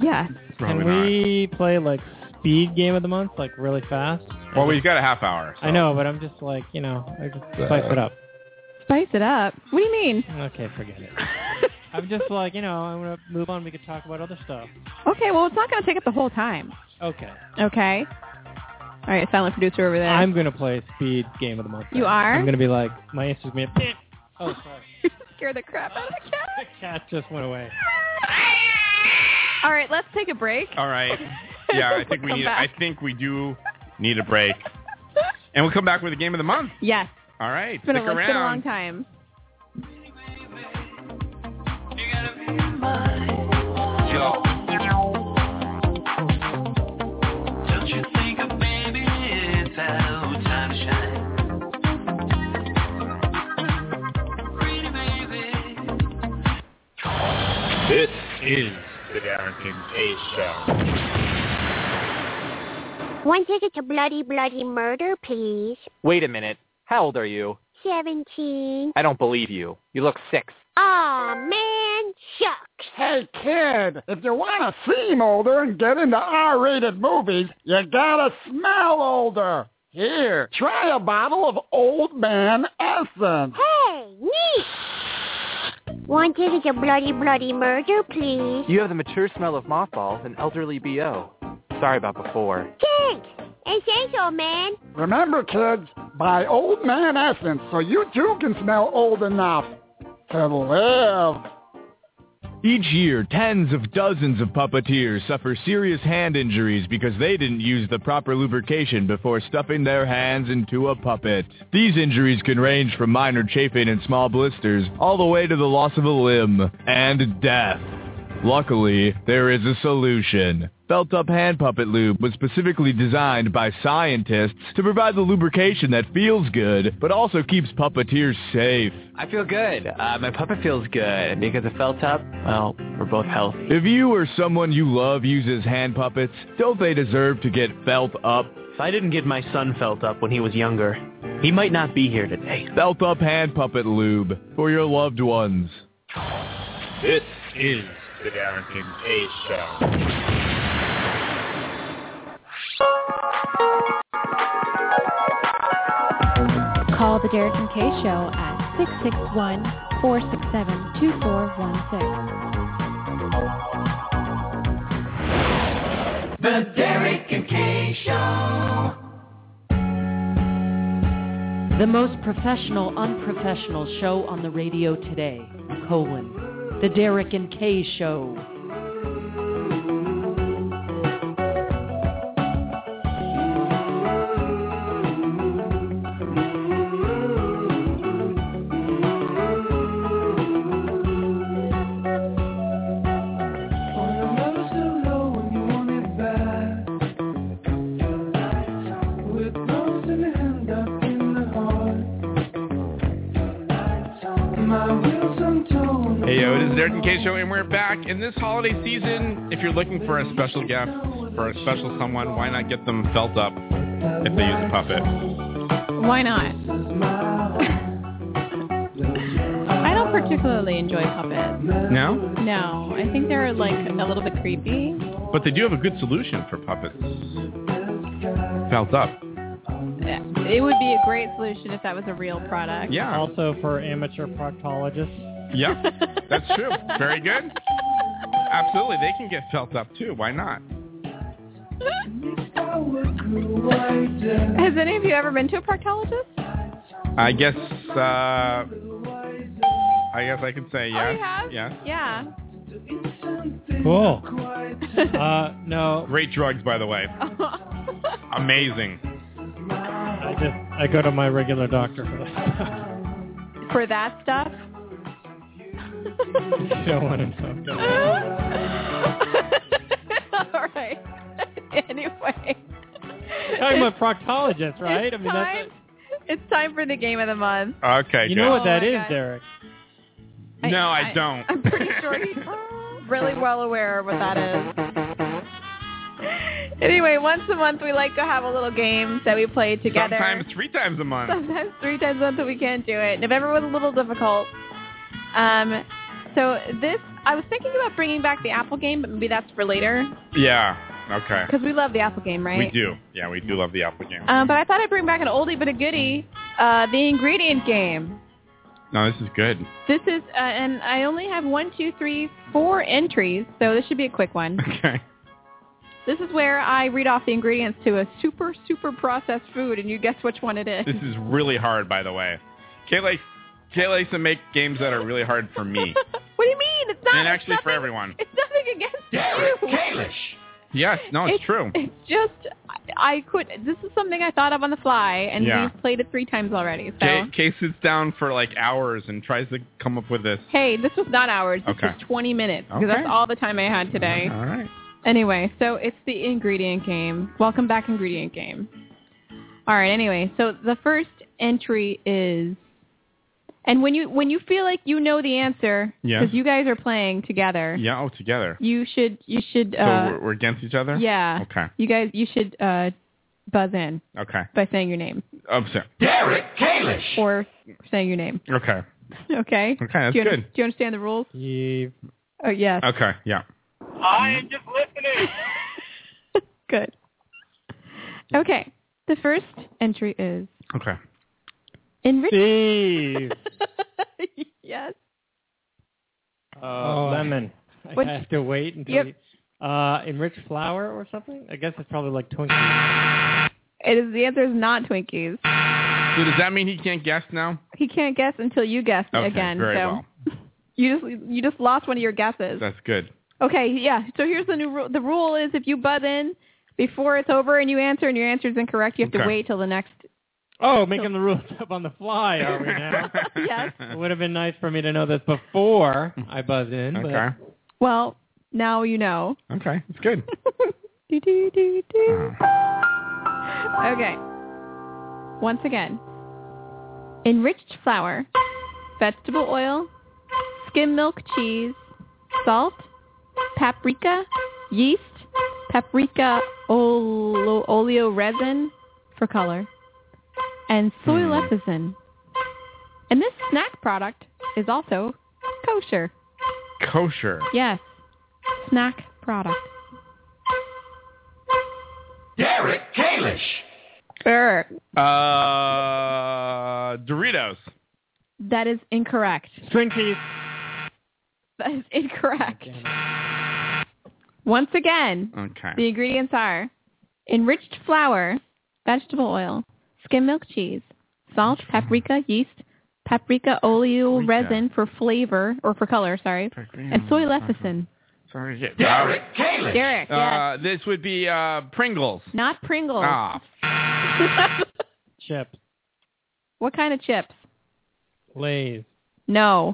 B: Yes.
A: Can we play like speed game of the month, like really fast?
C: Well, we've got a half hour. so-
A: I know, but I'm just like you know, I just spice it up.
B: Spice it up. What do you mean?
A: Okay, forget it. I'm just like you know, I want to move on. We could talk about other stuff.
B: Okay, well it's not gonna take up the whole time.
A: Okay.
B: Okay. All right, silent producer over there.
A: I'm gonna play speed game of the month.
B: You
A: then.
B: are?
A: I'm gonna be like my answer's gonna be.
B: Scare the crap out of the cat.
A: Oh, Cat just went away.
B: All right, let's take a break.
C: All right. Oh, Yeah, I think we
B: Come
C: need.
B: back.
C: I think we do need a break, and we'll come back with the game of the month.
B: Yes.
C: All right,
B: It's been, a,
C: stick
B: it's
C: around.
B: been a long time.
D: Don't you think of maybe it's our time to shine? Pretty baby.
E: This is the Darrington K Show.
S: One ticket to bloody, bloody murder, please.
H: Wait a minute. How old are you?
S: 17.
H: I don't believe you. You look six.
S: Aw, man. Shucks.
R: Hey, kid, if you want to seem older and get into R-rated movies, you gotta smell older. Here, try a bottle of Old Man Essence.
S: Hey, neat. One ticket to bloody, bloody murder, please.
H: You have the mature smell of mothballs and elderly BO. Sorry about before.
S: Thanks. And say so, man.
R: Remember, kids, buy Old Man Essence so you too can smell old enough to live.
Y: Each year, tens of dozens of puppeteers suffer serious hand injuries because they didn't use the proper lubrication before stuffing their hands into a puppet. These injuries can range from minor chafing and small blisters all the way to the loss of a limb and death. Luckily, there is a solution. Felt-up hand puppet lube was specifically designed by scientists to provide the lubrication that feels good, but also keeps puppeteers safe.
H: I feel good. Uh, my puppet feels good because it felt up. Well, we're both healthy.
Y: If you or someone you love uses hand puppets, don't they deserve to get felt up? If I didn't get my son felt up when he was younger, he might not be here today. Felt up hand puppet lube for your loved ones.
E: This is the Darrington K Show.
W: Call the Derek and Kay Show at 661 467 2416.
D: The Derek and Kay Show.
Z: The most professional, unprofessional show on the radio today, colon, The Derek and Kay Show.
C: Hey yo, it is the Derek and Kay Show, and we're back. In this holiday season, if you're looking for a special gift for a special someone, why not get them felt up if they use a puppet?
B: Why not? I don't particularly enjoy puppets.
C: No,
B: No, I think they're like a little bit creepy.
C: but they do have a good solution for puppets. Felt up.
B: It would be a great solution if that was a real product.
A: Also for amateur proctologists.
C: Yeah, that's true. Very good. Absolutely, they can get felt up too. Why not?
B: Has any of you ever been to a proctologist?
C: I guess. Uh, I guess I could say yes. Yes.
B: Oh, Yeah.
A: Cool. Uh, no.
C: Great drugs, by the way. Amazing.
A: I just I go to my regular doctor for that.
B: For that stuff?
A: I don't want to know.
B: All right. Anyway.
A: Talking about proctologists, right?
B: It's, time, it's time for the game of the month.
C: Okay.
A: You
C: good.
A: know what that
B: Oh my
A: is,
B: God.
A: Derek?
C: No, I, don't.
B: I'm pretty sure he's really well aware of what that is. Anyway, once a month we like to have a little game that we play together.
C: Sometimes three times a month.
B: Sometimes three times a month that we can't do it. November was a little difficult. Um, so this, I was thinking about bringing back the Apple game, but maybe that's for later
C: Yeah. Okay.
B: because we love the Apple game, right?
C: We do. Yeah, we do love the Apple game.
B: Um, but I thought I'd bring back an oldie but a goodie, uh, the ingredient game.
C: no, this is good.
B: This is, uh, and I only have one, two, three, four entries, so this should be a quick one.
C: Okay.
B: This is where I read off the ingredients to a super, super processed food, and you guess which one it is.
C: This is really hard, by the way. Kayla Jay likes to make games that are really hard for me.
B: What do you mean? It's not.
C: and
B: it's
C: actually for
B: nothing-
C: everyone.
B: It's nothing against
C: Derek
B: you.
C: Kalish. Yes, no, it's, true.
B: It's just I, I could. This is something I thought of on the fly, and
C: Yeah.
B: we've played it three times already. So
C: Jay, Kay sits down for like hours and tries to come up with this.
B: hey, this was not hours. This
C: Okay.
B: was 20 minutes because
C: Okay.
B: that's all the time I had today.
C: All right.
B: Anyway, so it's the ingredient game. Welcome back, ingredient game. All right. Anyway, so the first entry is, and when you when you feel like you know the answer
C: Yeah.
B: you guys are playing together,
C: Yeah, oh, together.
B: you should you should
C: so
B: uh,
C: we're, we're against each other?
B: yeah
C: Okay.
B: you guys you should uh, buzz in
C: Okay. Oh,
B: by saying your name
C: I'm sorry.
B: or saying your name.
C: Okay.
B: Okay.
C: Okay, that's
B: do you under-
C: good.
B: do you understand the rules? Oh yes.
C: Okay, yeah.
B: I am just listening. good. Okay. The first entry is
C: Okay.
B: enrich.
A: Steve.
B: yes.
A: Oh, lemon. I
B: What-
A: have to wait until
B: Yep.
A: you, uh, enriched flour or something. I guess it's probably like Twinkie.
B: It is the answer is not Twinkies.
C: So does that mean he can't guess now?
B: He can't guess until you guess
C: Okay,
B: again.
C: very
B: so
C: well.
B: you just you just lost one of your guesses.
C: That's good.
B: Okay, yeah. So here's the new rule. The rule is if you buzz in before it's over and you answer and your answer is incorrect, you have to
A: Okay.
B: wait till the next.
A: Oh, making the rules up on the fly, are we now?
B: yes.
A: It would have been nice for me to know this before I buzzed in.
C: Okay.
B: Well, now you know.
C: Okay, it's good. Uh,
B: Do, do, do,
C: Uh-huh.
B: do. Okay. Once again, enriched flour, vegetable oil, skim milk cheese, salt, paprika, yeast, paprika oleo, oleo resin for color, and soy lecithin. And this snack product is also kosher.
C: Kosher.
B: Yes, snack product.
C: Derek Kalish.
B: Err,
C: Uh, Doritos.
B: That is incorrect.
A: Twinkies.
B: That is incorrect. Once again,
C: Okay.
B: the ingredients are enriched flour, vegetable oil, skim milk cheese, salt, paprika, yeast, paprika oleo resin for flavor or for color, sorry, and soy
C: Mm,
B: lecithin.
C: Uh-huh. Sorry.
B: Derek Kalish. Derek, yes.
C: Uh, this would be uh, Pringles.
B: Not Pringles.
C: Ah,
A: Chips.
B: what kind of chips?
A: Lays.
B: No.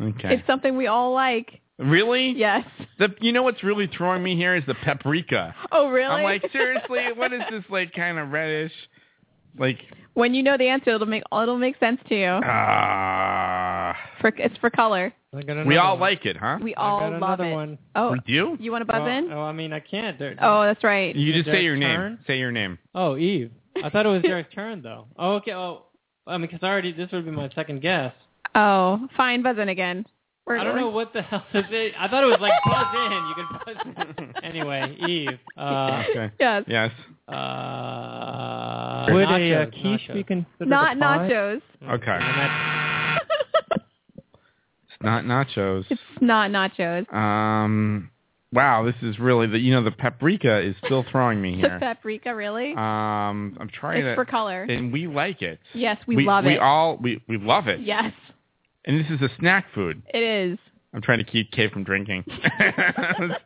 C: okay.
B: It's something we all like.
C: really?
B: Yes.
C: The, you know what's really throwing me here is the paprika.
B: Oh, really?
C: I'm like, seriously, what is this like kind of reddish? Like,
B: When you know the answer, it'll make it'll make sense to you.
C: ah.
B: For, it's for color.
C: we all like it, huh?
B: We all
A: got
B: love
A: another
B: it.
A: one.
B: Oh,
C: We do?
B: you want to buzz
C: Uh,
A: Well,
B: in?
A: Oh, I mean, I can't. They're-
B: Oh, that's right.
C: You
A: Is
C: just
A: there
C: say
A: a
C: your
A: turn?
C: name. Say your name.
A: Oh, Eve. I thought it was Derek's turn though. Oh, okay. Oh, I mean, because already this would be my second guess.
B: Oh, fine, buzz in again. We're,
A: I don't know what the hell this is. I thought it was like buzz in. You can buzz in. Anyway, Eve. Uh,
C: Okay.
B: Yes.
C: Yes.
A: Uh, would a uh,
C: Nachos,
A: quiche be
C: nachos.
A: considered
B: Not
A: a pie?
B: nachos.
C: Okay. it's not nachos.
B: It's not nachos.
C: Um, wow, this is really the you know the paprika is still throwing me
B: The
C: here.
B: paprika, really?
C: Um, I'm trying
B: it's
C: to.
B: for color.
C: And we like it.
B: Yes, we, love
C: we
B: it.
C: all we we love it.
B: yes,
C: And this is a snack food.
B: it is.
C: I'm trying to keep Kay from drinking. uh,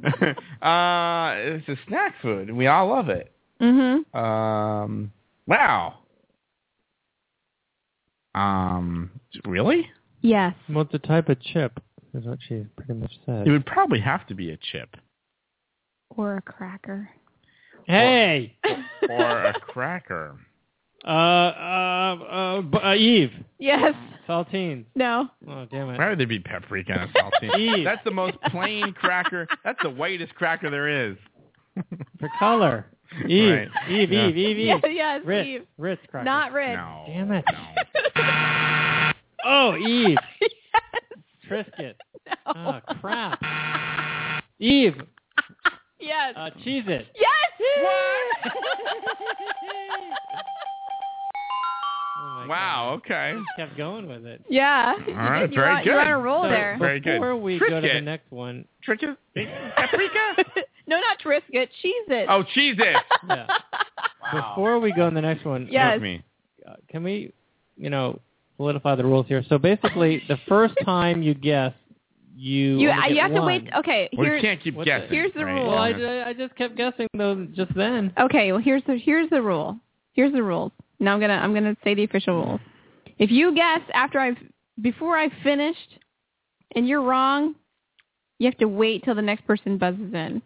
C: it's a snack food, and we all love it.
B: Mm-hmm.
C: Um, wow. Um, really?
B: Yes.
A: Well, it's a type of chip, is what she pretty much said.
C: It would probably have to be a chip
B: Or a cracker.
A: Hey,
C: or a cracker.
A: uh, uh, uh, bu- uh, Eve.
B: Yes.
A: Saltines.
B: No.
A: Oh, damn it.
C: Why would there be paprika in a saltine?
A: Eve.
C: That's the most plain cracker. That's the whitest cracker there is.
A: For color. Eve.
C: Right.
A: Eve,
C: Yeah.
A: Eve, Eve, Eve.
B: Yeah, yes,
A: Ritz.
B: Eve.
A: Ritz cracker.
B: Not Ritz.
C: No.
A: Damn it.
C: No.
A: Oh, Eve.
B: yes.
A: Trisket.
B: No.
A: Oh, crap. Eve.
B: yes.
A: Uh, cheese it.
B: yes.
A: Oh, my
C: Wow. Okay.
A: God. Just kept going with it.
B: Yeah.
C: All right.
B: you,
C: very
B: are,
C: good.
B: You're on a roll
A: So
B: there.
C: Very good.
A: Before we go to the
C: Triscuit.
A: next one,
C: Trisket. Paprika.
B: no, not Trisket. Cheese it.
C: Oh, cheese it.
A: yeah. Before we go on the next one,
B: Yes.
A: uh, can we, you know, solidify the rules here? So basically, the first time you guess, you
B: You,
A: only
B: you
A: get
B: have to
A: one.
B: wait. Okay, here's,
A: What's that?
B: Here's the rule.
A: Well, I, I- I just kept guessing though just then.
B: Okay, well here's the here's the rule. Here's the rules. Now I'm gonna I'm gonna say the official rules. If you guess after I've before I finished, and you're wrong, you have to wait till the next person buzzes in.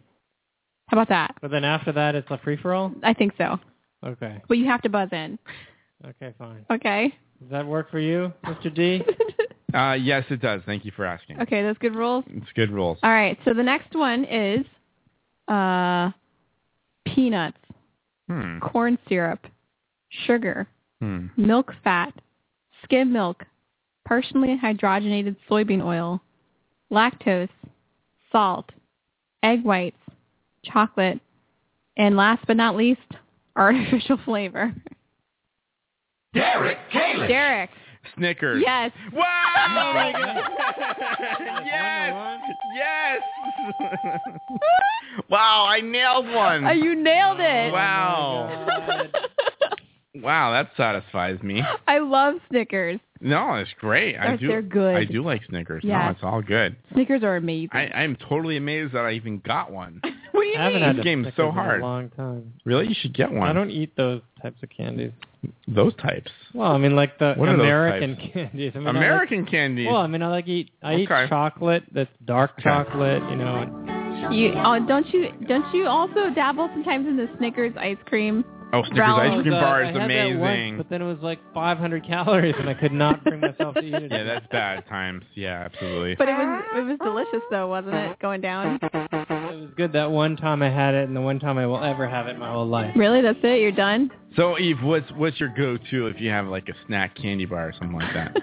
B: How about that?
A: But then after that, it's a free for all.
B: I think so.
A: Okay.
B: But you have to buzz in.
A: Okay. Fine.
B: Okay.
A: Does that work for you, Mr. D?
C: Uh, yes, it does. Thank you for asking.
B: Okay, Uh, that's good rules.
C: It's good rules.
B: All right. So the next one is uh, peanuts,
C: Hmm.
B: corn syrup, sugar,
C: Hmm.
B: milk fat, skim milk, partially hydrogenated soybean oil, lactose, salt, egg whites, chocolate, and last but not least, artificial flavor.
C: Derek Kalish.
B: Derek.
C: Snickers.
B: Yes. Oh
C: Wow! yes. Yes. wow, I nailed one.
B: Uh, you Oh nailed it.
C: Wow. Wow, that satisfies me.
B: I love Snickers.
C: No, it's great. I
B: Aren't
C: do.
B: they good?
C: I do like Snickers. No,
B: Yes.
C: it's all good.
B: Snickers are amazing.
C: I, I'm totally amazed that I even got one.
B: what do you
A: I haven't
B: mean?
A: had
C: This
A: a
C: game's so
A: Snickers in
C: hard.
A: a long time.
C: Really, you should get one.
A: I don't eat those types of candies.
C: Those types.
A: Well, I mean, like the
C: What are those
A: American
C: types?
A: candies. I mean, I like-
C: American candies.
A: Well, I mean, I like eat. I
C: Okay.
A: eat chocolate. That's dark chocolate. You know. and-
B: You oh, don't you don't you also dabble sometimes in the Snickers ice cream?
C: Oh, Snickers
B: Growls.
C: ice cream
A: Uh,
C: bar
A: I
C: is
A: had that once,
C: amazing.
A: but then it was like 500 calories, and I could not bring myself to eat it.
C: yeah, that's bad times. Yeah, absolutely.
B: But it was it was delicious though, wasn't it? Going down.
A: It was good that one time I had it, and the one time I will ever have it in my whole life.
B: Really, that's it? You're done?
C: so, Eve, what's what's your go-to if you have like a snack candy bar or something like that?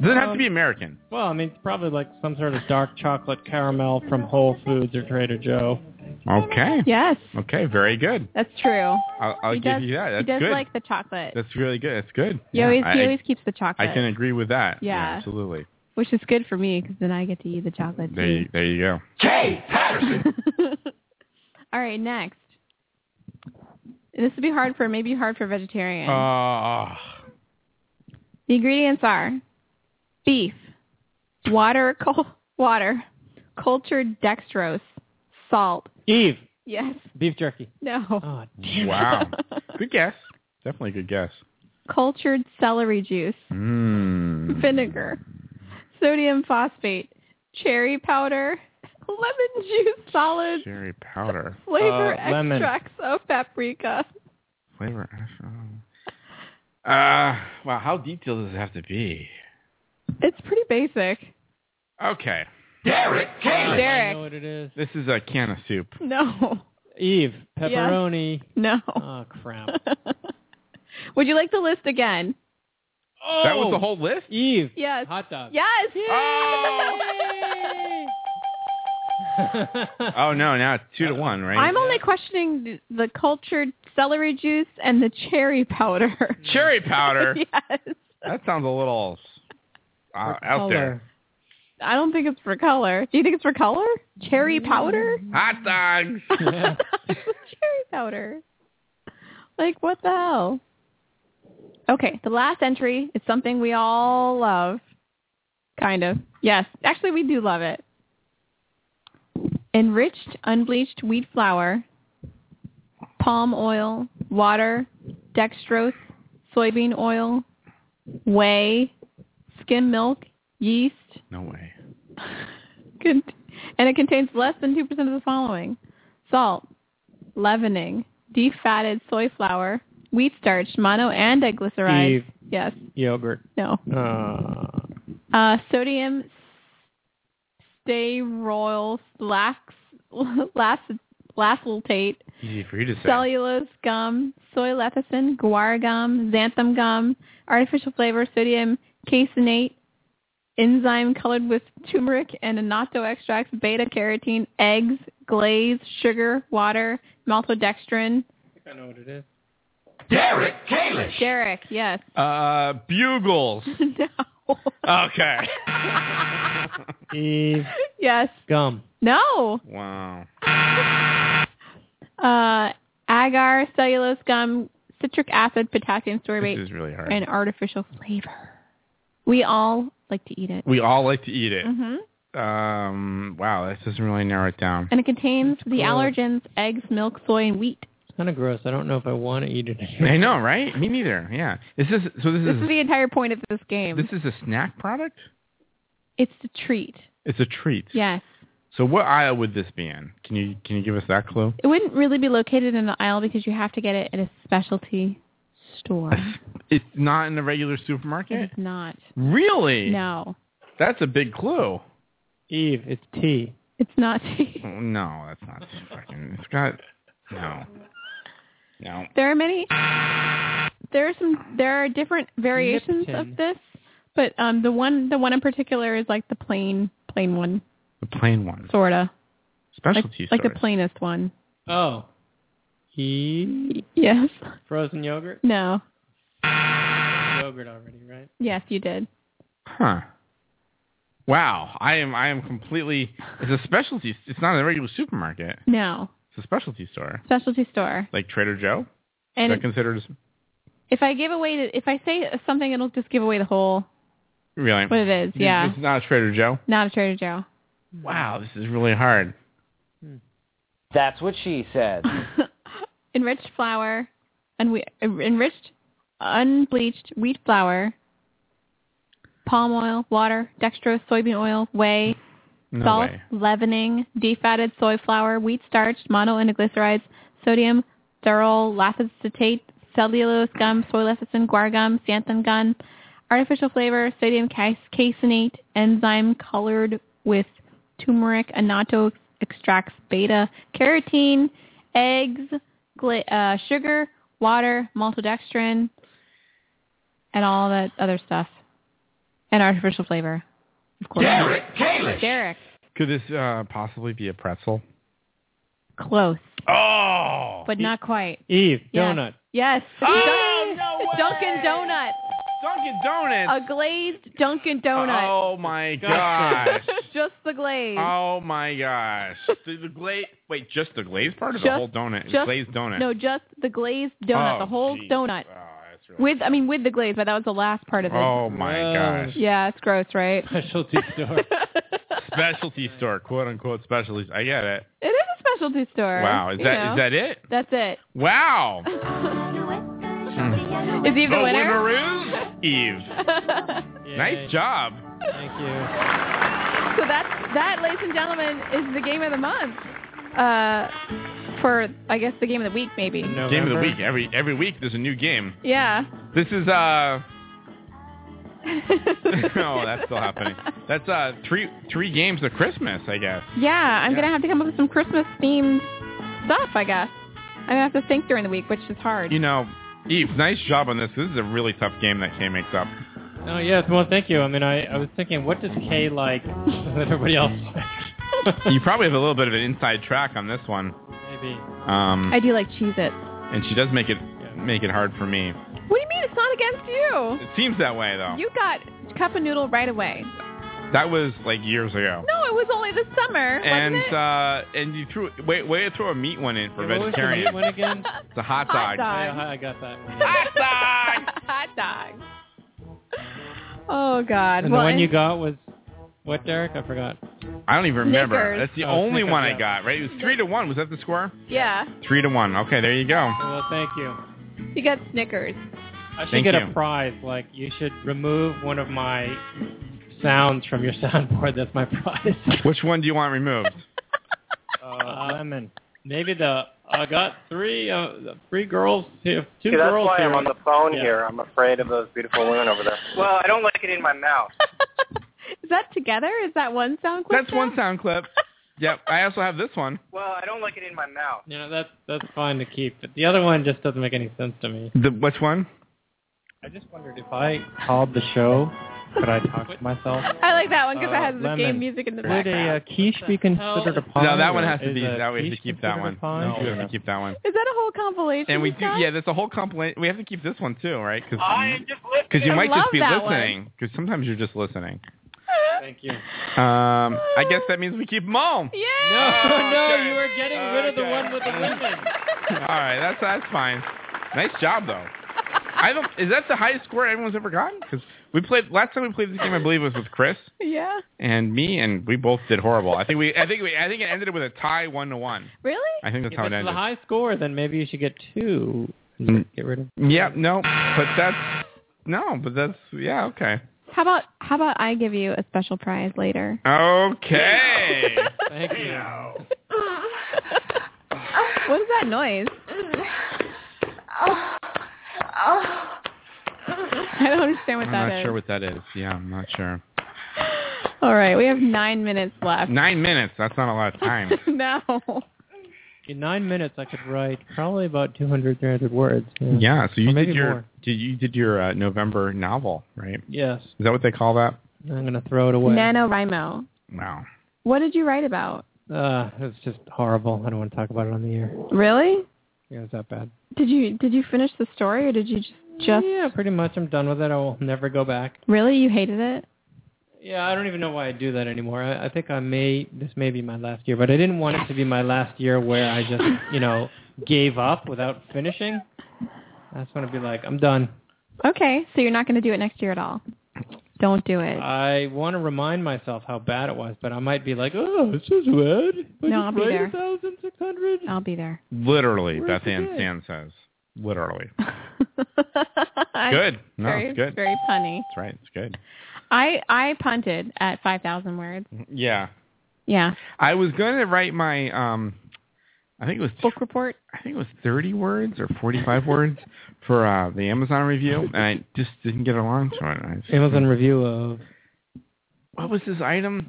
C: Doesn't have
B: Um,
C: to be American.
A: Well, I mean, it's probably like some sort of dark chocolate caramel from Whole Foods or Trader Joe.
C: Okay.
B: Yes,
C: Okay, very good.
B: that's true.
C: I'll, I'll
B: he
C: give
B: does,
C: you that.
B: he
C: That's
B: does
C: good.
B: like the chocolate.
C: That's really good. That's good.
B: he always
C: I,
B: he always keeps the
C: I
B: chocolate,
C: can agree with that.
B: Yeah.
C: absolutely.
B: which is good for me because then I get to eat the chocolate
C: There you, there you go.
B: Jay Patterson. All right, next. This would be hard for maybe hard for vegetarian.
C: Ah.
B: The ingredients are beef, water, col- water, cultured dextrose, salt.
A: Eve,
B: Yes.
A: beef jerky.
B: No.
A: Oh, damn it.
C: wow. good guess. Definitely good guess.
B: Cultured celery juice,
C: Mm.
B: vinegar, sodium phosphate, cherry powder, lemon juice solid,
C: Cherry powder.
B: flavor
C: Uh, lemon.
B: extracts of paprika.
C: Flavor. Uh, wow, how detailed does it have to be?
B: It's pretty basic.
C: Okay.
B: Derek Kalish. Derek.
A: I know what it is.
C: This is a can of soup.
B: No.
A: Eve, pepperoni.
B: No.
A: Oh, crap.
B: Would you like the list again?
C: That was
A: Oh,
C: the whole list?
A: Eve.
B: Yes.
A: Hot dog.
B: Yes.
C: Oh, no, now it's two to
A: Uh,
C: one, right?
B: I'm only questioning th- the cultured celery juice and the cherry powder.
C: Cherry powder?
B: yes.
C: That sounds a little uh,
A: For
C: out there.
A: color.
B: I don't think it's for color. Do you think it's for color? Cherry
C: Mm-hmm.
B: powder?
C: Hot dogs.
A: Yeah.
B: cherry powder. Like what the hell? Okay, the last entry is something we all love. Kind of. Yes. Actually we do love it. Enriched unbleached wheat flour, palm oil, water, dextrose, soybean oil, whey, skim milk, yeast,
C: No way.
B: Con- and it contains less than 2% of the following. Salt, leavening, defatted soy flour, wheat starch, mono and diglycerides.
A: Eve,
B: Yes.
A: yogurt.
B: No.
A: Uh,
B: Uh, sodium stearyl lax, lax, laxaltate,
C: Easy for you to say.
B: cellulose gum, soy lecithin, guar gum, xanthan gum, artificial flavor, sodium caseinate, enzyme colored with turmeric and annatto extracts, beta carotene, eggs, glaze, sugar, water, maltodextrin.
A: I think I know what it is.
C: Derek Kalish.
B: Derek, yes.
C: Uh, bugles.
B: no.
C: Okay.
A: Eve,
B: yes.
A: gum.
B: No.
C: Wow.
B: Uh, agar, cellulose gum, citric acid, potassium sorbate,
C: This is really hard.
B: and artificial flavor. We all like to eat it.
C: We all like to eat it.
B: hmm
C: Um, wow, this doesn't really narrow it down.
B: And it contains the
C: gross.
B: allergens eggs, milk, soy, and wheat.
A: It's kind of gross. I don't know if I want to eat it.
C: I know, right? Me neither. Yeah. This is so. This,
B: This
C: is
B: is the entire point of this game.
C: Hmm. this is a snack product.
B: It's a treat.
C: It's a treat.
B: Yes.
C: So what aisle would this be in? Can you can you give us that clue?
B: It wouldn't really be located in the aisle because you have to get it at a specialty store.
C: It's not in the regular
B: It is
C: supermarket.
B: not.
C: Really?
B: No.
C: That's a big clue.
A: Eve, it's tea.
B: It's not.
C: Oh, No, that's not fucking. It's got no, no.
B: There are many. There are some. There are different variations
C: Lipton.
B: of this, but um, the one the one in particular is like the plain plain one,
C: The plain one.
B: sorta.
C: Specialty
B: like, like the
C: stores.
B: plainest one.
A: Oh. E.
B: Yes.
A: Frozen yogurt?
B: No.
A: Yogurt already, right?
B: Yes, you did.
C: Huh. Wow. I am I am completely. It's a specialty. It's not a regular supermarket.
B: No.
C: It's a specialty store,
B: Specialty store.
C: like Trader Joe.
B: And
C: is that considered
B: if I give away, the, if I say something, it'll just give away the whole.
C: really?
B: What it is,
C: This-
B: yeah.
C: This is not a Trader Joe.
B: Not a Trader Joe.
C: Wow, this is really hard.
I: That's what she said.
B: enriched flour, and we enriched unbleached wheat flour, palm oil, water, dextrose, soybean oil, whey,
C: No
B: salt,
C: way.
B: leavening, defatted soy flour, wheat starch, monoindiglycerides, sodium, sterol, lapis citrate, cellulose gum, soy lecithin, guar gum, xanthan gum, artificial flavor, sodium cas- caseinate, enzyme colored with turmeric, annatto extracts beta, carotene, eggs, gla- uh, sugar, water, maltodextrin, and all that other stuff, and artificial flavor. Of course.
C: Derek Kalish.
B: Derek.
C: Could this uh, possibly be a pretzel?
B: Close,
C: Oh.
B: but not quite.
A: Eve,
B: Yes.
A: donut.
B: Yes.
C: Oh, no way!
B: Dunkin' Donut.
C: Dunkin' Donuts.
B: A glazed Dunkin' Donut.
C: Oh my gosh.
B: Just the glaze.
C: oh my gosh. The, the glaze. Wait, just the glaze part or the
B: Just-
C: whole donut? The
B: just-
C: glazed donut.
B: No, just the glazed donut,
C: Oh,
B: the whole
C: geez.
B: donut. with I mean with the glaze, but that was the last part of it.
C: Oh my gosh.
B: Yeah, it's gross, right?
A: Specialty store.
C: specialty store, quote unquote specialty. I get it.
B: It is a specialty store.
C: Wow. Is
B: you
C: that
B: know.
C: is that it?
B: That's it.
C: Wow. Hmm.
B: Is Eve the,
C: The
B: winner?
C: winner is Eve. Nice job.
A: Thank you.
B: so that that, ladies and gentlemen, is the game of the month. Uh, for I guess the game of the week maybe.
C: Game of the week. Every every week there's a new game.
B: Yeah.
C: This is uh no, that's still happening. That's uh three three games of Christmas, I guess.
B: Yeah, I'm gonna have to come up with some Christmas themed stuff, I guess. I'm gonna have to think during the week, which is hard.
C: You know, Eve, nice job on this. This is a really tough game that Kay makes up.
A: Oh yes, well thank you. I mean I, I was thinking what does K like that everybody else likes?
C: you probably have a little bit of an inside track on this one.
A: Maybe.
C: Um
B: I do like cheese it.
C: and she does make it make it hard for me.
B: What do you mean it's not against you?
C: It seems that way though.
B: You got cup of noodle right away.
C: that was like years ago.
B: No, it was only this summer.
C: and
B: wasn't it?
C: uh and you threw way way to throw a meat one in for
A: What was the meat
C: vegetarian.
A: one again?
C: It's a hot
B: Hot
C: dog.
B: dog.
A: Yeah, I got that one.
B: hot dog. hot dog. Oh God.
A: And
B: well,
A: the one
B: and-
A: you got was what, Derek? I forgot.
C: I don't even remember.
B: Snickers.
C: That's the
A: Oh,
C: only
A: Snickers,
C: one
A: yeah.
C: I got, right? It was three to one. Was that the score?
B: yeah,
C: Three to one. Okay, there you go.
A: Well, thank you.
B: you got Snickers.
A: I should
C: Thank
A: get
C: you.
A: a prize. Like you should remove one of my sounds from your soundboard. That's my prize.
C: Which one do you want removed?
A: Uh, lemon. Maybe the I got three uh, three girls here, two
Q: See, that's
A: girls
Q: why
A: here.
Q: I'm on the phone
A: Yeah.
Q: here. I'm afraid of those beautiful women over there. Well, I don't like it in my mouth.
B: Is that together? Is that one sound clip?
C: That's one sound clip. Yep. I also have this one.
Q: Well, I don't like it in my mouth.
A: You know that's that's fine to keep, but the other one just doesn't make any sense to me.
C: The which one?
A: I just wondered if I called the show, could I talk to myself?
B: I like that one because it
A: Uh,
B: has the
A: lemon.
B: game music in the
A: Would
B: background.
A: a uh, quiche be considered a pie?
C: No, that one
A: or
C: has to
A: is
C: be.
A: a
C: That we have to
A: quiche
C: keep that
A: considered a
C: one.
A: pie?
C: We have to keep that one.
B: Is that a whole compilation?
C: And we
B: you
C: do.
B: got?
C: Yeah, that's a whole complaint. We have to keep this one too, right? Because
Q: just listening.
C: you
B: I
C: might
B: love
C: just be
B: that one.
C: listening. Because sometimes you're just listening.
A: Thank you.
C: Um, I guess that means we keep them all.
B: Yeah.
A: No, no,
C: Okay.
A: you were getting rid of the
C: Okay.
A: one with the lemon.
C: All right, that's that's fine. Nice job, though. I don't. Is that the highest score anyone's ever gotten? Because we played last time we played this game, I believe, was with Chris
B: Yeah.
C: and me, and we both did horrible. I think we. I think we. I think it ended with a tie, one to one.
B: Really?
C: I think that's
A: If
C: how
A: it's
C: it
A: a
C: ended. Mm.
A: high score, then maybe you should get two. Get rid of.
C: Yeah. No. But that's no. But that's yeah. Okay.
B: How about how about I give you a special prize later?
C: Okay.
A: Thank you.
B: what is that noise? I don't understand what
C: I'm
B: that
C: not
B: is.
C: sure what that is. Yeah, I'm not sure.
B: All right, we have nine minutes left.
C: Nine minutes. That's not a lot of time.
B: no.
A: In nine minutes, I could write probably about 200, 300 words. Yeah.
C: Yeah. So you
A: Or maybe
C: did your
A: more.
C: did you did your uh, November novel, right?
A: Yes.
C: Is that what they call that?
A: I'm gonna throw it away.
B: NaNoWriMo.
C: Wow.
B: What did you write about?
A: Uh, it's just horrible. I don't want to talk about it on the air.
B: Really?
A: Yeah, it's that bad.
B: Did you did you finish the story or did you just just
A: yeah, pretty much. I'm done with it. I will never go back.
B: really you hated it?
A: Yeah, I don't even know why I do that anymore. I, I think I may this may be my last year, but I didn't want it to be my last year where I just you know gave up without finishing. I just want to be like, I'm done.
B: Okay, so you're not going to do it next year at all. Don't do it.
C: Uh,
A: I want to remind myself how bad it was, but I might be like, oh, this is bad. But
B: no,
A: it's
B: I'll be
A: right
B: there.
A: about-
B: I'll be there.
C: Literally,
A: Where's
C: Beth Ann
A: the
C: Stan says. Literally. Good. No,
B: very,
C: it's good.
B: Very punny.
C: That's right. It's good.
B: I I punted at 5,000 words.
C: Mm-hmm. Yeah.
B: Yeah.
C: I was going to write my um I think it was
B: book report.
C: I think it was 30 words or 45 words for uh the Amazon review and I just didn't get along to it. I just-
A: Amazon review of
C: What was this item?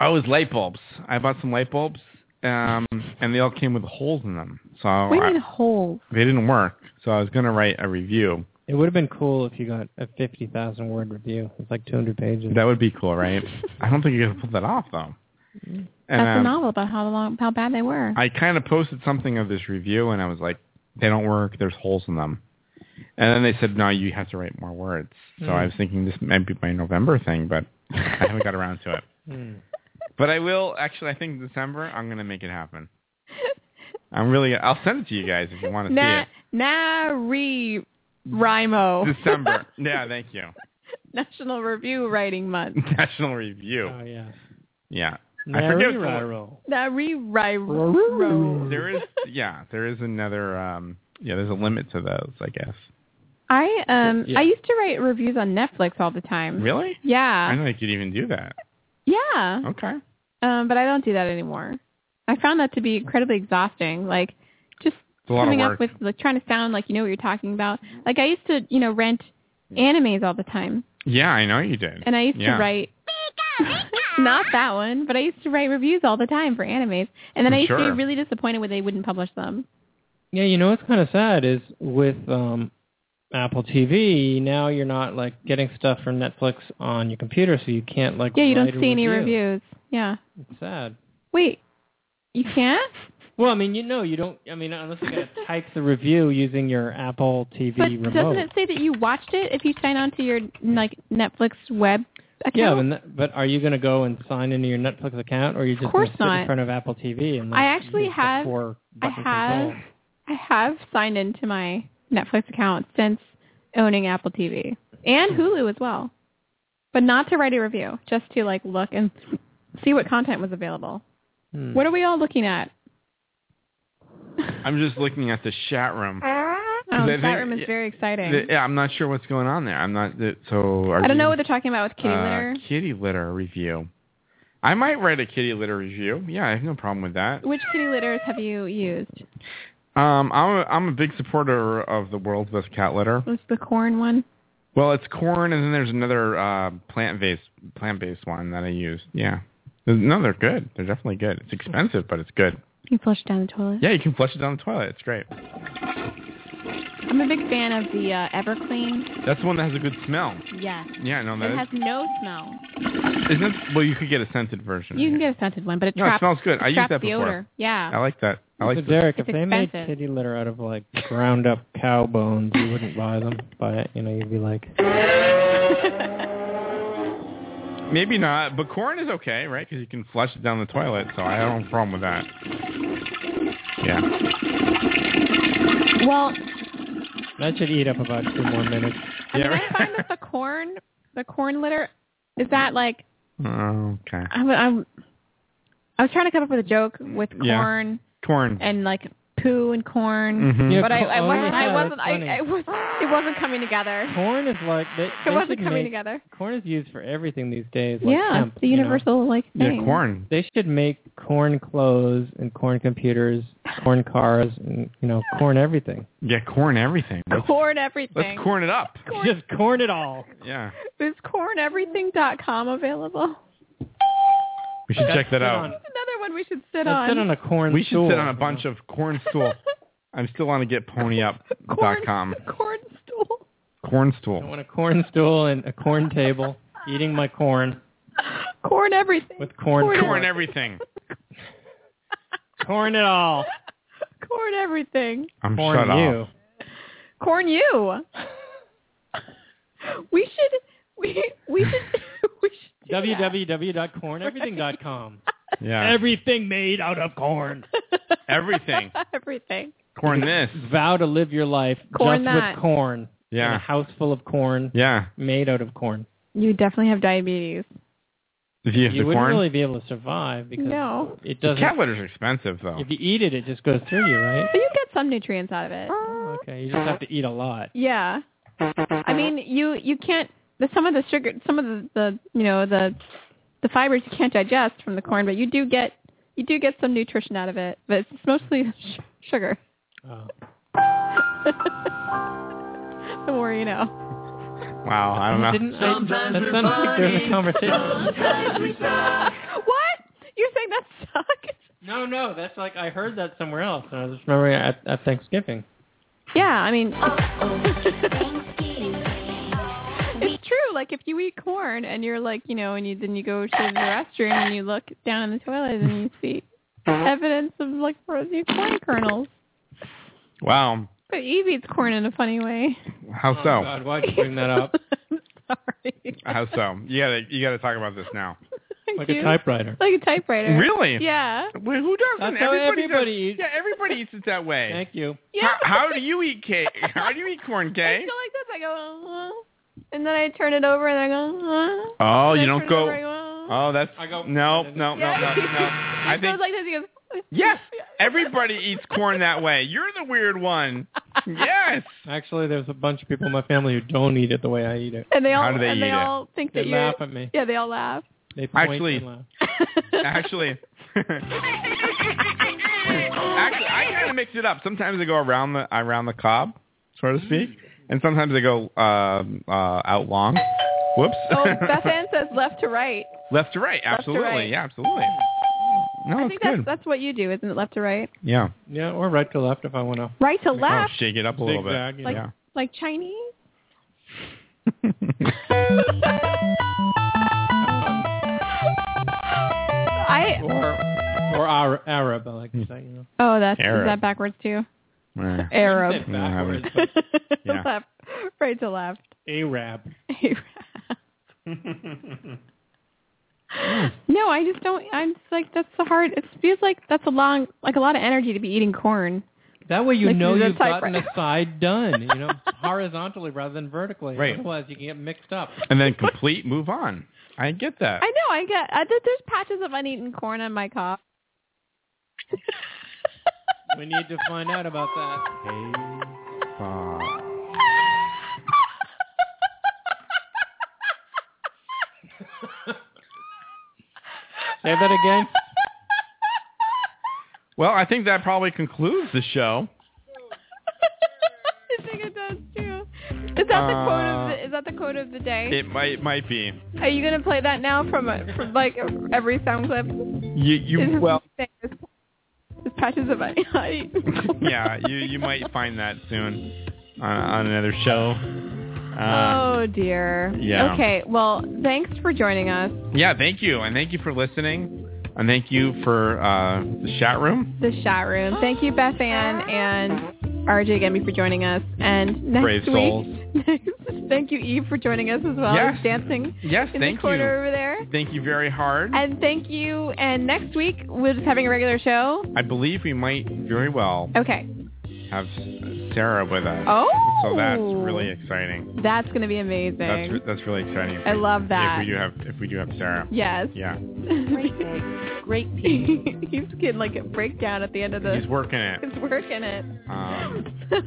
C: Oh, it was light bulbs. I bought some light bulbs um and they all came with holes in them. So
B: we
C: I-
B: need holes.
C: they didn't work. So I was going to write a review.
A: It would have been cool if you got a 50,000 word review. It's like 200 pages.
C: That would be cool, right? I don't think you're going to pull that off though. And,
B: That's a
C: um,
B: novel about how long how bad they were.
C: I kind of posted something of this review, and I was like, they don't work. There's holes in them. And then they said, no, you have to write more words. So
B: Mm.
A: Hmm.
C: I was thinking this might be my November thing, but I haven't got around to it.
A: Hmm.
C: But I will actually. I think December. I'm gonna make it happen. I'm really. I'll send it to you guys if you want to
B: Na
C: see
B: na re Rimo.
C: it. December. yeah, thank you.
B: National Review Writing Month.
C: National Review.
A: Oh yeah.
C: Yeah. I forget. what-
A: Nariro.
B: Na re ri ro.
C: There is. Yeah, there is another. Um, yeah, there's a limit to those, I guess.
B: I um
C: Yeah.
B: I used to write reviews on Netflix all the time.
C: Really? I
B: Mm. Yeah.
C: didn't know you could even do that.
B: Yeah.
C: Okay.
B: Um, but I don't do that anymore. I found that to be incredibly exhausting. Like just
C: It's a lot of
B: coming
C: work.
B: up with like trying to sound like you know what you're talking about. Like I used to, you know, rent animes all the time.
C: Yeah, I know you did.
B: And I used
C: Yeah.
B: to write not that one, but I used to write reviews all the time for animes. And then I used to
A: Sure.
B: be really disappointed when they wouldn't publish them.
A: Yeah, you know what's kind of sad is with um Apple TV, now you're not like getting stuff from Netflix on your computer, so you can't like
B: Yeah, you don't
A: write a
B: see any
A: review.
B: reviews. Yeah.
A: It's sad.
B: Wait. You can't?
A: Well, I mean, you know, you don't. I mean, unless you're gonna type the review using your Apple TV
B: But
A: remote.
B: doesn't it say that you watched it if you sign on to your like Netflix web account?
A: yeah, but, that- but are you gonna go and sign into your Netflix account, or are you just
B: course
A: gonna sit
B: not.
A: in front of Apple TV? And like,
B: I actually
A: use the
B: have-
A: Four
B: I
A: button
B: have
A: controls?
B: I have signed into my Netflix account since owning Apple TV and Hulu as well. But not to write a review, just to like look and see what content was available.
A: Hmm.
B: What are we all looking at?
C: I'm just looking at the chat room.
B: Oh,
C: I
B: the
C: think-
B: chat room is
C: yeah,
B: very exciting.
C: The- yeah, I'm not sure what's going on there. I'm not. the- So are
B: I don't
C: you,
B: know what they're talking about with kitty
C: uh,
B: litter.
C: Kitty litter review. I might write a kitty litter review. Yeah, I have no problem with that.
B: Which kitty litters have you used?
C: Um, I'm a, I'm a big supporter of the world's best cat litter.
B: Was the corn one?
C: Well, it's corn, and then there's another uh, plant based plant based one that I used. Yeah. No, they're good. They're definitely good. It's expensive, but it's good.
B: You flushed it down the toilet.
C: Yeah, you can flush it down the toilet. It's great.
B: I'm a big fan of the uh, Everclean.
C: That's the one that has a good smell.
B: Yeah.
C: Yeah, no, that
B: It
C: is-
B: has no smell.
C: Isn't it, well, you could get a scented version.
B: You can get a scented one, but it
C: No, it
B: traps,
C: smells good. I used
B: traps
C: that
B: the
C: before.
B: odor. Yeah.
C: I like that. I like
A: so
C: the-
A: Derek, if
B: It's
A: they made
B: expensive.
A: kitty litter out of like ground up cow bones, you wouldn't buy them. But you know, you'd be like,
C: Maybe not, but corn is okay, right? Because you can flush it down the toilet, so I don't have a problem with that. Yeah.
B: Well,
A: That should eat up about two more minutes.
B: I mean, I find that the corn, the corn litter, is that like
C: Oh, Okay.
B: I'm, I'm, I was trying to come up with a joke with
C: Yeah.
B: corn
C: Corn.
B: and like poo and corn,
C: Mhm. Yeah,
B: but I,
A: co-
B: I
A: oh,
B: wasn't.
A: yeah,
B: I wasn't.
A: that's funny.
B: I, I was. It wasn't coming together.
A: Corn is like they,
B: It
A: they
B: wasn't
A: should
B: coming
A: make-
B: together.
A: Corn is used for everything these days. Like
B: yeah,
A: hemp,
B: it's the
A: you know?
B: universal like thing.
A: They should make corn clothes and corn computers, corn cars, and you know, corn everything.
C: Yeah, corn everything.
B: Corn everything.
C: corn it up.
A: Just corn it all.
C: Yeah.
B: Is corneverything.com available?
C: We should
A: Let's
C: check that
A: sit
C: out.
A: on-
B: That's another one we should sit
A: Let's
B: on.
A: sit on a corn
C: we should
A: stool.
C: sit on a bunch of corn stool. I'm still on a getponyup.com.
B: corn stool.
C: Corn stool.
A: I want a corn stool and a corn table, eating my corn
B: Corn everything.
A: with corn.
B: Corn
A: corn,
C: everything.
A: corn it all.
B: Corn everything.
C: I'm
A: corn
C: shut
A: you.
C: off.
B: Corn you. we should we we should
A: www.corneverything.com.
C: Yeah.
A: Everything made out of corn.
C: Everything.
B: everything.
C: Corn this.
A: Vow to live your life
B: Corn
A: just
B: that.
A: with corn.
C: Yeah.
A: In a house full of corn
C: Yeah.
A: made out of corn.
B: You definitely have diabetes.
C: If you have
A: you
C: the
A: wouldn't
C: corn.
A: really be able to survive because
B: No.
A: it
C: The
A: doesn't.
C: cat litter's expensive though.
A: If you eat it, it just goes through you, right? Oh,
B: But you get some nutrients out of it.
A: Okay, you just have to eat a lot.
B: Yeah. I mean, you you can't the, some of the sugar, some of the, the you know the the fibers you can't digest from the corn, but you do get you do get some nutrition out of it. But it's mostly sh- sugar.
A: Oh.
B: The more you know.
C: Wow, I don't know.
A: Didn't I, that sounds like there was a conversation.
B: what? You're saying that sucks?
A: no, no, that's like I heard that somewhere else, and I was just remembering at, at Thanksgiving.
B: Yeah, I mean. It's true. Like if you eat corn and you're like, you know, and you then you go to the restroom and you look down in the toilet and you see evidence of like frozen corn kernels.
C: Wow.
B: But Eve eats corn in a funny way.
C: How so?
A: Oh, God, why'd you bring that up?
B: Sorry.
C: How so? You gotta you gotta talk about this now.
A: Like a typewriter.
B: Like a typewriter.
C: Really?
B: Yeah.
C: Well, who doesn't?
A: That's how
C: does-
A: everybody eats.
C: Yeah, everybody eats it that way.
A: Thank you.
B: Yeah.
C: How, how do you eat cake? How do you eat corn
B: I go
C: cake?
B: like this. I go, uh, and then I turn it over and I go. Uh,
C: Oh,
B: and
C: you
B: I
C: don't
B: turn it
C: go.
B: over, I go, uh.
C: Oh, that's
A: I go-
C: no, no, no, no,
B: Yeah.
C: no. I
B: He goes
C: think
B: like this. He goes.
C: yes. Everybody eats corn that way. You're the weird one. Yes.
A: Actually, there's a bunch of people in my family who don't eat it the way I eat it.
B: And they all
C: How do they
B: and
C: eat
B: they
C: it?
B: all think
A: They
B: that you.
A: laugh at me.
B: Yeah, they all laugh.
A: They point
C: Actually-
A: and laugh.
C: Actually, actually, I kind of mix it up. Sometimes I go around the around the cob, so to speak, and sometimes I go um, uh, out long. Whoops.
B: oh, Beth Ann says left to right.
C: Left to right,
B: Left to
C: absolutely.
B: right.
C: Yeah, absolutely. No,
B: I
C: it's
B: think that's
C: good.
B: that's what you do, isn't it? Left to right.
C: yeah.
A: Yeah, or right to left if I want to.
B: Right to
C: Oh,
B: left,
C: shake it up a little
A: Zigzag,
C: bit.
A: you
B: like
C: yeah.
B: like Chinese. I
A: Or or Ar- Arab, I like to say. You know.
B: oh that's
C: Arab.
B: is that backwards too?
C: Yeah.
B: Arab.
A: Said backwards, but
C: Yeah.
B: left, right to left.
A: Arab.
B: no, I just don't. I'm just like that's so hard. It feels like that's a long, like a lot of energy to be eating corn.
A: That way you
B: Like
A: know
B: the
A: you've gotten
B: typewriter.
A: a side done, you know, horizontally rather than vertically.
C: Right.
A: Otherwise, you can get mixed up.
C: And then complete, move on. I get that.
B: I know. I get. I, there- there's patches of uneaten corn on my cob.
A: We need to find out about that.
C: Uh,
A: Say that again.
C: well, I think that probably concludes the show.
B: I think it does too. Is that the quote of
C: Uh,
B: the, Is that the quote of the day?
C: It might it might be.
B: Are you gonna play that now from, a, from like every sound clip?
C: You you well
B: There's patches of uneaten corn.
C: yeah, you you might find that soon on, on another show. Uh,
B: Oh dear.
C: yeah.
B: Okay. Well, thanks for joining us.
C: yeah, thank you, and thank you for listening, and thank you for uh, the chat room.
B: The chat room. Thank you, Beth Ann and RJ Gemby for joining us. And next
C: Brave
B: week,
C: souls.
B: thank you, Eve, for joining us as well.
C: Yes.
B: Dancing
C: Yes,
B: in
C: thank
B: the corner
C: you.
B: over there.
C: Thank you very hard.
B: And thank you. And next week we're just having a regular show.
C: I believe we might very well
B: Okay.
C: have Sarah with us.
B: Oh.
C: So that's really exciting.
B: That's going to be amazing.
C: That's re- that's really exciting. If
B: I
C: we-
B: love that.
C: If we do have if we do have Sarah.
B: Yes.
C: Yeah.
B: Great pig. Great pig. He's getting like a breakdown at the end of the.
C: He's working it.
B: He's working it.
C: Um,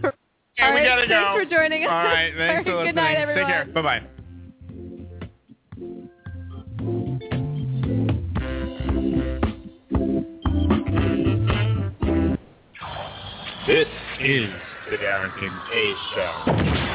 B: All
C: we
B: right,
C: gotta
B: thanks
C: go.
B: for joining us.
C: All right,
B: All right,
C: thanks for
B: good night,
C: listening.
B: everyone.
C: Take care. Bye bye.
E: This is the Darrington K Show.